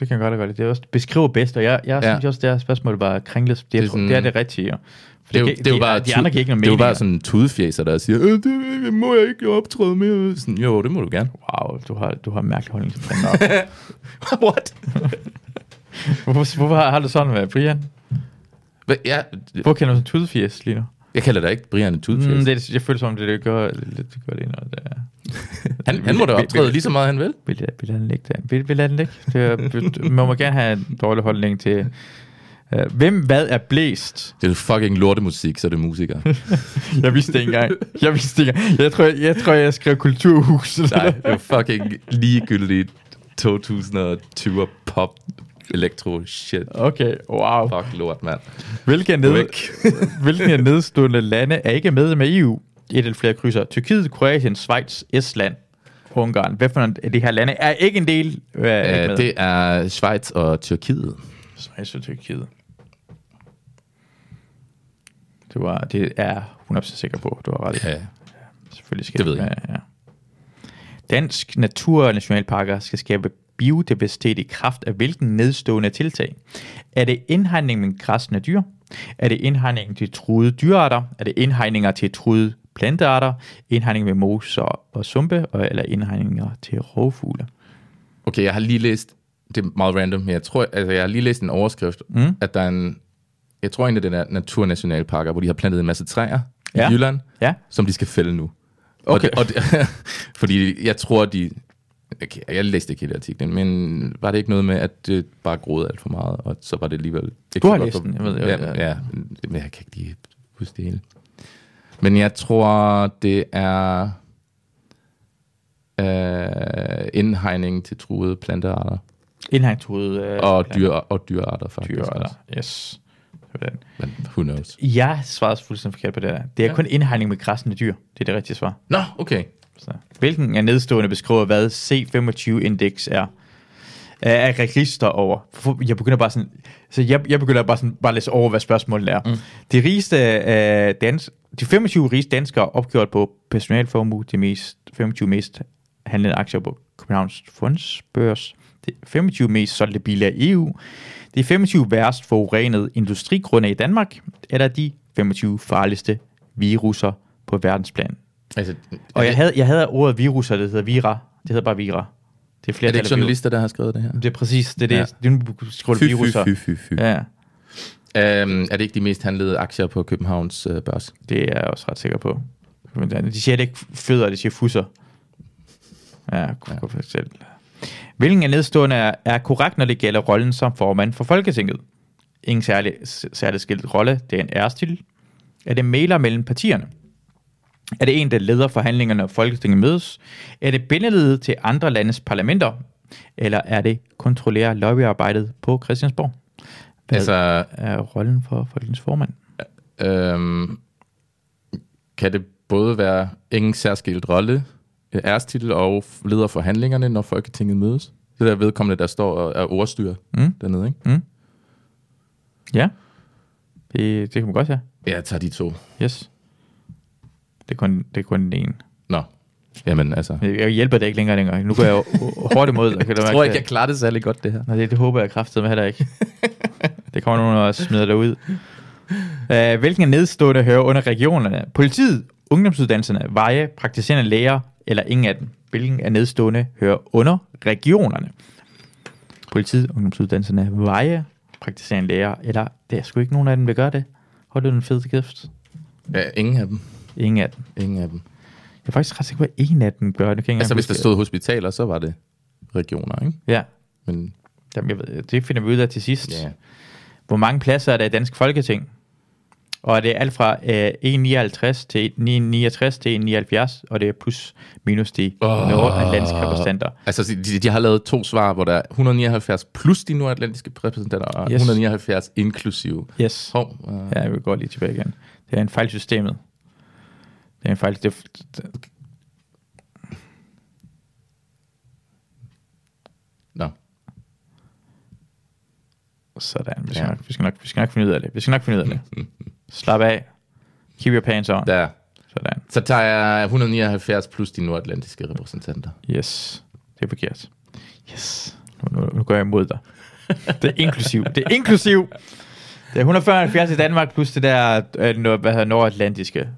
Speaker 1: Det kan jeg godt og godt. Det er også, det beskriver bedst, og jeg, jeg ja.
Speaker 2: Ja.
Speaker 1: synes også, det her spørgsmål var kringlet. Det, det,
Speaker 2: Det
Speaker 1: er,
Speaker 2: er
Speaker 1: sådan,
Speaker 2: sådan-
Speaker 1: det er det rigtige. jo. For
Speaker 2: Det er jo,
Speaker 1: kan-
Speaker 2: det er jo
Speaker 1: de,
Speaker 2: bare,
Speaker 1: de andre giver ikke nogen
Speaker 2: det er jo
Speaker 1: mening.
Speaker 2: bare sådan en tudefjæser, der siger, øh, det det må jeg ikke optræde mere. Sådan, jo, det må du gerne.
Speaker 1: Wow, du har, du har en mærkelig holdning. til porno.
Speaker 2: What?
Speaker 1: hvorfor, hvorfor har, har du sådan med Brian?
Speaker 2: Hva, jeg,
Speaker 1: Hvor kan du sådan tudefjes lige nu?
Speaker 2: jeg kalder dig ikke Brian en tudefjæs.
Speaker 1: Mm,
Speaker 2: Mm,
Speaker 1: det, er- jeg føler som om, det, det gør lidt gør det noget. Der.
Speaker 2: han, han må da
Speaker 1: vi- vi-
Speaker 2: optræde lige så meget, han vil.
Speaker 1: Vil, jeg- vil han ligge der? Vil, vil han ligge? Det er, man må gerne have en dårlig holdning til... øh, hvem hvad er blæst?
Speaker 2: Det er fucking lortemusik, så er det musikere.
Speaker 1: Jeg vidste det ikke engang. Jeg vidste det ikke engang. Jeg tror, jeg, jeg, tror, jeg skrev kulturhus.
Speaker 2: Nej, det er fucking ligegyldigt 2020 pop elektro shit.
Speaker 1: Okay, wow.
Speaker 2: Fuck lort, mand.
Speaker 1: Hvilke, af ned,
Speaker 2: Væk.
Speaker 1: hvilke af nedstående lande er ikke med med EU? Et eller flere krydser. Tyrkiet, Kroatien, Schweiz, Estland, Ungarn. Hvad for nogle af de her lande er ikke en del af
Speaker 2: Øh,
Speaker 1: øh,
Speaker 2: det er Schweiz og Tyrkiet.
Speaker 1: Schweiz og Tyrkiet. Det, var, det er jeg 100% sikker på. Du har ret i.
Speaker 2: Ja.
Speaker 1: Selvfølgelig skal
Speaker 2: Det ved jeg
Speaker 1: Ja, ja. Dansk natur- og nationalparker skal skabe biodiversitet i kraft af hvilken nedstående tiltag? Er det indhegning med græsne dyr? Er det indhegning til truede dyrearter? Er det indhegninger til truede plantearter? Indhegning med moser og sumpe? og- Eller indhegninger til rovfugle?
Speaker 2: Okay, jeg har lige læst, det er meget random, men jeg tror, altså jeg har lige læst en overskrift, mm. at der er en, jeg tror en af den der naturnationalparker, hvor de har plantet en masse træer
Speaker 1: Ja.
Speaker 2: ja. i Jylland,
Speaker 1: Ja,
Speaker 2: som de skal fælde nu.
Speaker 1: Okay.
Speaker 2: Og det, og det, fordi jeg tror, de, okay, jeg læste ikke hele artiklen, men var det ikke noget med, at det bare groede alt for meget, og så var det alligevel... Ikke
Speaker 1: Du har
Speaker 2: så godt
Speaker 1: læst
Speaker 2: for-
Speaker 1: den, jeg ved jo,
Speaker 2: ja,
Speaker 1: ja.
Speaker 2: ja, men jeg kan ikke lige huske det hele. Men jeg tror, det er øh, indhegning til truede plantearter.
Speaker 1: indhegning til truede øh,
Speaker 2: Og,
Speaker 1: planter-
Speaker 2: dyr, og dyrearter, faktisk.
Speaker 1: dyrearter.
Speaker 2: også.
Speaker 1: Yes. Sådan.
Speaker 2: Men who knows?
Speaker 1: Jeg svarede fuldstændig forkert på det der. Det er ja. kun indhegning med græsne dyr. Det er det rigtige svar.
Speaker 2: Nå, okay.
Speaker 1: Så. Hvilken af nedstående beskriver, hvad C25-indeks er? Er et register over. For- Jeg begynder bare sådan, så jeg, jeg begynder bare sådan, bare at læse over, hvad spørgsmålet er. Mm. De rigeste øh, dans, de 25 rigeste danskere opgjort på personalformue, de mest, 25 mest handlede aktier på Københavns Fondsbørs, de 25 mest solgte biler i EU, de 25 værst forurenede industrigrunde i Danmark, eller de 25 farligste viruser på verdensplan.
Speaker 2: Altså,
Speaker 1: Og jeg havde, jeg havde ordet virus, og det hedder vira. Det hedder bare vira. Det er flere
Speaker 2: er det ikke journalister, der har skrevet det her?
Speaker 1: Det er præcis, det er det.
Speaker 2: Ja.
Speaker 1: Ja. Det er nu skruller viruser.
Speaker 2: fy, fy.
Speaker 1: Ja,
Speaker 2: Øhm, er det ikke de mest handlede aktier på Københavns øh, børs?
Speaker 1: det er jeg også ret sikker på. Men De siger det ikke fødder, de siger fusser. Ja, kunne ja. selv. Hvilken af nedstående er, er korrekt, når det gælder rollen som formand for Folketinget? Ingen særlig, særlig skilt rolle, det er en ærestil. Er det mailer mellem partierne? Er det en, der leder forhandlingerne, når Folketinget mødes? Er det bindeled til andre landes parlamenter? Eller er det kontrollere lobbyarbejdet på Christiansborg? Hvad altså,
Speaker 2: Altså,
Speaker 1: er rollen for Folketingets formand?
Speaker 2: øhm, kan det både være ingen særskilt rolle, øh, ærestitel og f- leder forhandlingerne, når Folketinget mødes? Det der vedkommende, der står og er ordstyrer
Speaker 1: Mm.
Speaker 2: mm. dernede, ikke?
Speaker 1: Ja, det, det kan man godt sige.
Speaker 2: Ja, jeg tager de to.
Speaker 1: Yes. Det er kun, det er kun den ene.
Speaker 2: Nå, jamen altså.
Speaker 1: Jeg hjælper det ikke længere længere. Nu går jeg jo hårdt imod. dig, Kan du
Speaker 2: Jeg
Speaker 1: mærke
Speaker 2: tror ikke,
Speaker 1: det?
Speaker 2: jeg klarer det særlig godt, det her.
Speaker 1: Nej, det, det håber jeg kraftedeme heller ikke. det kommer nogen og smider dig ud. Uh, hvilken af nedstående hører under regionerne? Politiet, ungdomsuddannelserne, veje, praktiserende læger eller ingen af dem? Hvilken af nedstående hører under regionerne? Politiet, ungdomsuddannelserne, veje, praktiserende læger eller... Der er sgu ikke nogen af dem, der gør det. Hold nu den fede kæft.
Speaker 2: Ja, ingen af dem.
Speaker 1: Ingen af dem.
Speaker 2: Ingen af dem.
Speaker 1: Jeg er faktisk ret sikker på, at en af dem gør det. Jeg kan ikke
Speaker 2: Altså,
Speaker 1: engang
Speaker 2: hvis der
Speaker 1: huske-
Speaker 2: stod hospitaler, så var det regioner, ikke?
Speaker 1: Ja,
Speaker 2: Men
Speaker 1: Jamen, jeg ved, det finder vi ud af til sidst.
Speaker 2: ja,
Speaker 1: Hvor mange pladser er der i Dansk Folketing? Og det er alt fra øh, 1,59 til 1,69 til 1,79, og det er plus minus de oh. nordatlantiske repræsentanter.
Speaker 2: Altså, de, de har lavet to svar, hvor der er 179 plus de nordatlantiske repræsentanter, og
Speaker 1: Yes.
Speaker 2: yes. 179 inklusive.
Speaker 1: Yes.
Speaker 2: Hov, øh,
Speaker 1: Ja, vi går lige tilbage igen. Det er en fejl i systemet. Det er en fejl... Det, det,
Speaker 2: Nå.
Speaker 1: sådan. Vi skal,
Speaker 2: Ja.
Speaker 1: nok, vi, skal nok, vi skal nok finde ud af det. Vi skal nok finde ud af det. Slap af. Keep your pants on.
Speaker 2: Der.
Speaker 1: Sådan.
Speaker 2: Så tager jeg 179 plus de nordatlantiske repræsentanter.
Speaker 1: Yes. Det er forkert. Yes. Nu, nu, nu går jeg imod dig. Det er inklusiv. Det er inklusiv. Det er 175 i Danmark, plus det der øh, nord, hvad hedder, nordatlantiske.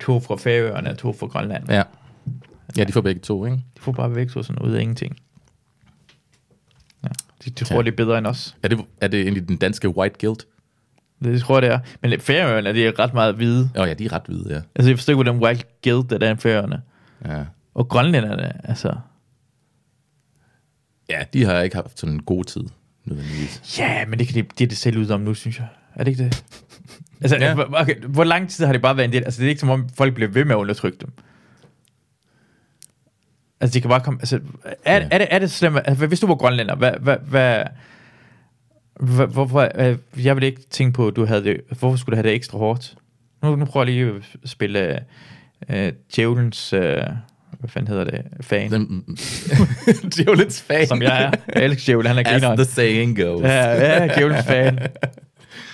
Speaker 1: To fra Færøerne og to fra Grønland.
Speaker 2: Ja. Ja, de får begge to, ikke?
Speaker 1: De får bare væk sådan ud af ingenting. Ja. De, de tror,
Speaker 2: Ja.
Speaker 1: det er bedre end os.
Speaker 2: Er det, er det egentlig den danske White Guild?
Speaker 1: Det tror jeg, det er. Men Færøerne, det er ret meget hvide.
Speaker 2: Åh oh, ja, de er ret hvide, ja.
Speaker 1: Altså, jeg forstår ikke, hvordan Wild Guild er der i Færøerne.
Speaker 2: ja.
Speaker 1: Og grønlænderne, altså...
Speaker 2: Ja, de har ikke haft sådan en god tid, nødvendigvis.
Speaker 1: Ja, yeah, men det kan de, de er det selv ud om nu, synes jeg. Er det ikke det? Altså,
Speaker 2: Ja.
Speaker 1: ja. okay, hvor lang tid har det bare været en del? Altså, det er ikke som om, folk bliver ved med at undertrykke dem. Altså, de kan bare komme... Altså, er, ja.
Speaker 2: Ja.
Speaker 1: er, det, er det slemt? Altså, hvis du var grønlænder, hvad... hvad, hvad hvad- Hvorfor, øh, jeg ville ikke tænke på, at du havde det, hvorfor skulle du have det ekstra hårdt? Nu, nu prøver jeg lige at spille øh, Djævelens, øh, hvad fanden hedder det, fan,
Speaker 2: Den- Djævelens fan.
Speaker 1: som jeg er. Jeg elsker Djævel, han er
Speaker 2: As
Speaker 1: grineren.
Speaker 2: the saying goes.
Speaker 1: Ja, ja, Djævelens fan.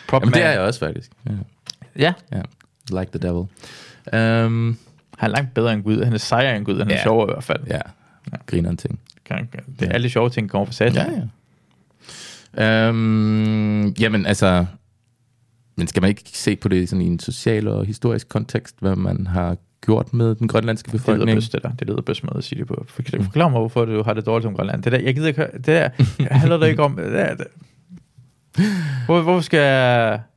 Speaker 1: Prop
Speaker 2: Jamen, det
Speaker 1: man.
Speaker 2: er jeg også, faktisk. Ja.
Speaker 1: Ja,
Speaker 2: ja. Like the devil. Um,
Speaker 1: han er langt bedre end Gud. Han er sejere end Gud. Han er
Speaker 2: Ja.
Speaker 1: sjovere i hvert fald.
Speaker 2: ja, griner en ting.
Speaker 1: Kan- kan- Det er alle de sjove ting, der kommer fra satan.
Speaker 2: ja. Um, jamen, altså... Men skal man ikke se på det sådan i en social og historisk kontekst, hvad man har gjort med den grønlandske
Speaker 1: Det lyder
Speaker 2: befolkning?
Speaker 1: bedst, det der. Det lyder bedst måde at sige det på. For- Kan du forklare mig, hvorfor du har det dårligt som Grønland? Det der, jeg gider ikke høre, det der, jeg handler det ikke om. Det der, det. Hvor, hvorfor skal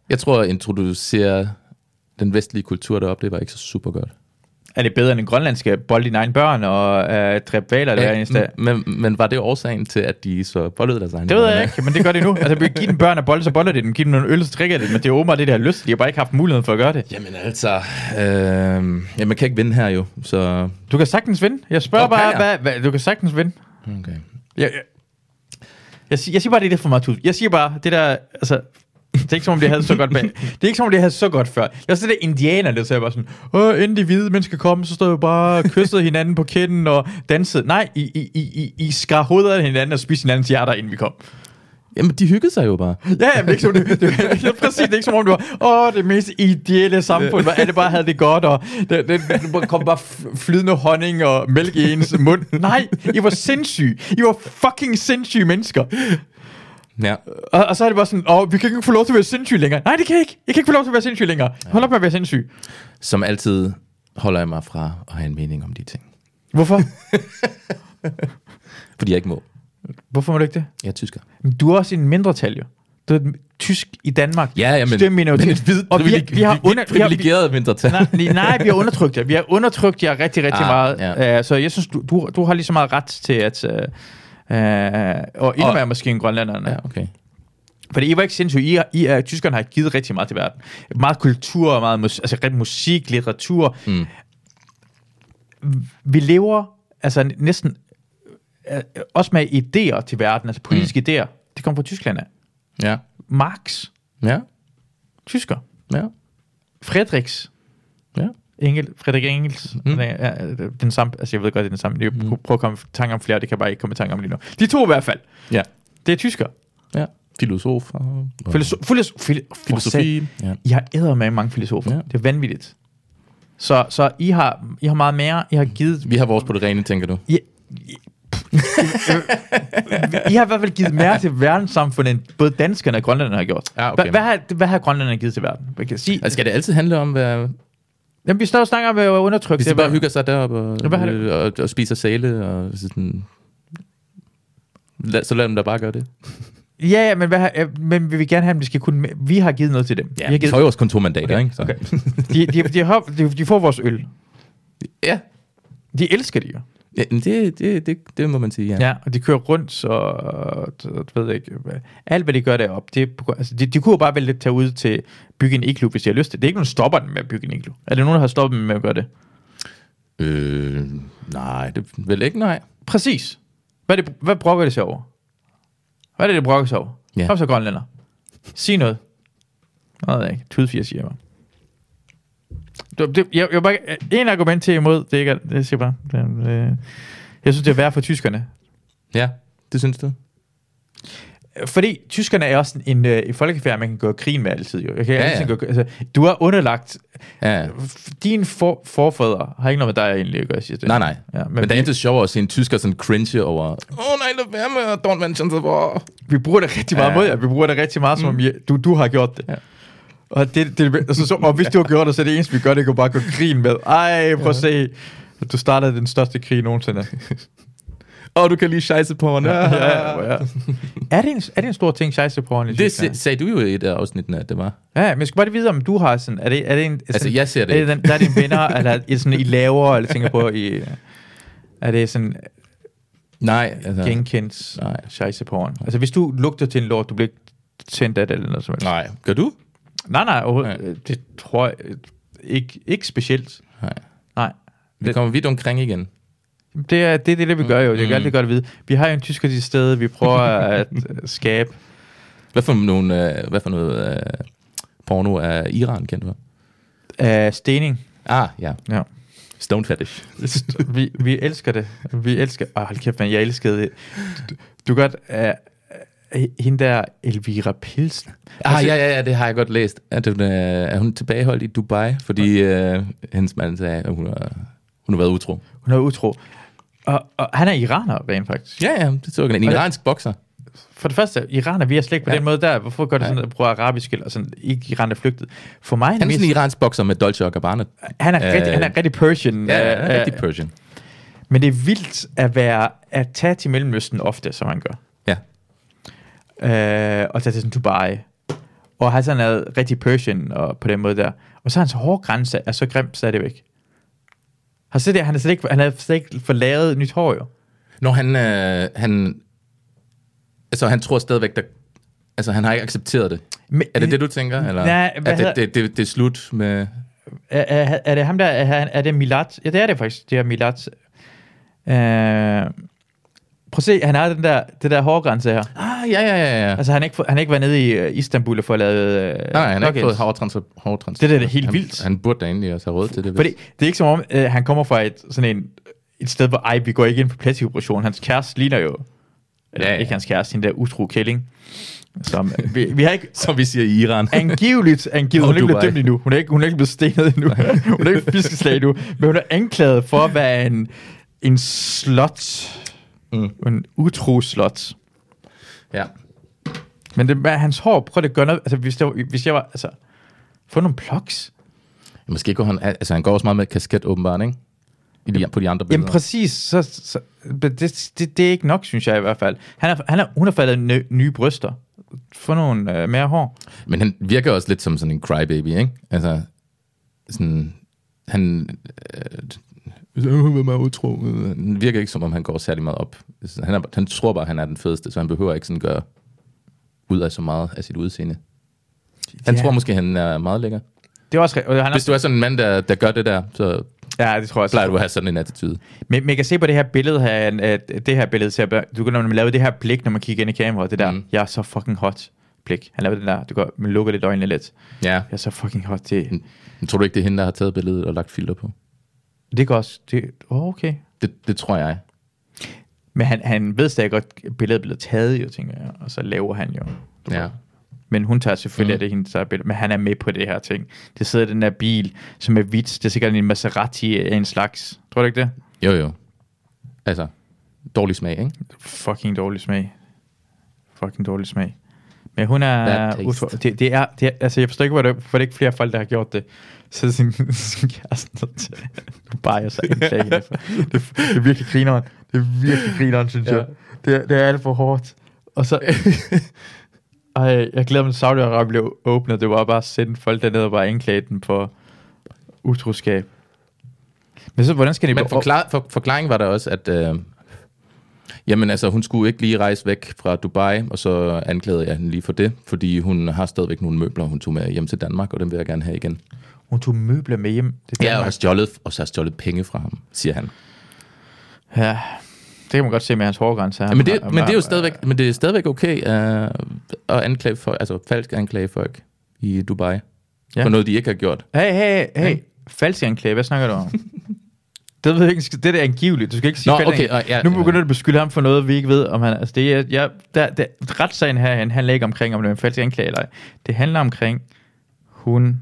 Speaker 2: Jeg tror, at introducere den vestlige kultur deroppe, det var ikke så super godt.
Speaker 1: er det bedre end en grønlandske bold dine egne børn og øh, dræbe valer hver eneste dag?
Speaker 2: men, men var det årsagen til, at de så bollede deres egne?
Speaker 1: Det ved jeg
Speaker 2: venner?
Speaker 1: ikke, men det gør de nu. Altså, vi giver dem børn at bolle, så boller de dem. Giv dem nogle øl, så drikker de dem. Men det er åbenbart det, der har lyst. til. De har bare ikke haft muligheden for at gøre det.
Speaker 2: Jamen altså, øh, ja, man kan ikke vinde her jo, så...
Speaker 1: Du kan sagtens vinde. Jeg spørger
Speaker 2: Okay,
Speaker 1: okay, bare,
Speaker 2: ja.
Speaker 1: hvad, hvad, du kan sagtens vinde.
Speaker 2: Okay.
Speaker 1: Jeg, jeg, jeg, siger, jeg siger bare, det er lidt for meget tud. Jeg siger bare, det der, altså, det er ikke som om, det havde så godt bag. Det er ikke som om, det havde så godt før. Jeg var sådan der indianer, der sagde bare sådan, Åh, inden de hvide mennesker kom, så stod vi bare og kyssede hinanden på kinden og dansede. Nej, I, I, I, I, I skar hovedet af hinanden og spiste hinandens hjerter, inden vi kom.
Speaker 2: Jamen, de hyggede sig jo bare.
Speaker 1: Ja, ja, men det er ikke som, det, det, det, er præcis, det er ikke som om, det var, åh, det mest ideelle samfund, hvor alle bare havde det godt, og det, det, det kom bare f- flydende honning og mælk i ens mund. Nej, I var sindssyge. I var fucking sindssyge mennesker.
Speaker 2: Ja.
Speaker 1: Og, og så er det bare sådan, åh, vi kan ikke få lov til at være sindssyge længere. Nej, det kan jeg ikke. Jeg kan ikke få lov til at være sindssyg længere. Hold op med at være sindssyg.
Speaker 2: Som altid holder jeg mig fra at have en mening om de ting.
Speaker 1: Hvorfor?
Speaker 2: Fordi jeg ikke må.
Speaker 1: Hvorfor må du ikke det?
Speaker 2: Jeg er tysker.
Speaker 1: Men du er også en mindretal, jo. Du er et tysk i Danmark.
Speaker 2: Ja, ja, men,
Speaker 1: det er en minoritet.
Speaker 2: men et hvid,
Speaker 1: og vi, vi, har under, vi, har, vi,
Speaker 2: privilegeret mindretal.
Speaker 1: Nej, nej, nej, vi har undertrykt jer. Vi har undertrykt jer rigtig, rigtig ah,
Speaker 2: Ah,
Speaker 1: meget. Ja.
Speaker 2: ja.
Speaker 1: Uh, så jeg synes, du, du, du har lige så meget ret til at... Uh, uh, og endnu
Speaker 2: Og-
Speaker 1: mere måske end grønlænderne. Ja.
Speaker 2: Ja, okay.
Speaker 1: Fordi I var ikke sindssyge. I, har- I, uh, tyskerne har givet rigtig meget til verden. Meget kultur, meget mus- altså, rigtig musik, litteratur. Mm. Vi lever altså næsten uh, også med idéer til verden, altså politiske mm. idéer. Det kommer fra Tyskland af.
Speaker 2: Ja.
Speaker 1: Marx,
Speaker 2: Ja.
Speaker 1: tysker.
Speaker 2: Ja.
Speaker 1: Frederiks,
Speaker 2: Ja.
Speaker 1: Engel, Frederik Engels, mm. ja, den samme, altså jeg ved godt, det er den samme, jeg mm. prøver at komme i tanke om flere, det kan jeg bare ikke komme i tanke om lige nu. De to i hvert fald,
Speaker 2: Ja.
Speaker 1: det er tysker.
Speaker 2: ja. Filosof. Og, og
Speaker 1: Filoso- filos- fil-
Speaker 2: filosofi.
Speaker 1: Filosofi.
Speaker 2: Ja.
Speaker 1: I har æder med mange filosofer,
Speaker 2: Ja.
Speaker 1: det er vanvittigt. Så, så I, har, I har meget mere, I har givet...
Speaker 2: Vi har vores på det rene, tænker du?
Speaker 1: I, I, I har i hvert fald givet mere til verdenssamfundet, end både danskerne og grønlænderne har gjort.
Speaker 2: Ja, okay.
Speaker 1: Hva- hvad, har, hvad har grønlænderne givet til verden? Hvad kan jeg sige?
Speaker 2: Altså, skal det altid handle om, hvad,
Speaker 1: Jamen, vi står og snakker om øh, at undertrykke
Speaker 2: hvis de bare hygger sig deroppe og,
Speaker 1: Ja, hvad har det-
Speaker 2: og, og spiser sale og sådan... Lad, så lad dem da bare gøre det.
Speaker 1: Ja, ja, men, hvad, har- øh, men vi vil gerne have, at de skal kunne... med- Vi har givet noget til dem. vi har
Speaker 2: vi
Speaker 1: givet,
Speaker 2: får jo også kun to mandater, ikke? Så.
Speaker 1: Okay. de, de, de, har, de, de får vores øl.
Speaker 2: Ja,
Speaker 1: De elsker det jo.
Speaker 2: Ja, men det, det, det, det må man sige, ja.
Speaker 1: Ja, og de kører rundt, så så- jeg ved jeg ikke, hvad- alt hvad de gør deroppe, det er, på grund- altså, de, de kunne jo bare vælge at tage ud til bygge en iglu, hvis de har lyst til det. Det er ikke nogen, der stopper dem med at bygge en iglu. Er det nogen, der har stoppet dem med at gøre det?
Speaker 2: Øh, nej, det vel ikke, nej.
Speaker 1: Præcis. Hvad, er det, hvad brokker det sig over? Hvad er det, det brokker sig over?
Speaker 2: Ja.
Speaker 1: Ja. Kom så, grønlænder. Sig noget. Nå, jeg ved ikke. Tudfjer siger mig. Det, det, jeg, jeg, bare, en argument til imod, det er ikke, alt. det siger jeg bare. Det, det, jeg synes, det er værd for tyskerne.
Speaker 2: Ja, det synes du?
Speaker 1: Fordi tyskerne er også en, øh, en folkefærd, man kan gå i krig med altid. Jo. Jeg kan
Speaker 2: Ja,
Speaker 1: ja,
Speaker 2: ja.
Speaker 1: ja. Gå, altså, du er underlagt.
Speaker 2: Ja,
Speaker 1: Dine for, forfædre har ikke noget med dig egentlig at gøre, siger det.
Speaker 2: nej, nej.
Speaker 1: Ja,
Speaker 2: men, men der er intet sjovere at se en tysker sådan cringe over, åh oh, nej, lad være med, don't mention the war.
Speaker 1: vi bruger det rigtig meget
Speaker 2: Ja.
Speaker 1: ja.
Speaker 2: Mm.
Speaker 1: mod jer. Vi bruger det rigtig meget, som om I- du, du har gjort det.
Speaker 2: Ja.
Speaker 1: Ja. Og, det, det, altså, så, og hvis du har gjort det, så er det eneste, vi gør, det kan bare gå grin med. Ej, prøv at se. Du startede den største krig nogensinde.
Speaker 2: Åh, oh, du kan lige scheisse på mig.
Speaker 1: ja, ja, ja. Er, det en, er det en stor ting, scheisse på hånden?
Speaker 2: Det se, sagde du jo i et af afsnittene, at det var. Altså,
Speaker 1: Ja, men jeg skal bare lige vide, om du har sådan... Er det, er det en, altså- sådan,
Speaker 2: jeg ser det
Speaker 1: Er det
Speaker 2: ikke.
Speaker 1: den, der er dine venner, eller er det sådan, I laver, eller tænker på, I, er det sådan
Speaker 2: Nej, altså,
Speaker 1: genkendt
Speaker 2: Nej.
Speaker 1: scheisse på hånden? Altså, hvis du lugter til en lort, du bliver ikke tændt af det, eller noget som helst.
Speaker 2: nej. Gør du?
Speaker 1: Nej, nej, overhovedet.
Speaker 2: Nej.
Speaker 1: Øh, Det tror jeg øh, ikke, ikke specielt.
Speaker 2: Nej.
Speaker 1: Nej.
Speaker 2: Vi kommer vidt omkring igen.
Speaker 1: Det er det, er det, det vi gør jo. Det
Speaker 2: Mm.
Speaker 1: er altid godt at vide. Vi har jo en tysker til stede, vi prøver at øh, skabe.
Speaker 2: Hvad for, nogle, øh, hvad for noget øh, porno er Iran kendt for?
Speaker 1: Uh, stening.
Speaker 2: Ah, ja.
Speaker 1: Ja.
Speaker 2: Stone fetish.
Speaker 1: Vi, vi elsker det. Vi elsker... Åh, hold kæft, man, jeg elskede det. Du, du kan godt... Uh, hende der Elvira Pilsen.
Speaker 2: Ah, ja, ja, ja, det har jeg godt læst. At hun, øh, er hun tilbageholdt i Dubai, fordi øh, hendes mand sagde, at hun har, hun har været utro.
Speaker 1: Hun er utro. Og, og han er iraner, rent faktisk.
Speaker 2: Ja, ja, det så jeg. En
Speaker 1: Og det-
Speaker 2: iransk bokser.
Speaker 1: For det første, iraner, vi er slet ikke på
Speaker 2: Ja.
Speaker 1: den måde der. Hvorfor gør det
Speaker 2: Ja.
Speaker 1: sådan, at bruge arabisk eller sådan, ikke iran er flygtet? For mig er
Speaker 2: Han er
Speaker 1: mest-
Speaker 2: sådan en iransk bokser med Dolce og Gabbana.
Speaker 1: Han er,
Speaker 2: Øh,
Speaker 1: rigtig, han er rigtig Persian.
Speaker 2: Ja, ja, han er
Speaker 1: øh,
Speaker 2: rigtig Persian.
Speaker 1: Men det er vildt at, være, at tage til Mellemøsten ofte, som han gør.
Speaker 2: Ja.
Speaker 1: Øh, og tage til sådan Dubai. Og have sådan noget rigtig Persian og på den måde der. Og så hans hårde grænse er så grim stadigvæk. Har du set det? Han er slet ikke, han er slet ikke for lavet nyt hår, jo.
Speaker 2: Når han, øh, han, altså han tror stadigvæk, der, altså han har ikke accepteret det.
Speaker 1: Men-
Speaker 2: er det det, du tænker? Eller?
Speaker 1: Nej, hvad
Speaker 2: at det,
Speaker 1: hedder-
Speaker 2: det, det, det, er slut med...
Speaker 1: Er, er, er det ham der? Er, han- er det Milat? Ja, det er det faktisk. Det er Milat. Øh, prøv at se, han har den der, det der hårgrænse her.
Speaker 2: Ah, ja, ja, ja, ja.
Speaker 1: Altså, han har ikke, fået- han har ikke været nede i øh, Istanbul og fået lavet... Øh,
Speaker 2: Nej, han har ikke
Speaker 1: knockouts.
Speaker 2: fået hårdtransport. Hårdtrans-
Speaker 1: Det der er da helt
Speaker 2: han,
Speaker 1: vildt.
Speaker 2: Han burde da egentlig også have råd til det. hvis-
Speaker 1: Fordi det er ikke som om, øh, han kommer fra et, sådan en, et sted, hvor ej, vi går ikke ind på plastic operation. Hans kæreste ligner jo... Eller,
Speaker 2: Ja,
Speaker 1: ja,
Speaker 2: ja.
Speaker 1: ja. Ikke hans kæreste, hende der utro kælling. Som, øh, vi, vi har ikke
Speaker 2: Som vi siger i Iran.
Speaker 1: angiveligt angivet,
Speaker 2: Og
Speaker 1: hun er ikke blevet
Speaker 2: Dubai.
Speaker 1: dømt endnu. Hun er ikke, hun er ikke blevet stenet endnu. hun er ikke fiskeslag endnu. Men hun er anklaget for at være en, en slot.
Speaker 2: Mm.
Speaker 1: Mm. En utro slot.
Speaker 2: ja.
Speaker 1: Men det, med hans hår, prøv lige at gøre noget. Altså, hvis, der, hvis jeg var... Altså, få nogle plugs.
Speaker 2: Måske går han... Altså, han går også meget med kasket, åbenbart, ikke? I de, på de andre billeder.
Speaker 1: Jamen præcis, så, så, men det, det, det er ikke nok, synes jeg i hvert fald. Han er, han er, hun har faldet nø, nye bryster. Få nogle øh, mere hår.
Speaker 2: Men han virker også lidt som sådan en crybaby, ikke? Altså, sådan... Han... Øh, øh, øh, meget utro. øh. Han virker ikke, som om han går særlig meget op. Altså, Han, er, han tror bare, han er den fedeste, så han behøver ikke sådan gøre ud af så meget af sit udseende. Han
Speaker 1: Ja.
Speaker 2: tror måske, han er meget lækker.
Speaker 1: Det er også... re- Og han er,
Speaker 2: Hvis du er sådan en mand, der, der gør det der, så
Speaker 1: ja, det tror jeg
Speaker 2: plejer du
Speaker 1: også.
Speaker 2: at have sådan en attitude.
Speaker 1: Men man kan se på det her billede her, at det her billede ser... Du kan når man laver det her blik, når man kigger ind i kameraet, det der,
Speaker 2: Mm.
Speaker 1: mm. jeg er så fucking hot blik. Han laver den der, du går, man lukker lidt øjnene lidt.
Speaker 2: Ja.
Speaker 1: Jeg er så fucking hot, det,
Speaker 2: Men tror du ikke, det er hende, der har taget billedet og lagt filter på?
Speaker 1: det går også, det, oh, okay.
Speaker 2: Det, det tror jeg.
Speaker 1: Men han, han ved stadig godt, at billedet bliver taget, jo, tænker jeg, og så laver han jo. Du
Speaker 2: Ja.
Speaker 1: ved. Men hun tager selvfølgelig, mm. at det er hende, der tager billedet, men han er med på det her ting. Det sidder i den der bil, som er hvidt. Det er sikkert en Maserati af en slags. Tror du ikke det?
Speaker 2: Jo, jo. Altså, dårlig smag, ikke?
Speaker 1: Fucking dårlig smag. Fucking dårlig smag. Men hun er...
Speaker 2: Bad taste.
Speaker 1: utro- Det, det, er, det er, altså, jeg forstår ikke, hvor det, hvorfor det ikke er flere folk, der har gjort det. Så sin, sin kæreste nødt til. Nu bare jeg så en dag. Det, det, er virkelig grineren. Det er virkelig grineren, synes
Speaker 2: Ja.
Speaker 1: ja. jeg. Det, er- det er alt for hårdt. Og så... Ej, jeg glæder mig, til Saudi-Arabien blev åbnet. Det var bare at sende folk derned og bare anklage dem for utroskab. Men så, hvordan skal det
Speaker 2: Men forklar, for, forklaringen var der også, at... Øh, jamen altså, hun skulle ikke lige rejse væk fra Dubai, og så anklagede jeg hende lige for det, fordi hun har stadigvæk nogle møbler, hun tog med hjem til Danmark, og dem vil jeg gerne have igen.
Speaker 1: Hun tog møbler med hjem. til
Speaker 2: Ja, og
Speaker 1: Danmark.
Speaker 2: har stjålet, og så har stjålet penge fra ham, siger han.
Speaker 1: ja. Det kan man godt se med hans hårgrænse.
Speaker 2: Ja, men, det, men, det er jo stadigvæk, men det er stadigvæk okay øh, at anklage folk, altså falsk anklage folk i Dubai
Speaker 1: Ja.
Speaker 2: ja. for noget, de ikke har gjort.
Speaker 1: Hey, hey, hey. Falsk anklage, hvad snakker du om? det ved jeg ikke, det er da angiveligt. Du skal ikke sige
Speaker 2: Nå,
Speaker 1: falsk
Speaker 2: okay,
Speaker 1: anklage.
Speaker 2: og
Speaker 1: nu
Speaker 2: ja,
Speaker 1: begynder
Speaker 2: ja.
Speaker 1: du at beskylde ham for noget, vi ikke ved, om han... Altså, det er, jeg, der, der, retssagen herhen handler ikke omkring, om det er en falsk anklage eller ej. Det handler omkring, hun,
Speaker 2: øh,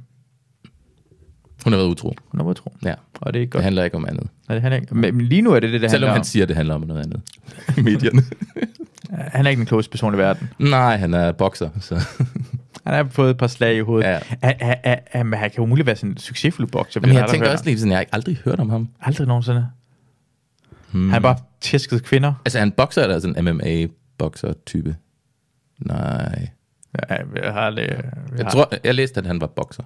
Speaker 2: Hun har været utro.
Speaker 1: hun er modtro.
Speaker 2: Ja.
Speaker 1: Og det er ikke
Speaker 2: Det
Speaker 1: godt.
Speaker 2: handler ikke om andet.
Speaker 1: Nej, det handler ikke. Men men lige nu er det det, det handler
Speaker 2: Selvom
Speaker 1: om.
Speaker 2: han siger, at det handler om noget andet i medierne.
Speaker 1: Han er ikke den klogeste person i verden.
Speaker 2: Nej, han er bokser. Så.
Speaker 1: Han har fået et par slag i hovedet. Ja.
Speaker 2: Ja.
Speaker 1: A, a, a, a, men han kan jo muligt være sådan en succesfuld bokser.
Speaker 2: Jamen, jeg tænker også lige sådan, jeg har ikke aldrig hørt om ham.
Speaker 1: Aldrig nogensinde. Hmm. Han
Speaker 2: Mm.
Speaker 1: har bare tæsket kvinder.
Speaker 2: Altså, er han bokser eller sådan en MMA-bokser-type? Nej.
Speaker 1: Ja, jeg har aldrig... Jeg,
Speaker 2: Jeg
Speaker 1: har-
Speaker 2: tror, jeg læste, at han var bokser.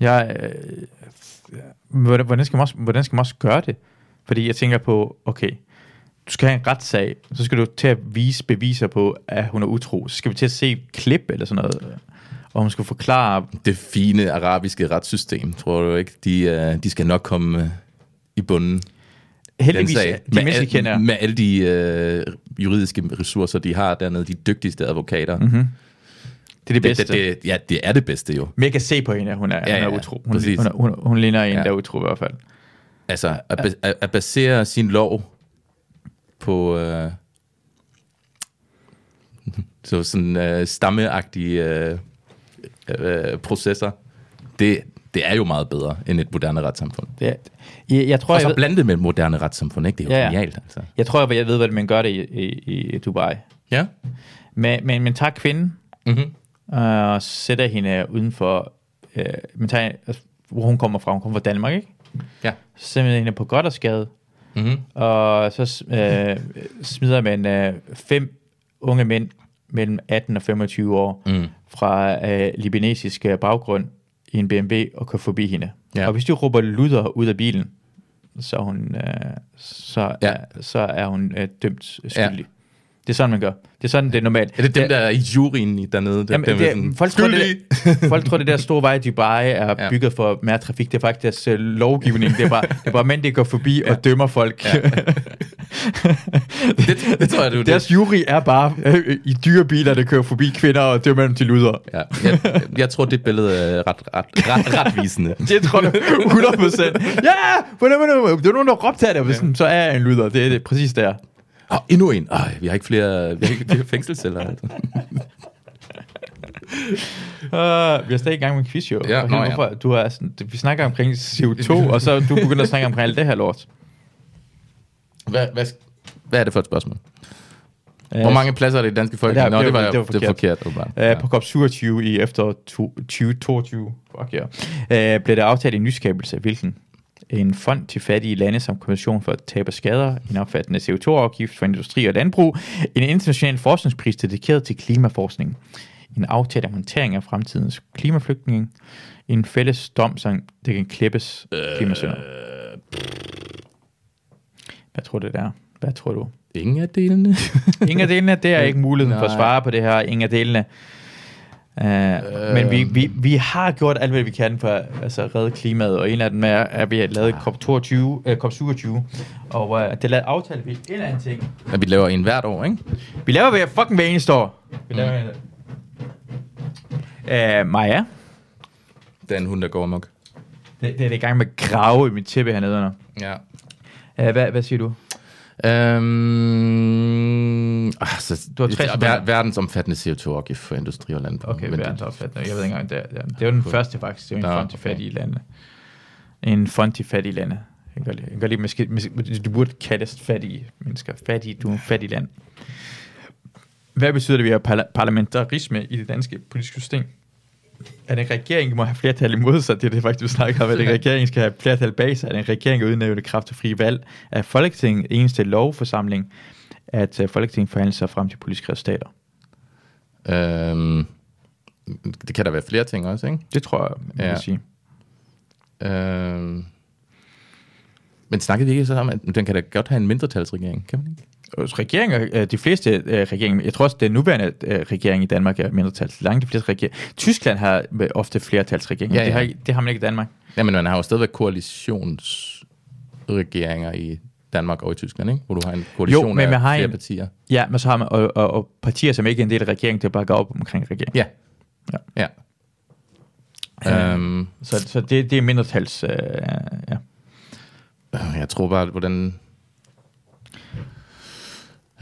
Speaker 1: Jeg, øh, hvordan, hvordan, skal man også, hvordan skal man også gøre det? Fordi jeg tænker på, okay, du skal have en retssag, så skal du til at vise beviser på, at hun er utro. Så skal vi til at se et klip eller sådan noget, og hun skal forklare,
Speaker 2: Det fine arabiske retssystem, tror du ikke? De, øh, de skal nok komme øh, i bunden.
Speaker 1: heldigvis,
Speaker 2: den sag.
Speaker 1: de mindste kender.
Speaker 2: med alle de øh, juridiske ressourcer, de har dernede, de dygtigste advokater. Mm-hmm.
Speaker 1: Det Mhm. er det
Speaker 2: Det,
Speaker 1: bedste.
Speaker 2: det, det, ja, det er det bedste jo.
Speaker 1: Men jeg kan se på hende, at hun er, ja,
Speaker 2: ja,
Speaker 1: hun
Speaker 2: ja,
Speaker 1: er utro. Hun,
Speaker 2: præcis.
Speaker 1: hun, er- hun, hun ligner en, ja.
Speaker 2: Ja.
Speaker 1: der er utro i hvert fald.
Speaker 2: Altså, at, ba- at, at basere sin lov på øh, så sådan øh, stammeagtige øh, øh, processer, det, det er jo meget bedre end et moderne retssamfund.
Speaker 1: Det er, jeg, jeg, tror,
Speaker 2: Og
Speaker 1: jeg,
Speaker 2: så
Speaker 1: ved,
Speaker 2: blandet med et moderne retssamfund, ikke? Det er jo
Speaker 1: Ja, ja.
Speaker 2: ja, genialt, altså.
Speaker 1: jeg tror, jeg, jeg ved, hvad man gør det i, i, i Dubai.
Speaker 2: Ja.
Speaker 1: Men, men man tager kvinden
Speaker 2: Mm-hmm.
Speaker 1: Øh, og sætter hende udenfor, øh, man tager, altså, hvor hun kommer fra. Hun kommer fra Danmark, ikke?
Speaker 2: Ja.
Speaker 1: Så sætter man hende på godt og skade,
Speaker 2: Mm-hmm.
Speaker 1: og så øh, smider man øh, fem unge mænd mellem 18 og 25 år mm. fra øh, libanesisk øh, baggrund i en BMW og kører forbi hende. Ja.
Speaker 2: Ja.
Speaker 1: Og hvis de råber luder ud af bilen, så er hun, øh, så, ja.
Speaker 2: Ja.
Speaker 1: så er hun øh, dømt skyldig. Ja. Det er sådan, man gør. Det er sådan, det er normalt.
Speaker 2: Er det dem, der er i juryen i- dernede? Dem,
Speaker 1: Jamen,
Speaker 2: dem er
Speaker 1: det,
Speaker 2: sådan,
Speaker 1: folk, tror, det,
Speaker 2: "Skyldig!"
Speaker 1: folk tror, det der store vej i Dubai er ja.
Speaker 2: Ja.
Speaker 1: bygget for mere trafik. Det er faktisk deres øh, lovgivning. Det er, bare, det er bare mænd, der går forbi ja. og dømmer folk. Ja.
Speaker 2: det, det tror jeg, det er
Speaker 1: Deres jury er bare øh, i dyre biler, der kører forbi kvinder og dømmer dem til luder.
Speaker 2: Ja, jeg, jeg tror, det billede er ret, ret, ret, retvisende.
Speaker 1: Det tror jeg 100 procent. Ja, hvordan var det? Det var nogen, der råbte af det, og sådan, så er jeg en luder. Det er det, præcis der.
Speaker 2: Og endnu en. Ej, vi har ikke flere, vi har ikke flere fængselsceller. Altså.
Speaker 1: Uh, vi er stadig i gang med en quiz, jo.
Speaker 2: Ah. Ja,
Speaker 1: Og
Speaker 2: nå, ja.
Speaker 1: hvorfor- Du er sådan, vi snakker omkring CO2, og så er du begynder at snakke omkring alt det her lort.
Speaker 2: Hvad, hvad, hvad er det for et spørgsmål? Hvor mange pladser er det i danske folk?
Speaker 1: Det er-
Speaker 2: Nå,
Speaker 1: det
Speaker 2: det var,
Speaker 1: var-
Speaker 2: det var, det var forkert. åbenbart.
Speaker 1: Uh,
Speaker 2: ja.
Speaker 1: På COP27 i efter to- 2022 fuck yeah, uh, blev der aftalt en nyskabelse, hvilken en fond til fattige lande som kommission for tab og skader, en opfattende CO2-afgift for industri og landbrug, en international forskningspris dedikeret til klimaforskning, en aftale om håndtering af fremtidens klimaflygtninge, en fælles dom, som det kan klippes klimasynder. Hvad tror du, det er? Hvad tror du?
Speaker 2: Ingen af delene.
Speaker 1: Ingen af delene, det er ikke muligheden for at
Speaker 2: Nej.
Speaker 1: svare på det her. Ingen af delene. Uh, men vi, vi, vi har gjort alt, hvad vi kan for at altså, redde klimaet, og en af dem er, at vi har lavet COP22, øh, COP27, og øh, det lavede aftale vi en eller anden ting.
Speaker 2: Ja, vi laver en hvert år, ikke?
Speaker 1: Vi laver hver fucking hver eneste år. Vi laver mm. uh, Maja,
Speaker 2: Den hund, der går amok.
Speaker 1: det, det er i gang med at grave i mit tæppe hernede under.
Speaker 2: Ja.
Speaker 1: Uh, hvad, hvad siger du?
Speaker 2: Øhm, altså,
Speaker 1: ah, Du har tre
Speaker 2: ver-
Speaker 1: sekunder.
Speaker 2: verdensomfattende CO2-afgift for industri og landbrug.
Speaker 1: Okay,
Speaker 2: Men det-
Speaker 1: verdensopfattende. Jeg ved ikke engang, det er. Det er, det er jo den første faktisk. Det er jo en
Speaker 2: Nå,
Speaker 1: fond til
Speaker 2: okay.
Speaker 1: fattige lande. En fond til fattige lande. Jeg kan godt lide, jeg kan godt lide måske, måske, du burde kaldes fattige mennesker. Fattige, du er en fattig land. Hvad betyder det, at vi har parla- parlamentarisme i det danske politiske system? At en regering må have flertal imod sig, det er det faktisk, vi snakker om, at en regering skal have flertal bag sig, at en regering kan udnævne kraft til frie valg, at Folketinget eneste lovforsamling, at øh, Folketinget forhandler sig frem til politiske resultater.
Speaker 2: Øhm, det kan der være flere ting også, ikke?
Speaker 1: Det tror jeg, man ja.
Speaker 2: Ja.
Speaker 1: vil sige.
Speaker 2: Øhm, Men snakkede vi ikke så sammen, at den kan da godt have en mindretalsregering, kan man ikke?
Speaker 1: Hos regeringer, øh, de fleste øh, regeringer, jeg tror også, den nuværende øh, regering i Danmark er mindretals. Langt de fleste regeringer. Tyskland har øh, ofte flertalsregeringer.
Speaker 2: Ja,
Speaker 1: Ja,
Speaker 2: ja.
Speaker 1: Det, har, ikke- det har man ikke i Danmark.
Speaker 2: Jamen, man har jo stadigvæk koalitionsregeringer i Danmark og i Tyskland, ikke? Hvor du har en koalition
Speaker 1: men man
Speaker 2: af
Speaker 1: har
Speaker 2: flere
Speaker 1: en-
Speaker 2: partier.
Speaker 1: Ja, men så har man og, og, og partier, som ikke er en del af regeringen, til at bakke op omkring regeringen.
Speaker 2: Ja.
Speaker 1: Ja. Øh.
Speaker 2: ja.
Speaker 1: Ja.
Speaker 2: Øhm,
Speaker 1: Så, så det, det er mindretals... Øh, ja.
Speaker 2: øh, jeg tror bare, hvordan...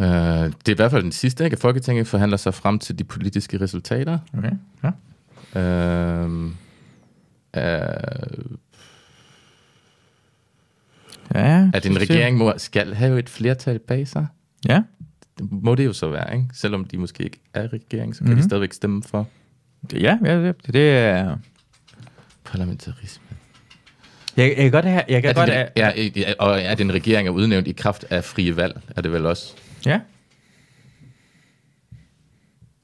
Speaker 2: Øh, det er i hvert fald den sidste, ikke? At Folketinget forhandler sig frem til de politiske resultater.
Speaker 1: Okay. Ja.
Speaker 2: Øhm, øh,
Speaker 1: Ja,
Speaker 2: at en
Speaker 1: synes
Speaker 2: regering må, skal have et flertal bag sig.
Speaker 1: jeg. Ja,
Speaker 2: Det må det jo så være, ikke? Selvom de måske ikke er regering, så kan mm-hmm. de
Speaker 1: Mhm.
Speaker 2: stadigvæk stemme for
Speaker 1: det, ja, ja det, det, det er...
Speaker 2: parlamentarisme.
Speaker 1: Jeg, jeg kan godt have... Jeg kan
Speaker 2: Er
Speaker 1: godt
Speaker 2: den,
Speaker 1: have,
Speaker 2: ja, ja, og at en regering er udnævnt i kraft af frie valg, er det vel også.
Speaker 1: ja.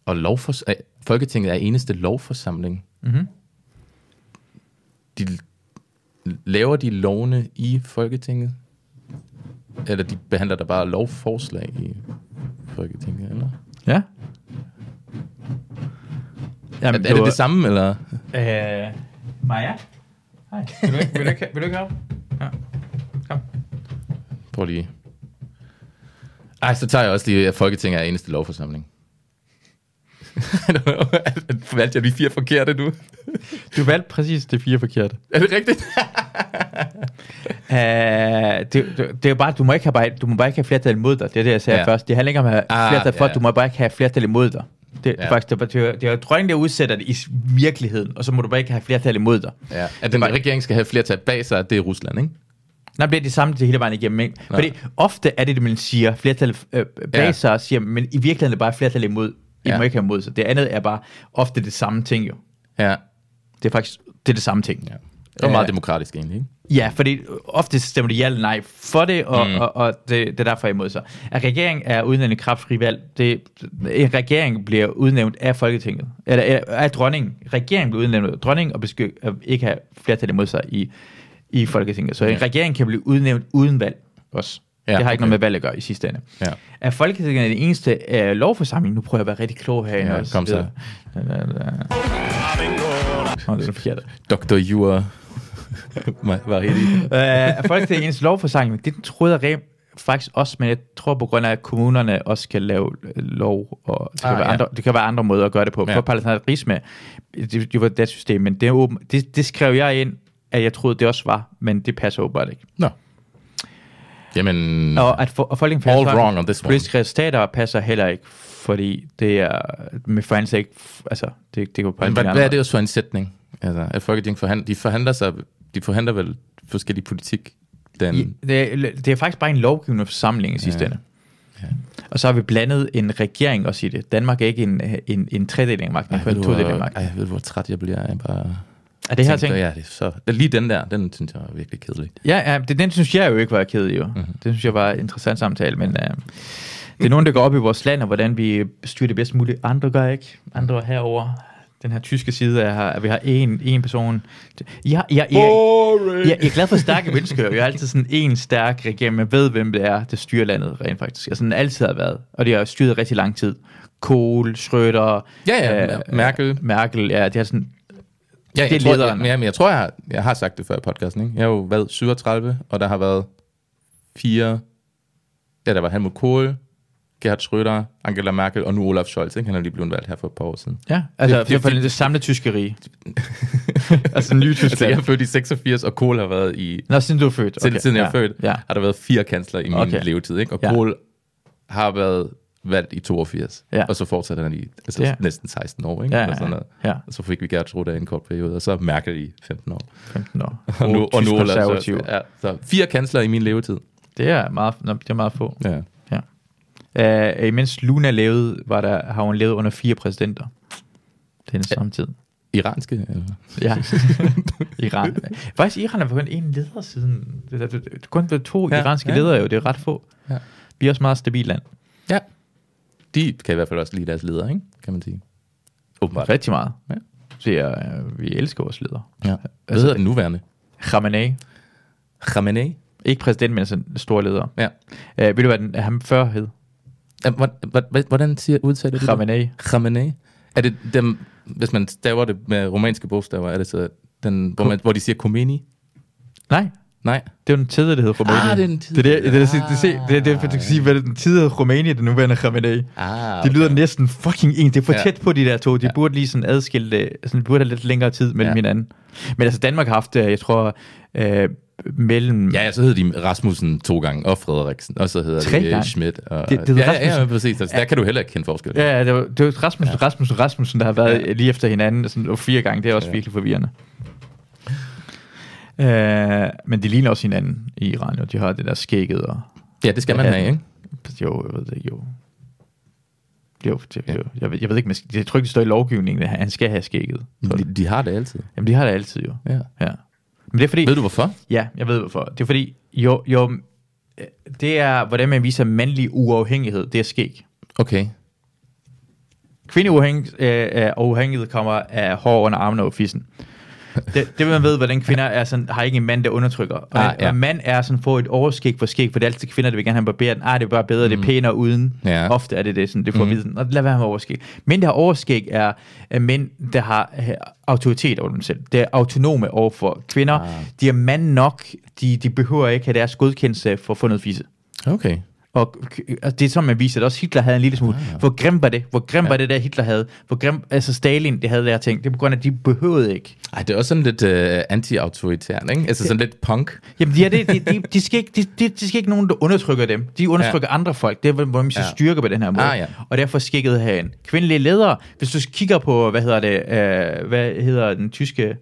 Speaker 2: Og lovfors- øh, Folketinget er eneste lovforsamling.
Speaker 1: Mm-hmm.
Speaker 2: De laver de lovene i Folketinget? Eller de behandler der bare lovforslag i Folketinget, eller?
Speaker 1: Ja. Jamen,
Speaker 2: er, er det det samme, eller?
Speaker 1: Øh, Maja? Hej. Vil du ikke, vil du ikke, vil du ikke have? Ja. Kom.
Speaker 2: Prøv lige. Ej, så tager jeg også lige, at Folketinget er eneste lovforsamling. I don't know. Valgte jeg de fire forkerte nu?
Speaker 1: Du valgte præcis det fire forkerte.
Speaker 2: Er det rigtigt?
Speaker 1: Uh, det, det, det, er jo bare, du må ikke have, bare, du må bare ikke have flertal imod dig. Det er det, jeg sagde
Speaker 2: Ja.
Speaker 1: ja. først. Det handler ikke om at have
Speaker 2: Ah,
Speaker 1: ah, flertal for,
Speaker 2: ja.
Speaker 1: ja. du må bare ikke have flertal imod dig. Det,
Speaker 2: Ja.
Speaker 1: ja. faktisk, det, er- det, er- det er jo dronningen, der udsætter det i virkeligheden, og så må du bare ikke have flertal imod dig.
Speaker 2: Ja. At den regering skal have flertal bag sig, det er Rusland, ikke?
Speaker 1: Nej, men det er det samme det hele vejen igennem, ikke?
Speaker 2: Nå.
Speaker 1: Fordi ofte er det det, man siger, flertal øh, bag
Speaker 2: Ja.
Speaker 1: ja. sig siger, men i virkeligheden er det bare flertal imod. I
Speaker 2: Ja.
Speaker 1: ja. må ikke have imod sig. Det andet er bare ofte det samme ting, jo.
Speaker 2: Ja.
Speaker 1: Det er faktisk det, er det samme ting.
Speaker 2: ja. Det var meget
Speaker 1: Ja.
Speaker 2: demokratisk egentlig, ikke?
Speaker 1: Ja, fordi ofte stemmer de ja eller nej for det, og,
Speaker 2: Mm.
Speaker 1: mm. og, og det, det er derfor imod sig. At regeringen er udnævnt kraftfri valg, det, en regering bliver udnævnt af Folketinget, eller eller af dronningen. Regeringen bliver udnævnt af dronningen og beskyt, at ikke have flertal imod sig i, i Folketinget. Så en
Speaker 2: Ja.
Speaker 1: regering kan blive udnævnt uden valg også.
Speaker 2: Ja,
Speaker 1: Ja, det har ikke
Speaker 2: okay.
Speaker 1: noget med valg at gøre i sidste ende.
Speaker 2: Ja.
Speaker 1: Er Folketinget den eneste uh, lovforsamling? Nu prøver jeg at være rigtig klog herinde
Speaker 2: Ja,
Speaker 1: også.
Speaker 2: kom så.
Speaker 1: Nå, det er det forkerte.
Speaker 2: Dr. Jura var helt
Speaker 1: Øh, at Folketinget ens lovforsamling, det troede jeg rent faktisk også, men jeg tror på grund af, at kommunerne også skal lave øh, lov, og det kan,
Speaker 2: Ah,
Speaker 1: ah, være, ja.
Speaker 2: ja.
Speaker 1: andre, det kan være andre måder at gøre det på.
Speaker 2: Ja.
Speaker 1: Ja. For parlamentarisme, det, det var det system, men det, er åben, det, det skrev jeg ind, at jeg troede, det også var, men det passer åbenbart ikke.
Speaker 2: Nå. Jamen,
Speaker 1: Mm. Og at for, og Folketinget
Speaker 2: all wrong on this one.
Speaker 1: Politiske resultater passer heller ikke, fordi det er med forhandling ikke, altså, det, det går på
Speaker 2: Men
Speaker 1: alle
Speaker 2: hvad,
Speaker 1: mulige
Speaker 2: hvad er
Speaker 1: andre-
Speaker 2: det jo så en sætning? Altså, at Folketinget forhandler, de forhandler sig, de forhandler vel forskellige politik, den,
Speaker 1: I- Det, er- det er faktisk bare en lovgivende forsamling i sidste
Speaker 2: Ja.
Speaker 1: ja. ende. Og så har vi blandet en regering også i det. Danmark er ikke en, en, en tredeling af magten,
Speaker 2: Ej,
Speaker 1: men kun
Speaker 2: ved
Speaker 1: en
Speaker 2: du,
Speaker 1: todeling af
Speaker 2: hvor,
Speaker 1: magten.
Speaker 2: ej, ved du, hvor træt jeg bliver af bare...
Speaker 1: Er det her ting?
Speaker 2: Ja, det er så... Lige den der, den synes jeg er virkelig kedelig.
Speaker 1: Ja, ja det, den synes jeg jo ikke var ked
Speaker 2: Mhm.
Speaker 1: i. Jo. Mm-hmm. Det synes jeg var en interessant samtale, men uh, det er nogen, der går op i vores land, og hvordan vi styrer det bedst muligt. Andre gør ikke. Andre er herover den her tyske side, er, her, at vi har en, en person. Jeg, jeg, jeg,
Speaker 2: Boring!
Speaker 1: jeg, jeg er glad for stærke mennesker. Jeg er altid sådan en stærk regering. Man ved, hvem det er, der styrer landet rent faktisk. Jeg sådan altid har været. Og det har styret rigtig lang tid. Kohl, Schröder,
Speaker 2: Ja, ja,
Speaker 1: øh,
Speaker 2: Merkel.
Speaker 1: Merkel, ja, det er sådan...
Speaker 2: Ja, jeg
Speaker 1: Det er
Speaker 2: tror,
Speaker 1: lederen.
Speaker 2: Jeg, jamen, jeg tror, jeg, jeg har sagt det før i podcasten. Ikke? Jeg har jo været 37, og der har været fire... Ja, der var Helmut Kohl, Gerhard Schröder, Angela Merkel og nu Olaf Scholz. Ikke? Han er lige blevet valgt her for et par år siden.
Speaker 1: Ja, altså
Speaker 2: Det-
Speaker 1: det,
Speaker 2: det-
Speaker 1: det, det, det samlede tyske rige. altså den nye
Speaker 2: Altså,
Speaker 1: Tyskland.
Speaker 2: jeg er født i 86, og Kohl har været i...
Speaker 1: Nå, siden du er født.
Speaker 2: Siden, okay, siden jeg
Speaker 1: ja.
Speaker 2: er født,
Speaker 1: Ja.
Speaker 2: har der været fire kansler i min
Speaker 1: Okay.
Speaker 2: levetid. Ikke? Og
Speaker 1: Ja.
Speaker 2: Kohl har været valgt i 82,
Speaker 1: Ja.
Speaker 2: og så fortsatte han i altså,
Speaker 1: Ja.
Speaker 2: næsten 16 år. Ikke?
Speaker 1: Ja,
Speaker 2: Eller sådan
Speaker 1: ja,
Speaker 2: noget.
Speaker 1: ja.
Speaker 2: Og så fik vi Gerhard Schröder i en kort periode, og så Merkel i 15 år.
Speaker 1: 15 år.
Speaker 2: Og nu, og
Speaker 1: Tysk
Speaker 2: nu Olaf
Speaker 1: konservativ.
Speaker 2: Scholz. Ja, så fire kansler i min levetid.
Speaker 1: Det er meget, nå, det er meget få.
Speaker 2: Ja.
Speaker 1: Ja. Uh, imens Luna levede, var der, har hun levet under fire præsidenter. Det er den samme tid.
Speaker 2: Iranske? Eller?
Speaker 1: Ja. Iran. Faktisk, Iran har begyndt en leder siden. Det er- det er kun blevet to
Speaker 2: Ja,
Speaker 1: ja, iranske
Speaker 2: ja.
Speaker 1: ja. ledere jo, det er ret få.
Speaker 2: Ja.
Speaker 1: Ja. Vi er også meget stabilt land.
Speaker 2: Ja. De kan i hvert fald også lide deres ledere, ikke? kan man sige. Åbenbart.
Speaker 1: Rigtig meget.
Speaker 2: Ja.
Speaker 1: Ja. Så jeg, øh, vi elsker vores ledere.
Speaker 2: Ja. Hvad hedder den nuværende?
Speaker 1: Khamenei.
Speaker 2: Khamenei?
Speaker 1: Ikke præsident, men altså stor leder.
Speaker 2: Ja.
Speaker 1: Øh, ved du, hvad den, ham før hed?
Speaker 2: Ja, hvor- hvor- Hvordan siger udtaler du det?
Speaker 1: Khamenei.
Speaker 2: Khamenei. Er det dem, hvis man staver det med romanske bogstaver, er det så den, hvor, man, hvor de siger Khomeini?
Speaker 1: Nej,
Speaker 2: Nej.
Speaker 1: det er jo en tid, der hedder Rumænien.
Speaker 2: Ah, det er en tid.
Speaker 1: Det er det, det, er det, det, det, det, det, det, det,
Speaker 2: Ah,
Speaker 1: du kan sige, hvad det er, den tid hedder Rumænien, den nuværende Khamenei.
Speaker 2: Ah,
Speaker 1: Det lyder næsten fucking ens. Det er for
Speaker 2: Ja.
Speaker 1: tæt på de der to. De
Speaker 2: Ja.
Speaker 1: burde lige sådan adskille det. Sådan, de burde have lidt længere tid mellem
Speaker 2: Ja.
Speaker 1: ja. hinanden. Men altså, Danmark har haft, øh, jeg tror, øh, mellem...
Speaker 2: Ja, ja, så hedder de Rasmussen to gange, og Frederiksen, og så hedder
Speaker 1: Tre
Speaker 2: det øh,
Speaker 1: gange?
Speaker 2: Schmidt. Og,
Speaker 1: Det- det hedder
Speaker 2: ja, ja, ja,
Speaker 1: Rasmussen.
Speaker 2: præcis. Altså, der kan du heller ikke kende forskel.
Speaker 1: Ja, ja, det var, det var Rasmussen, ja. Rasmussen, Rasmussen, der har været ja. lige efter hinanden sådan, og fire gange. Det er også
Speaker 2: Ja.
Speaker 1: ja. virkelig forvirrende. Øh, men de ligner også hinanden i Iran, og de har det der skægget og...
Speaker 2: ja det skal man
Speaker 1: Ja.
Speaker 2: have, ikke?
Speaker 1: Jo, jeg ved det ikke, jo. Jo, det, jo. Jeg, ved, jeg ved ikke, men jeg tror ikke, det står i lovgivningen, at han skal have skægget.
Speaker 2: De, de har det altid.
Speaker 1: Jamen, de har det altid jo.
Speaker 2: Ja.
Speaker 1: Ja. Men det er fordi...
Speaker 2: Ved du hvorfor?
Speaker 1: Ja, jeg ved hvorfor. Det er fordi, jo, jo, øh, det er, hvordan man viser mandlig uafhængighed, det er skæg.
Speaker 2: Okay.
Speaker 1: Kvindeuafhængighed øh, kommer af hår under armene og fissen. Det, det vil man ved, hvordan kvinder er sådan, har ikke en mand, der undertrykker. Og,
Speaker 2: Ah,
Speaker 1: ah,
Speaker 2: ja.
Speaker 1: ja. og mand er sådan, får et overskæg for skæg, for det er altid kvinder, der vil gerne have barberet. Ah, det er bare bedre, det er pænere uden.
Speaker 2: Mm. Ja.
Speaker 1: Ofte er det det, sådan, det får mm. viden. Og lad være med overskæg. Mænd, der har overskæg, er, er mænd, der har øh, autoritet over dem selv. Det er autonome over for kvinder. Ah. De er mand nok, de, de behøver ikke have deres godkendelse for at få noget fisse.
Speaker 2: Okay.
Speaker 1: Og k- altså, det er sådan, man viser det. Også Hitler havde en lille smule. Ah, ja. Hvor grim var det? Hvor grim ja. var det, der Hitler havde? Hvor grim, altså Stalin, det havde der ting. Det er på grund af, at de behøvede ikke.
Speaker 2: Ej, det er også sådan lidt øh, anti-autoritært, ikke? Altså sådan lidt punk.
Speaker 1: Jamen, de, er det, de, de, de, skal ikke, de, de, de skal ikke nogen, der undertrykker dem. De undertrykker ja. andre folk. Det er, hvor man skal
Speaker 2: Ja.
Speaker 1: ja. styrke på den her måde.
Speaker 2: Ah, ja.
Speaker 1: Og derfor skikket herhen. Kvindelige ledere, hvis du kigger på, hvad hedder det, øh, hvad hedder den tyske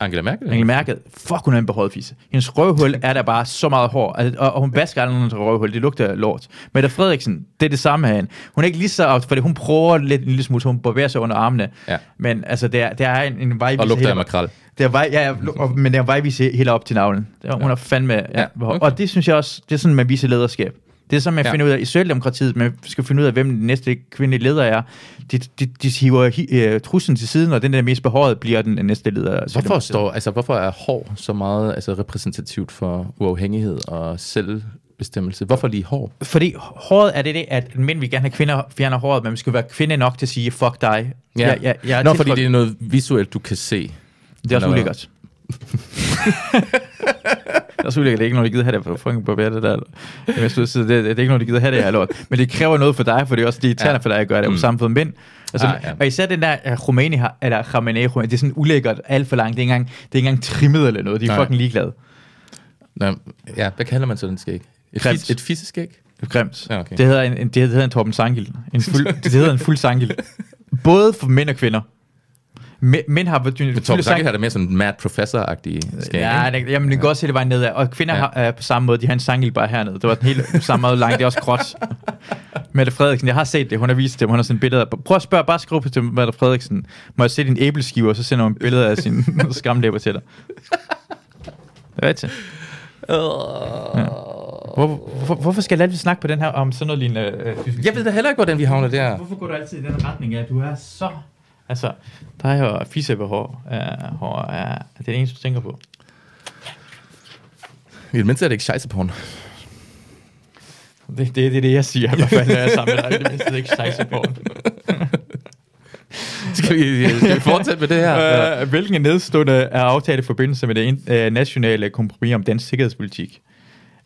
Speaker 2: Angela Merkel?
Speaker 1: Angela Merkel, fuck hun er en behåret fisse. Hendes røvhul er der bare så meget hår, Altså, og, og hun basker aldrig nogen til røvhul, det lugter af lort. Mette Frederiksen, det er det samme herinde. Hun er ikke lige så out, fordi hun prøver lidt en lille smule, så hun barberer sig under armene.
Speaker 2: Ja.
Speaker 1: Men altså, der, der er en, en vej,
Speaker 2: Og lugter af makrel.
Speaker 1: der er vej, ja, ja, lu- og, men der er vej, vi ser helt op til navlen. Der- Hun er fandme... Ja,
Speaker 2: Ja,
Speaker 1: behåret.
Speaker 2: okay.
Speaker 1: Og det synes jeg også, det er sådan, man viser lederskab. Det er sådan, man
Speaker 2: Ja.
Speaker 1: ja. finder ud af i Socialdemokratiet, man skal finde ud af, hvem den næste kvindelige leder er. De, de, de hiver hi, uh, trussen til siden, og den der er mest behåret bliver den næste leder. af
Speaker 2: Hvorfor, står, altså, hvorfor er hår så meget altså, repræsentativt for uafhængighed og selvbestemmelse? Hvorfor lige hår?
Speaker 1: Fordi håret er det det, at mænd vil gerne have kvinder fjerner håret, men man skal være kvinde nok til at sige, fuck dig. Jeg, jeg, jeg er
Speaker 2: Nå, fordi det
Speaker 1: det,
Speaker 2: er noget visuelt, du kan se.
Speaker 1: det er også
Speaker 2: Nå.
Speaker 1: ulækkert. det er også ulækkert, det er ikke nogen, der gider have det for fucking på det der. Jamen, jeg skulle sige, Det, det, det, er ikke nogen, der gider have det her lort. Men det kræver noget for dig, for det er også det irriterende
Speaker 2: Ja.
Speaker 1: ja. for dig at gøre det, mm. sammen med mænd. Altså,
Speaker 2: Ah,
Speaker 1: ah,
Speaker 2: ja.
Speaker 1: ja. Og især den der uh, Rumæni, har- eller Khamenei, Rumæni, det er sådan ulækkert, alt for langt. Det er ikke engang, det er ikke engang trimmet eller noget. De er
Speaker 2: Nej.
Speaker 1: fucking ligeglade.
Speaker 2: Nå, ja, hvad kalder man sådan en skæg? Et,
Speaker 1: Grimt.
Speaker 2: fis, et fisseskæg?
Speaker 1: Det er grimt.
Speaker 2: Ja, okay.
Speaker 1: Det hedder en, en, det hedder en Torben Sangel. En fuld, det hedder en fuld Sangel. Både for mænd og kvinder. Mæ- Mænd har...
Speaker 2: Men Torben Sanke har da mere sådan en mad professor-agtig skæg.
Speaker 1: Ja,
Speaker 2: ikke?
Speaker 1: det, jamen, det går også hele vejen nedad. Og kvinder
Speaker 2: Ja.
Speaker 1: ja. har, er på samme måde, de har en sangel bare hernede. Det var den helt samme måde langt, det er også gråt. Mette Frederiksen, jeg har set det, hun har vist det, hun har sendt billeder. Prøv at spørge, bare skriv til Mette Frederiksen, må jeg se din æbleskive, og så sender hun billeder af sin skamlæber til dig. Det er rigtigt. Hvor, hvor, hvorfor skal jeg altid snakke på den her, om sådan noget lignende? Øh,
Speaker 2: Jeg ved da heller ikke, hvordan vi havner der.
Speaker 1: Hvorfor går du altid i den retning, at du er så... Altså, dig og fisse på hår, uh, hår er det, det eneste, du tænker på.
Speaker 2: I det mindste er det ikke scheisse porn.
Speaker 1: Det er det, det, er det, jeg siger i hvert fald, når jeg er sammen med dig. Det mindste, det er ikke sejse på.
Speaker 2: Skal vi, øh, skal vi fortsætte med det her?
Speaker 1: Uh, hvilken nedstående er aftalt i forbindelse med det in- uh, nationale kompromis om dansk sikkerhedspolitik?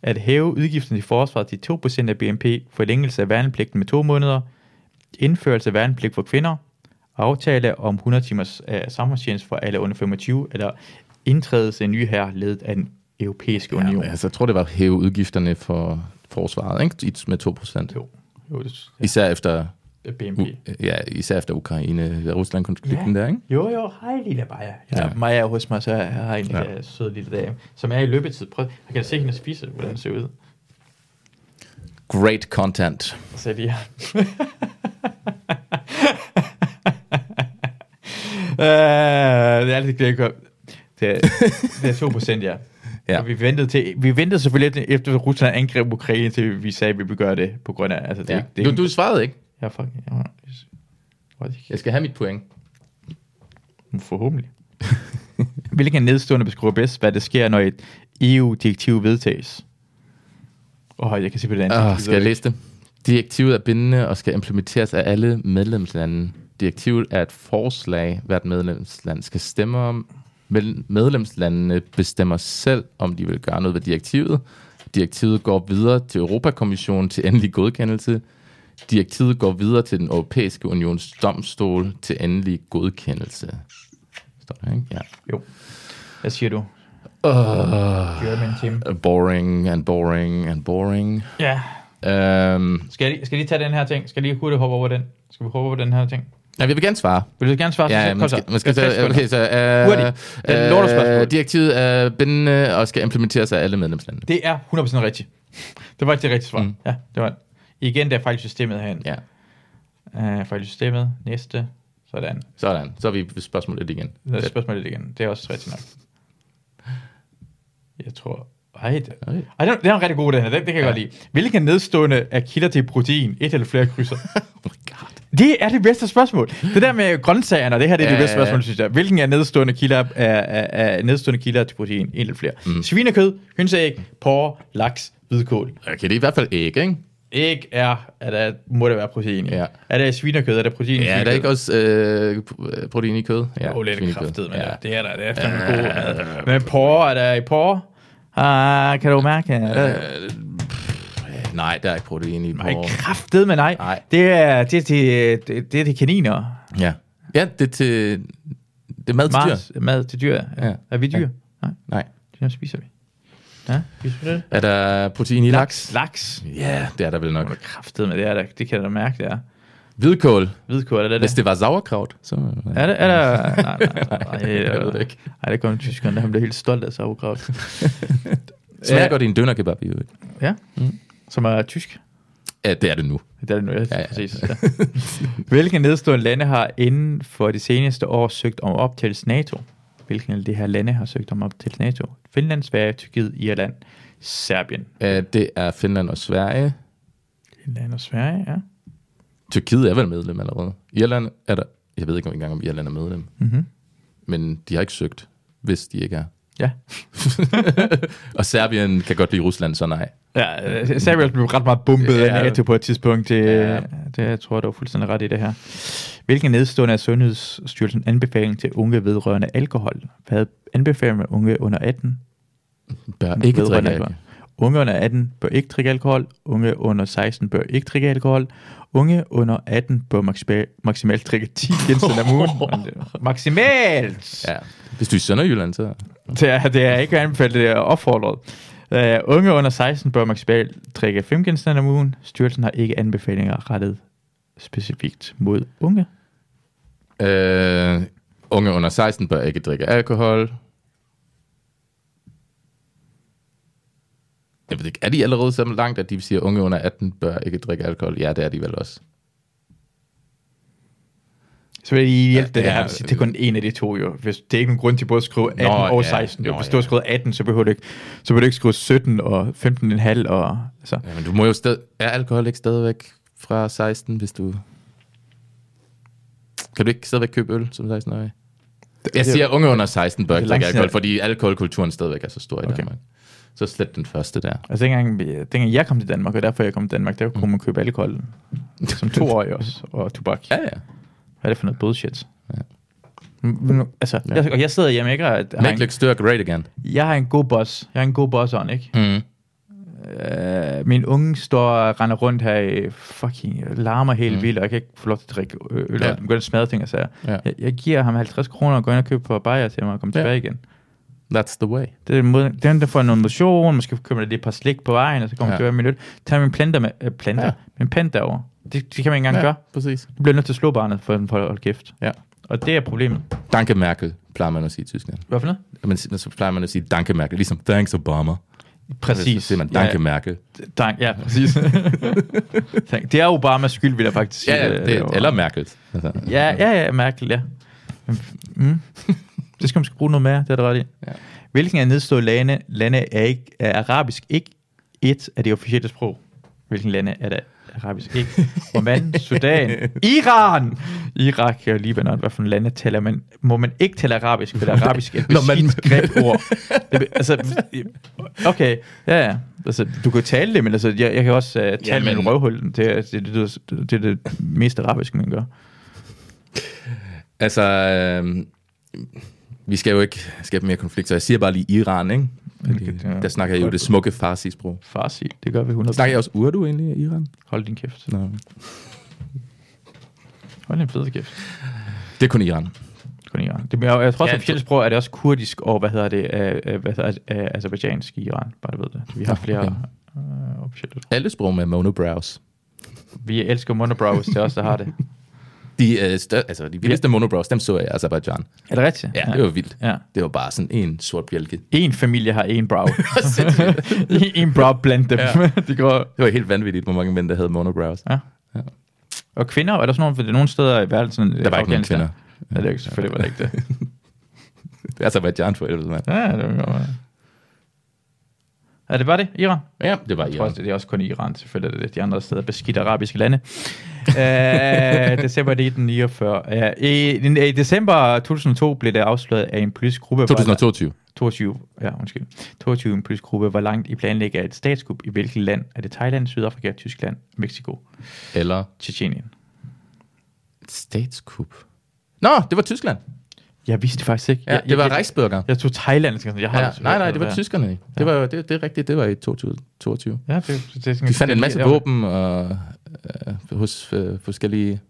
Speaker 1: At hæve udgifterne til forsvaret til 2% af BNP, forlængelse af værnepligten med to måneder, indførelse af værnepligt for kvinder, aftale om 100 timers uh, samfundstjeneste for alle under 25, eller indtrædelse af en ny her ledet af den europæiske
Speaker 2: Ja,
Speaker 1: union.
Speaker 2: men altså, jeg tror, det var at hæve udgifterne for forsvaret ikke? I- med 2 procent.
Speaker 1: Jo, jo det
Speaker 2: Især efter,
Speaker 1: er BNP.
Speaker 2: u- ja, især efter Ukraine, Rusland-konflikten
Speaker 1: Ja.
Speaker 2: der, ikke?
Speaker 1: Jo, jo, hej lille Maja. Ja,
Speaker 2: Ja.
Speaker 1: ja. Maja er hos mig, så jeg har en
Speaker 2: Ja.
Speaker 1: ja. uh, sød lille dame, som er i løbetid. Prøv, jeg kan se hendes fisse, hvordan den ser ud.
Speaker 2: Great content.
Speaker 1: Så lige her. Øh, det er altid det, jeg det, er- det er 2 procent, ja.
Speaker 2: Ja.
Speaker 1: ja. Vi, ventede til, vi ventede selvfølgelig lidt efter Rusland angreb Ukraine, til vi sagde, at vi ville gøre det på grund af... Altså, det, ja.
Speaker 2: Ja.
Speaker 1: det, det,
Speaker 2: Du, du svarede ikke.
Speaker 1: Jeg er fucking... Jeg, jeg,
Speaker 2: Jeg skal have mit point.
Speaker 1: Forhåbentlig. Hvilken nedstående beskriver bedst, hvad der sker, når et EU-direktiv vedtages. Åh, oh, jeg kan se på det andet.
Speaker 2: Oh, skal jeg læse det? Direktivet er bindende og skal implementeres af alle medlemslande. Direktivet er et forslag, hvert medlemsland skal stemme om. Men medlemslandene bestemmer selv, om de vil gøre noget ved direktivet. Direktivet går videre til Europakommissionen til endelig godkendelse. Direktivet går videre til den europæiske unions domstol til endelig godkendelse. Står der, ikke? Ja.
Speaker 1: Jo. Hvad siger du?
Speaker 2: Uh,
Speaker 1: German team.
Speaker 2: boring and boring and boring.
Speaker 1: Ja.
Speaker 2: Um,
Speaker 1: Skal jeg, lige- skal jeg lige tage den her ting? Skal jeg lige hurtigt hoppe over den? Skal vi hoppe over den her ting?
Speaker 2: jeg vil gerne svare.
Speaker 1: Vil du gerne svare?
Speaker 2: Ja, man skal, man skal tage, okay, så, øh,
Speaker 1: Hurtigt. Det er et lortespørgsmål.
Speaker 2: øh, direktivet er bindende og skal implementeres af alle medlemslande.
Speaker 1: Det er 100% rigtigt. Det var ikke det rigtige svar. Mm. Ja, det var Igen, der er fejl i systemet herinde.
Speaker 2: Ja,
Speaker 1: Øh, fejl i systemet. Næste. Sådan.
Speaker 2: sådan. Så er vi ved spørgsmål lidt igen.
Speaker 1: Lad os spørgsmålet igen. Det er også rigtigt nok. Jeg tror... Ej, det,
Speaker 2: Ej.
Speaker 1: ej, det, er, det er en rigtig god, den her. Det, det kan jeg ja. godt lide. Hvilke nedstående er kilder til protein? Et eller flere krydser?
Speaker 2: Oh my god.
Speaker 1: det er det bedste spørgsmål. Det der med grøntsagerne, og det her det er ja, det
Speaker 2: Ja,
Speaker 1: bedste
Speaker 2: ja, ja.
Speaker 1: spørgsmål, synes jeg. Hvilken er nedstående kilder, er, er, er nedstående kilder til protein? En eller flere. Mm. Svinekød, hønseæg, porre, laks, hvidkål.
Speaker 2: Okay, det er i hvert fald æg, ikke?
Speaker 1: Æg er, er der, må der være protein i.
Speaker 2: Ja.
Speaker 1: Er det svinekød, er der protein i
Speaker 2: Ja, er der
Speaker 1: svinekød?
Speaker 2: ikke også øh, p- protein i kød? Ja,
Speaker 1: Åh, lidt
Speaker 2: svinekød.
Speaker 1: kraftet, men
Speaker 2: ja.
Speaker 1: ja. det er der. Det er fandme god mad. Men porre, er der i porre? Ah, kan du mærke? Ja, der er
Speaker 2: Øh, Nej, der er ikke protein i
Speaker 1: nej,
Speaker 2: porre.
Speaker 1: kraftet, men nej.
Speaker 2: Nej.
Speaker 1: Det er det, er til- det, det er til kaniner.
Speaker 2: Ja. ja, det er til... Det er mad til dyr.
Speaker 1: Mars, mad til dyr. Ja.
Speaker 2: Ja.
Speaker 1: Er vi dyr?
Speaker 2: Ja.
Speaker 1: Nej,
Speaker 2: Nej.
Speaker 1: det spiser vi. Ja, spiser vi det?
Speaker 2: Er der protein i laks?
Speaker 1: Laks.
Speaker 2: Ja, det er der vel nok.
Speaker 1: Kraftet med det er der. Det kan jeg da mærke, det er.
Speaker 2: Hvidkål.
Speaker 1: Hvidkål, er det
Speaker 2: Hvis
Speaker 1: det?
Speaker 2: det var sauerkraut, så...
Speaker 1: Er det, er der? Nej, nej, nej. nej,
Speaker 2: jeg ved det ikke.
Speaker 1: Nej, det kom tyskeren, der han blev helt stolt af sauerkraut.
Speaker 2: Smager
Speaker 1: Ja.
Speaker 2: godt i en dønerkebab i øvrigt.
Speaker 1: Ja, som er tysk.
Speaker 2: Ja, det er det nu.
Speaker 1: Det er det nu, jeg ja,
Speaker 2: ja.
Speaker 1: ja. præcis. Ja. Hvilke nedstående lande har inden for de seneste år søgt om optagelse i NATO? Hvilke af de her lande har søgt om optagelse i NATO? Finland, Sverige, Tyrkiet, Irland, Serbien.
Speaker 2: Øh, Det er Finland og Sverige.
Speaker 1: Finland og Sverige, ja.
Speaker 2: Tyrkiet er vel medlem allerede. Irland er der... Jeg ved ikke engang, om Irland er medlem.
Speaker 1: Mm-hmm.
Speaker 2: Men de har ikke søgt, hvis de ikke er.
Speaker 1: Ja.
Speaker 2: og Serbien kan godt lide Rusland, så nej.
Speaker 1: Ja, øh, Serbien blev ret meget bumpet ja.
Speaker 2: Ja.
Speaker 1: af NATO på et tidspunkt. Det,
Speaker 2: Ja.
Speaker 1: ja. det jeg tror jeg, du var fuldstændig ret i det her. Hvilken nedstående af Sundhedsstyrelsen anbefaling til unge vedrørende alkohol? Hvad anbefaler man unge under 18?
Speaker 2: Bør ikke
Speaker 1: vedrørende
Speaker 2: drikke
Speaker 1: alkohol?
Speaker 2: alkohol.
Speaker 1: Unge under 18 bør ikke drikke alkohol. Unge under 16 bør ikke drikke alkohol. Unge under 18 bør maksima- maksimalt drikke 10 genstande om ugen. Maksimalt!
Speaker 2: Ja. Hvis du er i Sønderjylland, så...
Speaker 1: Det er, det er ikke anbefalet, det er opfordret. Uh, unge under 16 bør maksimalt drikke 5 genstande om ugen. Styrelsen har ikke anbefalinger rettet specifikt mod unge.
Speaker 2: Øh, unge under 16 bør ikke drikke alkohol. Jeg ved ikke, er de allerede så langt, at de siger, at unge under 18 bør ikke drikke alkohol? Ja, det er de vel også.
Speaker 1: Så vil jeg lige hjælpe det
Speaker 2: Ja,
Speaker 1: ja, her.
Speaker 2: ja.
Speaker 1: Det er kun en af de to jo. Hvis det er ikke en grund til både at skrive 18 Nå, og
Speaker 2: ja.
Speaker 1: 16. Jo,
Speaker 2: Nå,
Speaker 1: hvis du har
Speaker 2: ja.
Speaker 1: skrevet 18, så behøver du ikke, så behøver du ikke skrive 17 og 15,5 og så.
Speaker 2: Ja, men du må jo stadig... Er alkohol ikke stadigvæk fra 16, hvis du... Kan du ikke stadigvæk købe øl som 16-årig? Jeg
Speaker 1: det- altså,
Speaker 2: siger, at unge under 16 bør ikke
Speaker 1: langt
Speaker 2: drikke alkohol,
Speaker 1: siden-
Speaker 2: fordi alkoholkulturen stadigvæk er så stor i
Speaker 1: Okay.
Speaker 2: Danmark. Så slet den første der.
Speaker 1: Altså dengang, vi- dengang jeg kom til Danmark, og derfor jeg kom til Danmark, der kunne man købe alkohol som to år også, og tobak.
Speaker 2: Ja, ja.
Speaker 1: Hvad er det for noget bullshit? Ja. Altså, ja. Jeg, og jeg sidder hjemme, ikke? Og jeg, har
Speaker 2: Make
Speaker 1: en,
Speaker 2: look stir great again.
Speaker 1: jeg har en god boss. Jeg har en god boss on, ikke?
Speaker 2: Mm.
Speaker 1: Øh, min unge står og render rundt her i fucking larmer helt mm. vildt, og jeg kan ikke få lov til at drikke ø- øl,
Speaker 2: Ja.
Speaker 1: ja. og den begynder at smadre ting og sager.
Speaker 2: Ja.
Speaker 1: Jeg, jeg, giver ham 50 kroner og går ind og køber på bajer til mig og kommer
Speaker 2: Ja.
Speaker 1: tilbage igen.
Speaker 2: That's the way.
Speaker 1: Det er den måde, den der får noget motion, måske køber jeg lige et par slik på vejen, og så kommer
Speaker 2: Ja.
Speaker 1: jeg ja. min øl. Tag min planter med, øh, planter,
Speaker 2: Ja.
Speaker 1: ja. min pant derovre. Det, det kan man ikke engang ja. gøre.
Speaker 2: præcis.
Speaker 1: Du bliver nødt til at slå barnet for, for at holde kæft.
Speaker 2: Ja.
Speaker 1: Og det er problemet.
Speaker 2: Danke Merkel, plejer man at sige i Tyskland.
Speaker 1: Hvad for noget?
Speaker 2: Men så plejer man at sige Danke Merkel, ligesom Thanks Obama.
Speaker 1: Præcis.
Speaker 2: Så siger man Danke
Speaker 1: ja,
Speaker 2: Merkel.
Speaker 1: dank, ja, præcis. Dank. det er Obamas skyld, vil jeg faktisk sige. øh,
Speaker 2: Ja, ja,
Speaker 1: Det er
Speaker 2: det,
Speaker 1: Obama.
Speaker 2: eller Merkel. Altså,
Speaker 1: Ja, ja, ja, Merkel, ja. Mm. Det skal man skal bruge noget mere, det er det ret i.
Speaker 2: Ja.
Speaker 1: Ja. Hvilken af nedstående lande, lande er, ikke, er arabisk ikke et af det officielle sprog? Hvilken lande er det? arabisk ikke, Oman, Sudan, Iran, Irak og Libanon, hvad for en lande taler man, må man ikke tale arabisk, for det er arabisk et
Speaker 2: Når man-
Speaker 1: beskidt grebord. Det be- altså, okay, ja, ja. Altså, du kan jo tale det, men altså, jeg, jeg kan også uh, tale
Speaker 2: Ja,
Speaker 1: ja,
Speaker 2: men-
Speaker 1: med en røvhul. Det, er- det, det, det, det, det er det mest arabiske, man gør.
Speaker 2: Altså, øh, vi skal jo ikke skabe mere konflikt, så jeg siger bare lige Iran, ikke? Fordi
Speaker 1: Okay, ja.
Speaker 2: Der snakker jeg jo det smukke farsi-sprog.
Speaker 1: Farsi, det gør vi 100.
Speaker 2: Snakker jeg også urdu egentlig i Iran?
Speaker 1: Hold din kæft.
Speaker 2: Nå.
Speaker 1: Hold din fede kæft.
Speaker 2: Det er kun Iran.
Speaker 1: Kun Iran. Det, jeg, jeg tror også,
Speaker 2: Ja,
Speaker 1: at officielt sprog er det også kurdisk og, hvad hedder det, øh, øh, hvad hedder det, øh, azerbaijansk i Iran, bare du ved det. Vi har
Speaker 2: Nå,
Speaker 1: flere
Speaker 2: okay.
Speaker 1: øh, officielle.
Speaker 2: Alle sprog med monobrows.
Speaker 1: Vi elsker monobrows, det er os, der har det.
Speaker 2: De, øh, stør, altså, de vildeste monobrows, dem så jeg i Azerbaijan.
Speaker 1: Er det rigtigt?
Speaker 2: Ja, det var vildt.
Speaker 1: Ja.
Speaker 2: Det var bare sådan en sort bjælke.
Speaker 1: En familie har en brow. en brow blandt dem.
Speaker 2: Ja.
Speaker 1: Ja. det går...
Speaker 2: Det var helt vanvittigt, hvor mange mænd, der havde monobrows.
Speaker 1: Ja.
Speaker 2: Ja.
Speaker 1: Og kvinder, er der sådan nogle, for det er nogle steder i verden? Sådan,
Speaker 2: Der var ikke nogen kvinder.
Speaker 1: Nej, det er ikke, selvfølgelig var det ikke det.
Speaker 2: Det er Azerbaijan for helvede, mand.
Speaker 1: Ja, det var godt. Er det bare det, Iran?
Speaker 2: Ja, det var
Speaker 1: Jeg tror
Speaker 2: Iran.
Speaker 1: også, det er også kun i Iran, selvfølgelig er det det. de andre steder beskidte arabiske lande. øh, december 1949. Ja, i, I december 2002 blev det afsløret af en politisk gruppe. hvor-
Speaker 2: 2022.
Speaker 1: 22, ja, undskyld. 22 en politisk gruppe var langt i planlægge af et statskup i hvilket land? Er det Thailand, Sydafrika, Tyskland, Mexico,
Speaker 2: Eller
Speaker 1: Tjetjenien?
Speaker 2: statskup. Nå, det var Tyskland.
Speaker 1: Jeg vidste det faktisk ikke.
Speaker 2: Ja,
Speaker 1: jeg,
Speaker 2: det var
Speaker 1: jeg, jeg,
Speaker 2: Reichsbürger.
Speaker 1: jeg tog Thailand. sådan, Jeg har
Speaker 2: Ja,
Speaker 1: aldrig-
Speaker 2: nej, nej, det var
Speaker 1: Ja. Mm.
Speaker 2: tyskerne. ikke? Det var, det, det er rigtigt, det var i 2022.
Speaker 1: Ja, det, det, det,
Speaker 2: De fandt en masse
Speaker 1: det-
Speaker 2: våben og, øh, hos øh, forskellige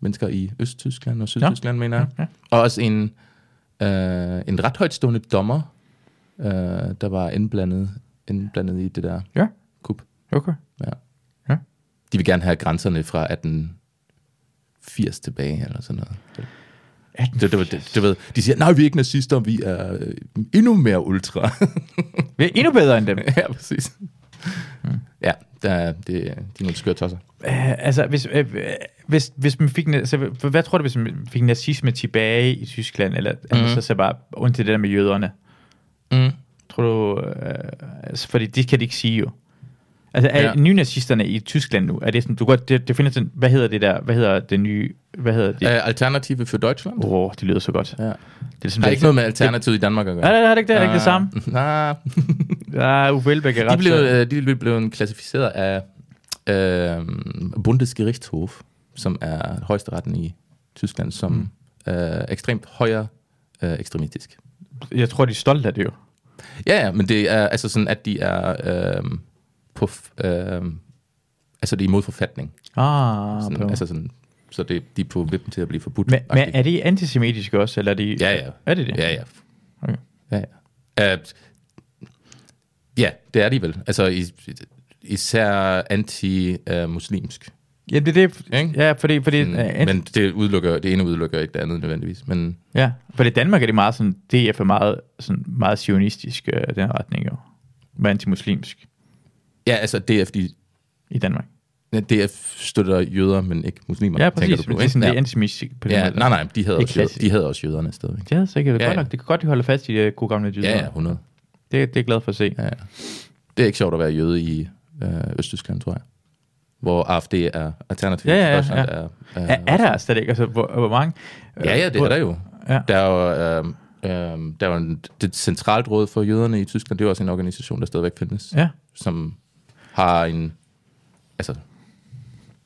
Speaker 2: mennesker i Østtyskland og Sydtyskland, mener jeg.
Speaker 1: ja.
Speaker 2: Og også en, øh, en ret højtstående dommer, øh, der var indblandet, indblandet i det der
Speaker 1: Ja,
Speaker 2: kup.
Speaker 1: okay.
Speaker 2: Ja.
Speaker 1: Ja.
Speaker 2: De vil gerne have grænserne fra 1880 tilbage, eller sådan noget. Det, det, var- det, du ved, de siger, nej, vi er ikke nazister, vi er øh, endnu mere ultra.
Speaker 1: Vi er endnu bedre end dem.
Speaker 2: ja, præcis. Mm. Ja, der, er- det, de er nogle skøre tosser.
Speaker 1: Øh, altså, hvis, øh, øh, hvis, hvis man fik, na- altså, h- hvad tror du, hvis man fik nazisme tilbage i Tyskland, eller mm. altså,
Speaker 2: Mhm.
Speaker 1: så, så bare ondt til det der med jøderne?
Speaker 2: Mm.
Speaker 1: Tror du, øh, altså, fordi det kan de ikke sige jo. Altså, er
Speaker 2: Ja.
Speaker 1: ja. nynazisterne i Tyskland nu, er det sådan, du godt, det, det findes sådan, hvad hedder det der, hvad hedder det nye, hvad hedder det? Åh,
Speaker 2: Øh, Alternative for Deutschland?
Speaker 1: øh. oh, det lyder så godt.
Speaker 2: Ja.
Speaker 1: Det er
Speaker 2: Der er
Speaker 1: simpelthen
Speaker 2: ikke noget med Alternativet i Danmark at gøre. Øh,
Speaker 1: Nej, nej, nej, det er ikke det, det er ikke det samme.
Speaker 2: Nej,
Speaker 1: Ja, Uffe Elbæk er ret
Speaker 2: de blev,
Speaker 1: sød.
Speaker 2: øh, de blev klassificeret af øh, Bundesgerichtshof, som er højesteretten i Tyskland, som øh, ekstremt højre øh, ekstremistisk.
Speaker 1: Jeg tror, de er stolte af det jo.
Speaker 2: Ja, ja, men det er altså sådan, at de er øh, på... f- Øh, altså, det er imod forfatning.
Speaker 1: Ah,
Speaker 2: Sådan,
Speaker 1: på-
Speaker 2: altså sådan, så det, de er på vippen til at blive forbudt.
Speaker 1: men, men
Speaker 2: agtigt.
Speaker 1: er de antisemitiske også, eller er de...
Speaker 2: Ja, ja.
Speaker 1: Er det det?
Speaker 2: Ja, ja.
Speaker 1: Okay.
Speaker 2: Ja, ja. Uh, ja, det er de vel. Altså is- især anti-muslimsk.
Speaker 1: Ja, det er det.
Speaker 2: Ikke?
Speaker 1: Ja, fordi, fordi, mm,
Speaker 2: Mm,
Speaker 1: men,
Speaker 2: men det, udelukker, det ene udelukker ikke det andet nødvendigvis. Men
Speaker 1: ja, fordi i Danmark er det meget sådan, DF er meget, sådan, meget sionistisk øh, den her retning jo. Men antimuslimsk
Speaker 2: ja, altså DF, de,
Speaker 1: i Danmark.
Speaker 2: ja, DF støtter jøder, men ikke muslimer.
Speaker 1: Ja,
Speaker 2: tænker
Speaker 1: præcis.
Speaker 2: Du
Speaker 1: Men
Speaker 2: på,
Speaker 1: det er sådan,
Speaker 2: ikke?
Speaker 1: det er antisemitisk på den
Speaker 2: ja. ja,
Speaker 1: måde.
Speaker 2: nej, nej, de havde,
Speaker 1: Ikke
Speaker 2: også jøder,
Speaker 1: klassisk.
Speaker 2: de havde også jøderne stadigvæk.
Speaker 1: Det er sikkert
Speaker 2: Ja,
Speaker 1: ja, godt
Speaker 2: ja.
Speaker 1: nok. Det kan godt, de holder fast i det gode gamle jyder.
Speaker 2: Ja, ja, 100.
Speaker 1: Det, det er jeg glad for at se.
Speaker 2: Ja, ja. Det er ikke sjovt at være jøde i øh, Østtyskland, tror jeg. Hvor AFD er alternativ.
Speaker 1: Ja, ja, ja,
Speaker 2: Deutschland
Speaker 1: ja.
Speaker 2: Er,
Speaker 1: Er, er der stadig ikke? Altså, hvor, hvor mange? øh,
Speaker 2: Ja, ja, det er der jo.
Speaker 1: Ja.
Speaker 2: Der er jo, øhm, øhm, der er jo en, det centralt råd for jøderne i Tyskland, det er jo også en organisation, der stadigvæk findes,
Speaker 1: Ja.
Speaker 2: som har en, altså,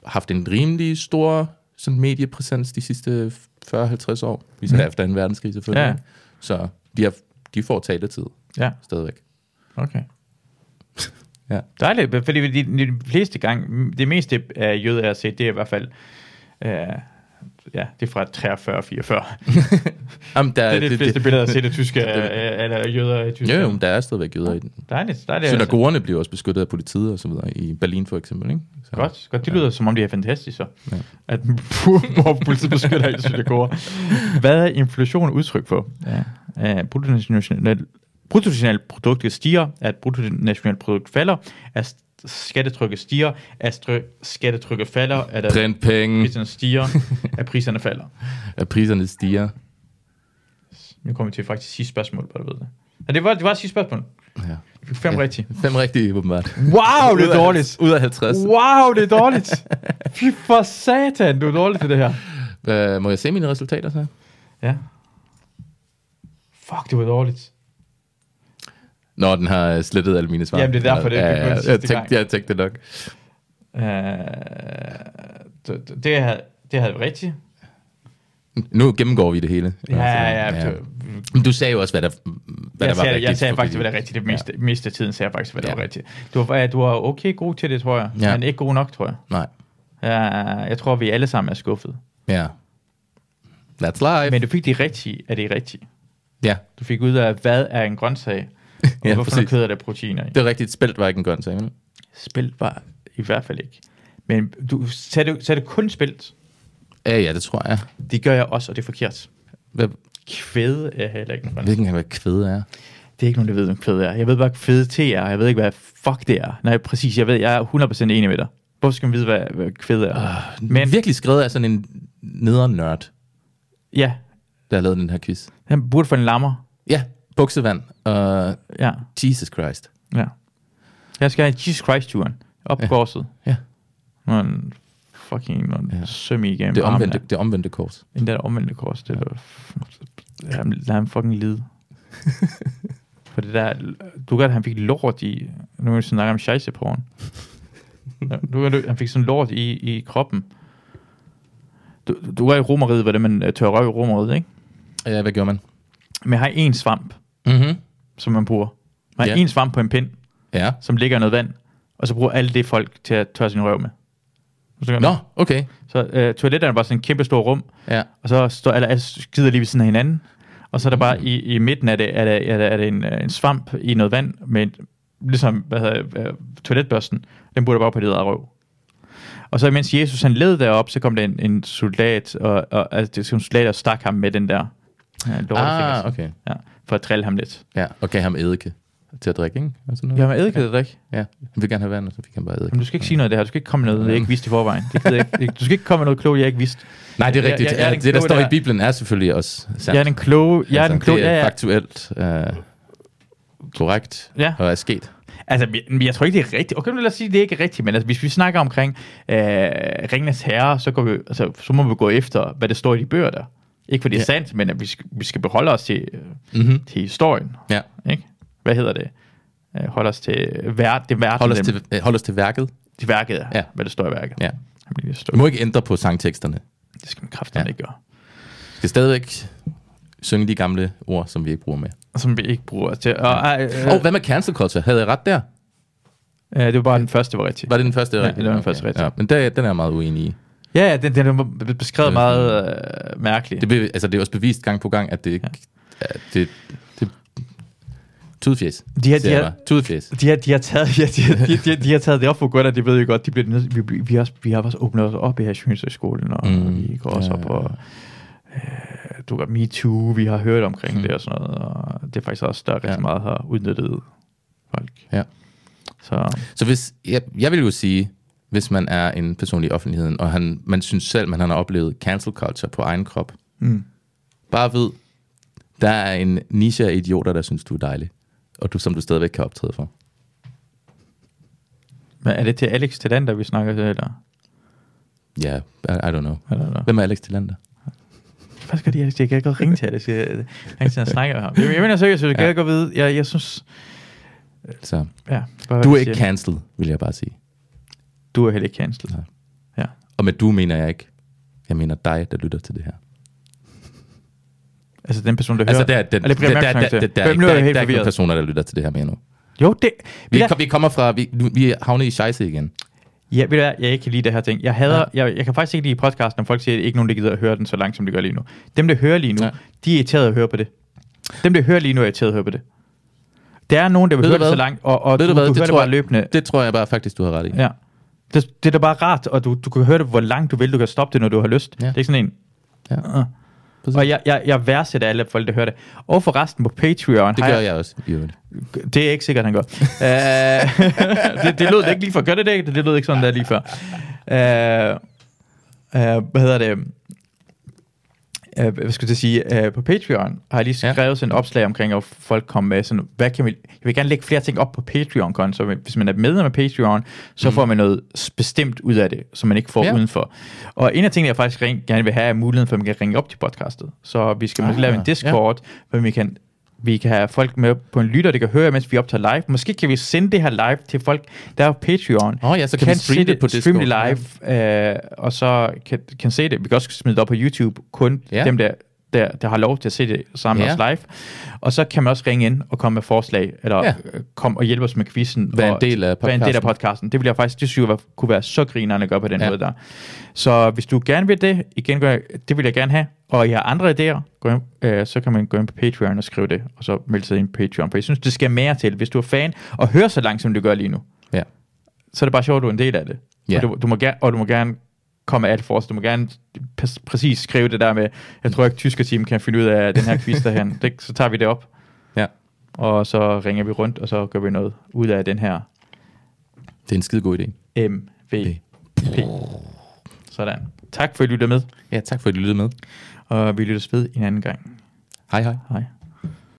Speaker 2: haft en rimelig stor sådan mediepræsens de sidste 40-50 år, især mm. efter en verdenskrig selvfølgelig.
Speaker 1: Mhm. Ja.
Speaker 2: Ja. Så de, har, de får taletid
Speaker 1: Ja,
Speaker 2: stadigvæk.
Speaker 1: okay.
Speaker 2: Ja.
Speaker 1: Dejligt, fordi de, de, de fleste gang, det meste af jøder, jeg har set, det er i hvert fald, øh, ja, det er fra 43 44.
Speaker 2: Jamen, der,
Speaker 1: det er det, bedste billede at se det tyske, øh, eller jøder i
Speaker 2: Jo,
Speaker 1: Tyskland.
Speaker 2: jo, men der er stadigvæk jøder i den.
Speaker 1: Dejligt, dejligt. altså.
Speaker 2: Synagogerne bliver også beskyttet af politiet og så videre, i Berlin for eksempel, ikke? Så.
Speaker 1: Godt, godt. Det lyder, som om det er fantastisk, så. Ja. At hvor politiet beskytter alle synagoger. Hvad er inflation udtryk for? Ja. Uh, bruttonational, bruttonationalproduktet stiger, at bruttonationalprodukt falder, at st- skattetrykket stiger, at stry- skattetrykket falder, at, at
Speaker 2: Print penge,
Speaker 1: priserne stiger, at priserne falder.
Speaker 2: at priserne stiger.
Speaker 1: Nu kommer vi til faktisk sidste spørgsmål, bare du ved det. Ja, det var, det var sidste spørgsmål.
Speaker 2: Ja.
Speaker 1: Jeg fik fem ja. rigtige.
Speaker 2: Fem rigtige, åbenbart.
Speaker 1: Wow, det
Speaker 2: Ud af-
Speaker 1: er dårligt.
Speaker 2: Ud af 50.
Speaker 1: Wow, det er dårligt. Fy for satan, du er dårlig til det her.
Speaker 2: Uh, må jeg se mine resultater så?
Speaker 1: Ja. Fuck, det var dårligt.
Speaker 2: Nå, den har øh, slettet alle mine svar.
Speaker 1: Jamen, det er derfor, det
Speaker 2: Ja,
Speaker 1: blev kun
Speaker 2: ja,
Speaker 1: sidste
Speaker 2: jeg, tænkte,
Speaker 1: gang.
Speaker 2: jeg tænkte det nok.
Speaker 1: Uh, det, det, havde, det havde vi rigtigt.
Speaker 2: Nu gennemgår vi det hele.
Speaker 1: Ja, ja, ja.
Speaker 2: Altså,
Speaker 1: ja.
Speaker 2: Men du sagde jo også, hvad der, hvad
Speaker 1: Jeg,
Speaker 2: der var
Speaker 1: sagde,
Speaker 2: rigtigt.
Speaker 1: jeg sagde
Speaker 2: fordi-
Speaker 1: faktisk, hvad der er rigtigt. Det meste, ja. meste af tiden sagde jeg faktisk, hvad der
Speaker 2: Ja.
Speaker 1: var rigtigt. Du var, du var okay god til det, tror jeg.
Speaker 2: Ja.
Speaker 1: Men ikke god nok, tror jeg.
Speaker 2: Nej.
Speaker 1: Ja, jeg tror, vi alle sammen er skuffet.
Speaker 2: Ja. That's life.
Speaker 1: Men du fik det rigtige af det rigtige.
Speaker 2: ja,
Speaker 1: Du fik ud af, hvad er en grøntsag? Og
Speaker 2: Ja,
Speaker 1: ja, hvorfor
Speaker 2: præcis.
Speaker 1: noget kød er der proteiner i?
Speaker 2: det er rigtigt. Spelt var ikke en grøn sag, men...
Speaker 1: Spilt var i hvert fald ikke. Men du sagde, du, sagde du kun spilt.
Speaker 2: Ja, ja, det tror jeg.
Speaker 1: Det gør jeg også, og det er forkert.
Speaker 2: Hvad,
Speaker 1: Kvæde er heller ikke en grøntsag.
Speaker 2: hvilken kan være kvæde er?
Speaker 1: Det er ikke nogen, der ved, hvad kvæde er. Jeg ved bare, hvad kvæde te er. og Jeg ved ikke, hvad fuck det er. Nej, præcis. Jeg ved, jeg er 100% enig med dig. Hvorfor skal man vide, hvad, hvad kvæde er? Uh,
Speaker 2: Men
Speaker 1: Men
Speaker 2: virkelig skrevet af sådan en nederen nørd,
Speaker 1: ja,
Speaker 2: der har lavet den her quiz.
Speaker 1: han burde få en lammer.
Speaker 2: Ja, buksevand. Uh,
Speaker 1: Ja,
Speaker 2: Jesus Christ.
Speaker 1: ja. Jeg skal have Jesus Christ-turen. Op
Speaker 2: Ja.
Speaker 1: ja. korset.
Speaker 2: Ja.
Speaker 1: Man fucking man
Speaker 2: Ja.
Speaker 1: ja. søm igennem
Speaker 2: Det omvendte,
Speaker 1: armene.
Speaker 2: det omvendte kors.
Speaker 1: Den der omvendte kors, det er ja. Lad ham fucking lide. For det der, du kan godt, han fik lort i, nu kan vi snakke om scheisseporn. Du kan godt, han fik sådan lort i, i kroppen. Du, du var i romeriet, hvordan man øh, tør røv i romeriet, ikke?
Speaker 2: Ja, hvad gjorde man?
Speaker 1: Men jeg har en svamp,
Speaker 2: Mm-hmm.
Speaker 1: som man bruger. Man har
Speaker 2: Ja.
Speaker 1: en svamp på en pind,
Speaker 2: Ja.
Speaker 1: som ligger i noget vand, og så bruger alt det folk til at tørre sin røv med. Så, gør
Speaker 2: Nå,
Speaker 1: man-
Speaker 2: okay.
Speaker 1: så øh, toiletterne var sådan en kæmpe stor rum,
Speaker 2: Ja.
Speaker 1: og så står alle, alle skider lige ved siden af hinanden, og så er der bare i, i midten af det, er der, er der, er der en, øh, en svamp i noget vand, med en, ligesom hvad hedder, øh, toiletbørsten, den burde bare på det eget røv. Og så imens Jesus han led derop, så kom der en, en soldat, og, og altså, det var en soldat, der stak ham med den der ja, lortefinger,
Speaker 2: Ah, okay.
Speaker 1: ja, for at trille ham lidt.
Speaker 2: Ja, og gav ham eddike til at drikke, ikke? Og sådan noget.
Speaker 1: Jeg har eddikædet, ikke?
Speaker 2: Ja, han ville gerne have vand, og så fik han bare eddike.
Speaker 1: Men du skal ikke sige noget af det her. Du skal ikke komme med noget, jeg ikke vidste i forvejen. Det gider jeg ikke. Du skal ikke komme med noget klogt, jeg ikke vidste.
Speaker 2: Nej, det er
Speaker 1: Jeg-
Speaker 2: rigtigt.
Speaker 1: jeg-
Speaker 2: Jeg,
Speaker 1: jeg er den
Speaker 2: det, der
Speaker 1: kloge
Speaker 2: står
Speaker 1: der.
Speaker 2: i Bibelen, er selvfølgelig også sandt. Altså,
Speaker 1: Jeg er den kloge. Jeg er den kloge.
Speaker 2: Det er
Speaker 1: Ja, ja.
Speaker 2: faktuelt øh, korrekt
Speaker 1: Ja.
Speaker 2: og er sket.
Speaker 1: Altså, men- men jeg tror ikke, det er rigtigt. Okay, men lad os sige, det er ikke rigtigt, men altså, hvis vi snakker omkring øh, Ringenes Herre, så, går vi, altså, så må vi gå efter, hvad det står i de bøger der. Ikke fordi det er sandt, men at vi skal, vi skal beholde os til,
Speaker 2: Mm-hmm.
Speaker 1: øh, til historien.
Speaker 2: Ja.
Speaker 1: Ikke? Hvad hedder det? Øh, Hold os til vær, det verden,
Speaker 2: Hold os,
Speaker 1: dem-
Speaker 2: til, øh, hold os til værket.
Speaker 1: til værket, er,
Speaker 2: Ja.
Speaker 1: hvad der står i værket.
Speaker 2: Ja.
Speaker 1: Jamen, det, står,
Speaker 2: Vi må ikke ændre på sangteksterne.
Speaker 1: det skal man kraftedeme
Speaker 2: Ja.
Speaker 1: ja. ikke gøre.
Speaker 2: Vi skal stadigvæk synge de gamle ord, som vi ikke bruger mere.
Speaker 1: Som vi ikke bruger til. Og, øh,
Speaker 2: Åh,
Speaker 1: øh,
Speaker 2: oh, hvad med cancel culture? Havde jeg ret der?
Speaker 1: øh, det var bare den første, var rigtig.
Speaker 2: Var det den første?
Speaker 1: Ja,
Speaker 2: rigtige?
Speaker 1: det var den første rigtige.
Speaker 2: Ja, men der, den er jeg meget uenig i.
Speaker 1: Ja, ja, den, den er beskrevet
Speaker 2: Øh,
Speaker 1: meget øh, mærkeligt.
Speaker 2: Det, be, altså, det er også bevist gang på gang, at det ikke... Ja. Det, det, Tudfjes.
Speaker 1: De her-
Speaker 2: siger
Speaker 1: de
Speaker 2: jeg
Speaker 1: her-
Speaker 2: bare. Tudefjæs.
Speaker 1: De har, de har, taget, ja, de, har, de, de, de har taget det op for godt, og det ved jeg godt. De bliver nødt, vi, vi, vi, har også, vi har også åbnet os op i her Sjønshøjskolen, og
Speaker 2: Mm.
Speaker 1: mm. vi går også
Speaker 2: Ja,
Speaker 1: op
Speaker 2: ja,
Speaker 1: og... Øh, du gør MeToo, vi har hørt omkring mm. det og sådan noget, og det er faktisk også, der er rigtig
Speaker 2: Ja.
Speaker 1: ja. meget har udnyttet folk.
Speaker 2: Ja.
Speaker 1: Så
Speaker 2: Så hvis, jeg, jeg vil jo sige, hvis man er en person i offentligheden, og han, man synes selv, man han har oplevet cancel culture på egen krop,
Speaker 1: Mm.
Speaker 2: bare ved, der er en niche af idioter, der synes, du er dejlig, og du, som du stadigvæk kan optræde for.
Speaker 1: men er det til Alex Talander, vi snakker til, eller?
Speaker 2: Ja, yeah, I, I don't know.
Speaker 1: eller, eller?
Speaker 2: Hvem er Alex Tillander?
Speaker 1: Hvad skal de Alex? Jeg kan godt ringe til Alex. Jeg, jeg, jeg, jeg snakker med ham. Jeg, jeg mener seriøst, jeg kan
Speaker 2: Ja.
Speaker 1: ja. godt vide. Jeg, jeg synes...
Speaker 2: Så,
Speaker 1: Ja, bare,
Speaker 2: du
Speaker 1: hvad
Speaker 2: er
Speaker 1: de
Speaker 2: ikke
Speaker 1: siger.
Speaker 2: cancelled, vil jeg bare sige.
Speaker 1: Du er heller ikke cancelled.
Speaker 2: Nej.
Speaker 1: Ja.
Speaker 2: Og med du mener jeg ikke. Jeg mener dig, der lytter til det her.
Speaker 1: Altså den person, der
Speaker 2: Altså,
Speaker 1: hører...
Speaker 2: der, der, der,
Speaker 1: Eller
Speaker 2: der,
Speaker 1: bliver
Speaker 2: der, der,
Speaker 1: opmærksom
Speaker 2: der, der,
Speaker 1: til.
Speaker 2: der, er
Speaker 1: Hvem
Speaker 2: ikke-
Speaker 1: nu
Speaker 2: der,
Speaker 1: er
Speaker 2: er
Speaker 1: helt
Speaker 2: ikke- der er ikke nogen
Speaker 1: forvirret?
Speaker 2: personer, der lytter til det her mere nu.
Speaker 1: Jo, det...
Speaker 2: Vi,
Speaker 1: Ved du-
Speaker 2: kom- vi kommer fra, vi, nu- vi er havnet i scheisse igen.
Speaker 1: Ja, ved du hvad, jeg ikke kan lide det her ting. Jeg hader, ja. jeg, jeg kan faktisk ikke lide podcasten, når folk siger, at ikke nogen, der gider at høre den så langt, som de gør lige nu. Dem, der hører lige nu,
Speaker 2: Ja.
Speaker 1: ja. de er irriterede at høre på det. Dem, der hører lige nu, er irriterede at høre på det. Der er nogen, der vil
Speaker 2: Ved du
Speaker 1: høre det
Speaker 2: hvad?
Speaker 1: så langt, og, og
Speaker 2: Ved
Speaker 1: du,
Speaker 2: du
Speaker 1: du,
Speaker 2: hvad, det
Speaker 1: hører det
Speaker 2: tror
Speaker 1: bare
Speaker 2: jeg-
Speaker 1: løbende.
Speaker 2: Det tror jeg bare faktisk, du har ret i.
Speaker 1: Ja. Det, det er da bare rart, og du, du kan høre det, hvor langt du vil. Du kan stoppe det, når du har lyst.
Speaker 2: Ja.
Speaker 1: Det er ikke sådan en... Ah.
Speaker 2: Ja. Præcis.
Speaker 1: Og jeg, jeg, jeg værdsætter alle folk, der hører det. Og for resten på Patreon
Speaker 2: Det
Speaker 1: har
Speaker 2: gør jeg også. i øvrigt.
Speaker 1: Det er ikke sikkert, han gør. uh, det, det lød det ikke lige før. Gør det det ikke? Det lød ikke sådan der Øh, lige før. Uh, uh, hvad hedder det? øh, hvad skulle jeg sige, øh, på Patreon har jeg lige
Speaker 2: Ja.
Speaker 1: skrevet ja. sådan et opslag omkring, at folk kom med sådan, hvad kan vi, jeg vil gerne lægge flere ting op på Patreon, så hvis man er medlem af Patreon, så mm. får man noget s- bestemt ud af det, som man ikke får
Speaker 2: Mhm. Ja.
Speaker 1: ja. udenfor. Og en af tingene, jeg faktisk ring, gerne vil have, er muligheden for, at man kan ringe op til podcastet. Så vi skal måske
Speaker 2: Ah,
Speaker 1: lave en
Speaker 2: ja.
Speaker 1: Discord, hvor vi kan vi kan have folk med på en lytter, det kan høre, mens vi optager live. Måske kan vi sende det her live til folk, der er på Patreon.
Speaker 2: Åh ja, så kan vi streame
Speaker 1: se
Speaker 2: det på
Speaker 1: streame det
Speaker 2: Discord.
Speaker 1: live, øh, og så kan, kan se det. Vi kan også smide det op på YouTube, kun
Speaker 2: Ja.
Speaker 1: ja. dem, der, der, der har lov til at se det sammen med
Speaker 2: Ja.
Speaker 1: os live. Og så kan man også ringe ind og komme med forslag, eller
Speaker 2: Ja.
Speaker 1: ja. kom og hjælpe os med quizzen.
Speaker 2: Være en
Speaker 1: og-
Speaker 2: del af
Speaker 1: Være en del af
Speaker 2: podcasten.
Speaker 1: podcasten. Det ville jeg faktisk, det synes jeg var- kunne være så grinerende at gøre på den
Speaker 2: Ja.
Speaker 1: ja. måde der. Så hvis du gerne vil det, igen, gør jeg, det vil jeg gerne have, og I har andre idéer, gå ind, øh, så kan man gå ind på Patreon og skrive det, og så melde sig ind på Patreon. For jeg synes, det skal mere til, hvis du er fan og hører så langt, som du gør lige nu
Speaker 2: Ja.
Speaker 1: så er det bare sjovt, at du er en del af det.
Speaker 2: Ja.
Speaker 1: Og, du, du må gerne, og du må gerne komme med alt for os. Du må gerne præ- præcis skrive det der med, jeg tror ikke, tyskerteam kan finde ud af den her quiz derhen. Det, så tager vi det op.
Speaker 2: Ja.
Speaker 1: Og så ringer vi rundt, og så gør vi noget ud af den her
Speaker 2: Det er en skide god idé.
Speaker 1: MVP. Sådan. Tak for, at I lytter med,
Speaker 2: Ja, tak for at I lyttede med.
Speaker 1: og vi lyttes ved en anden gang.
Speaker 2: Hej hej.
Speaker 1: Hej.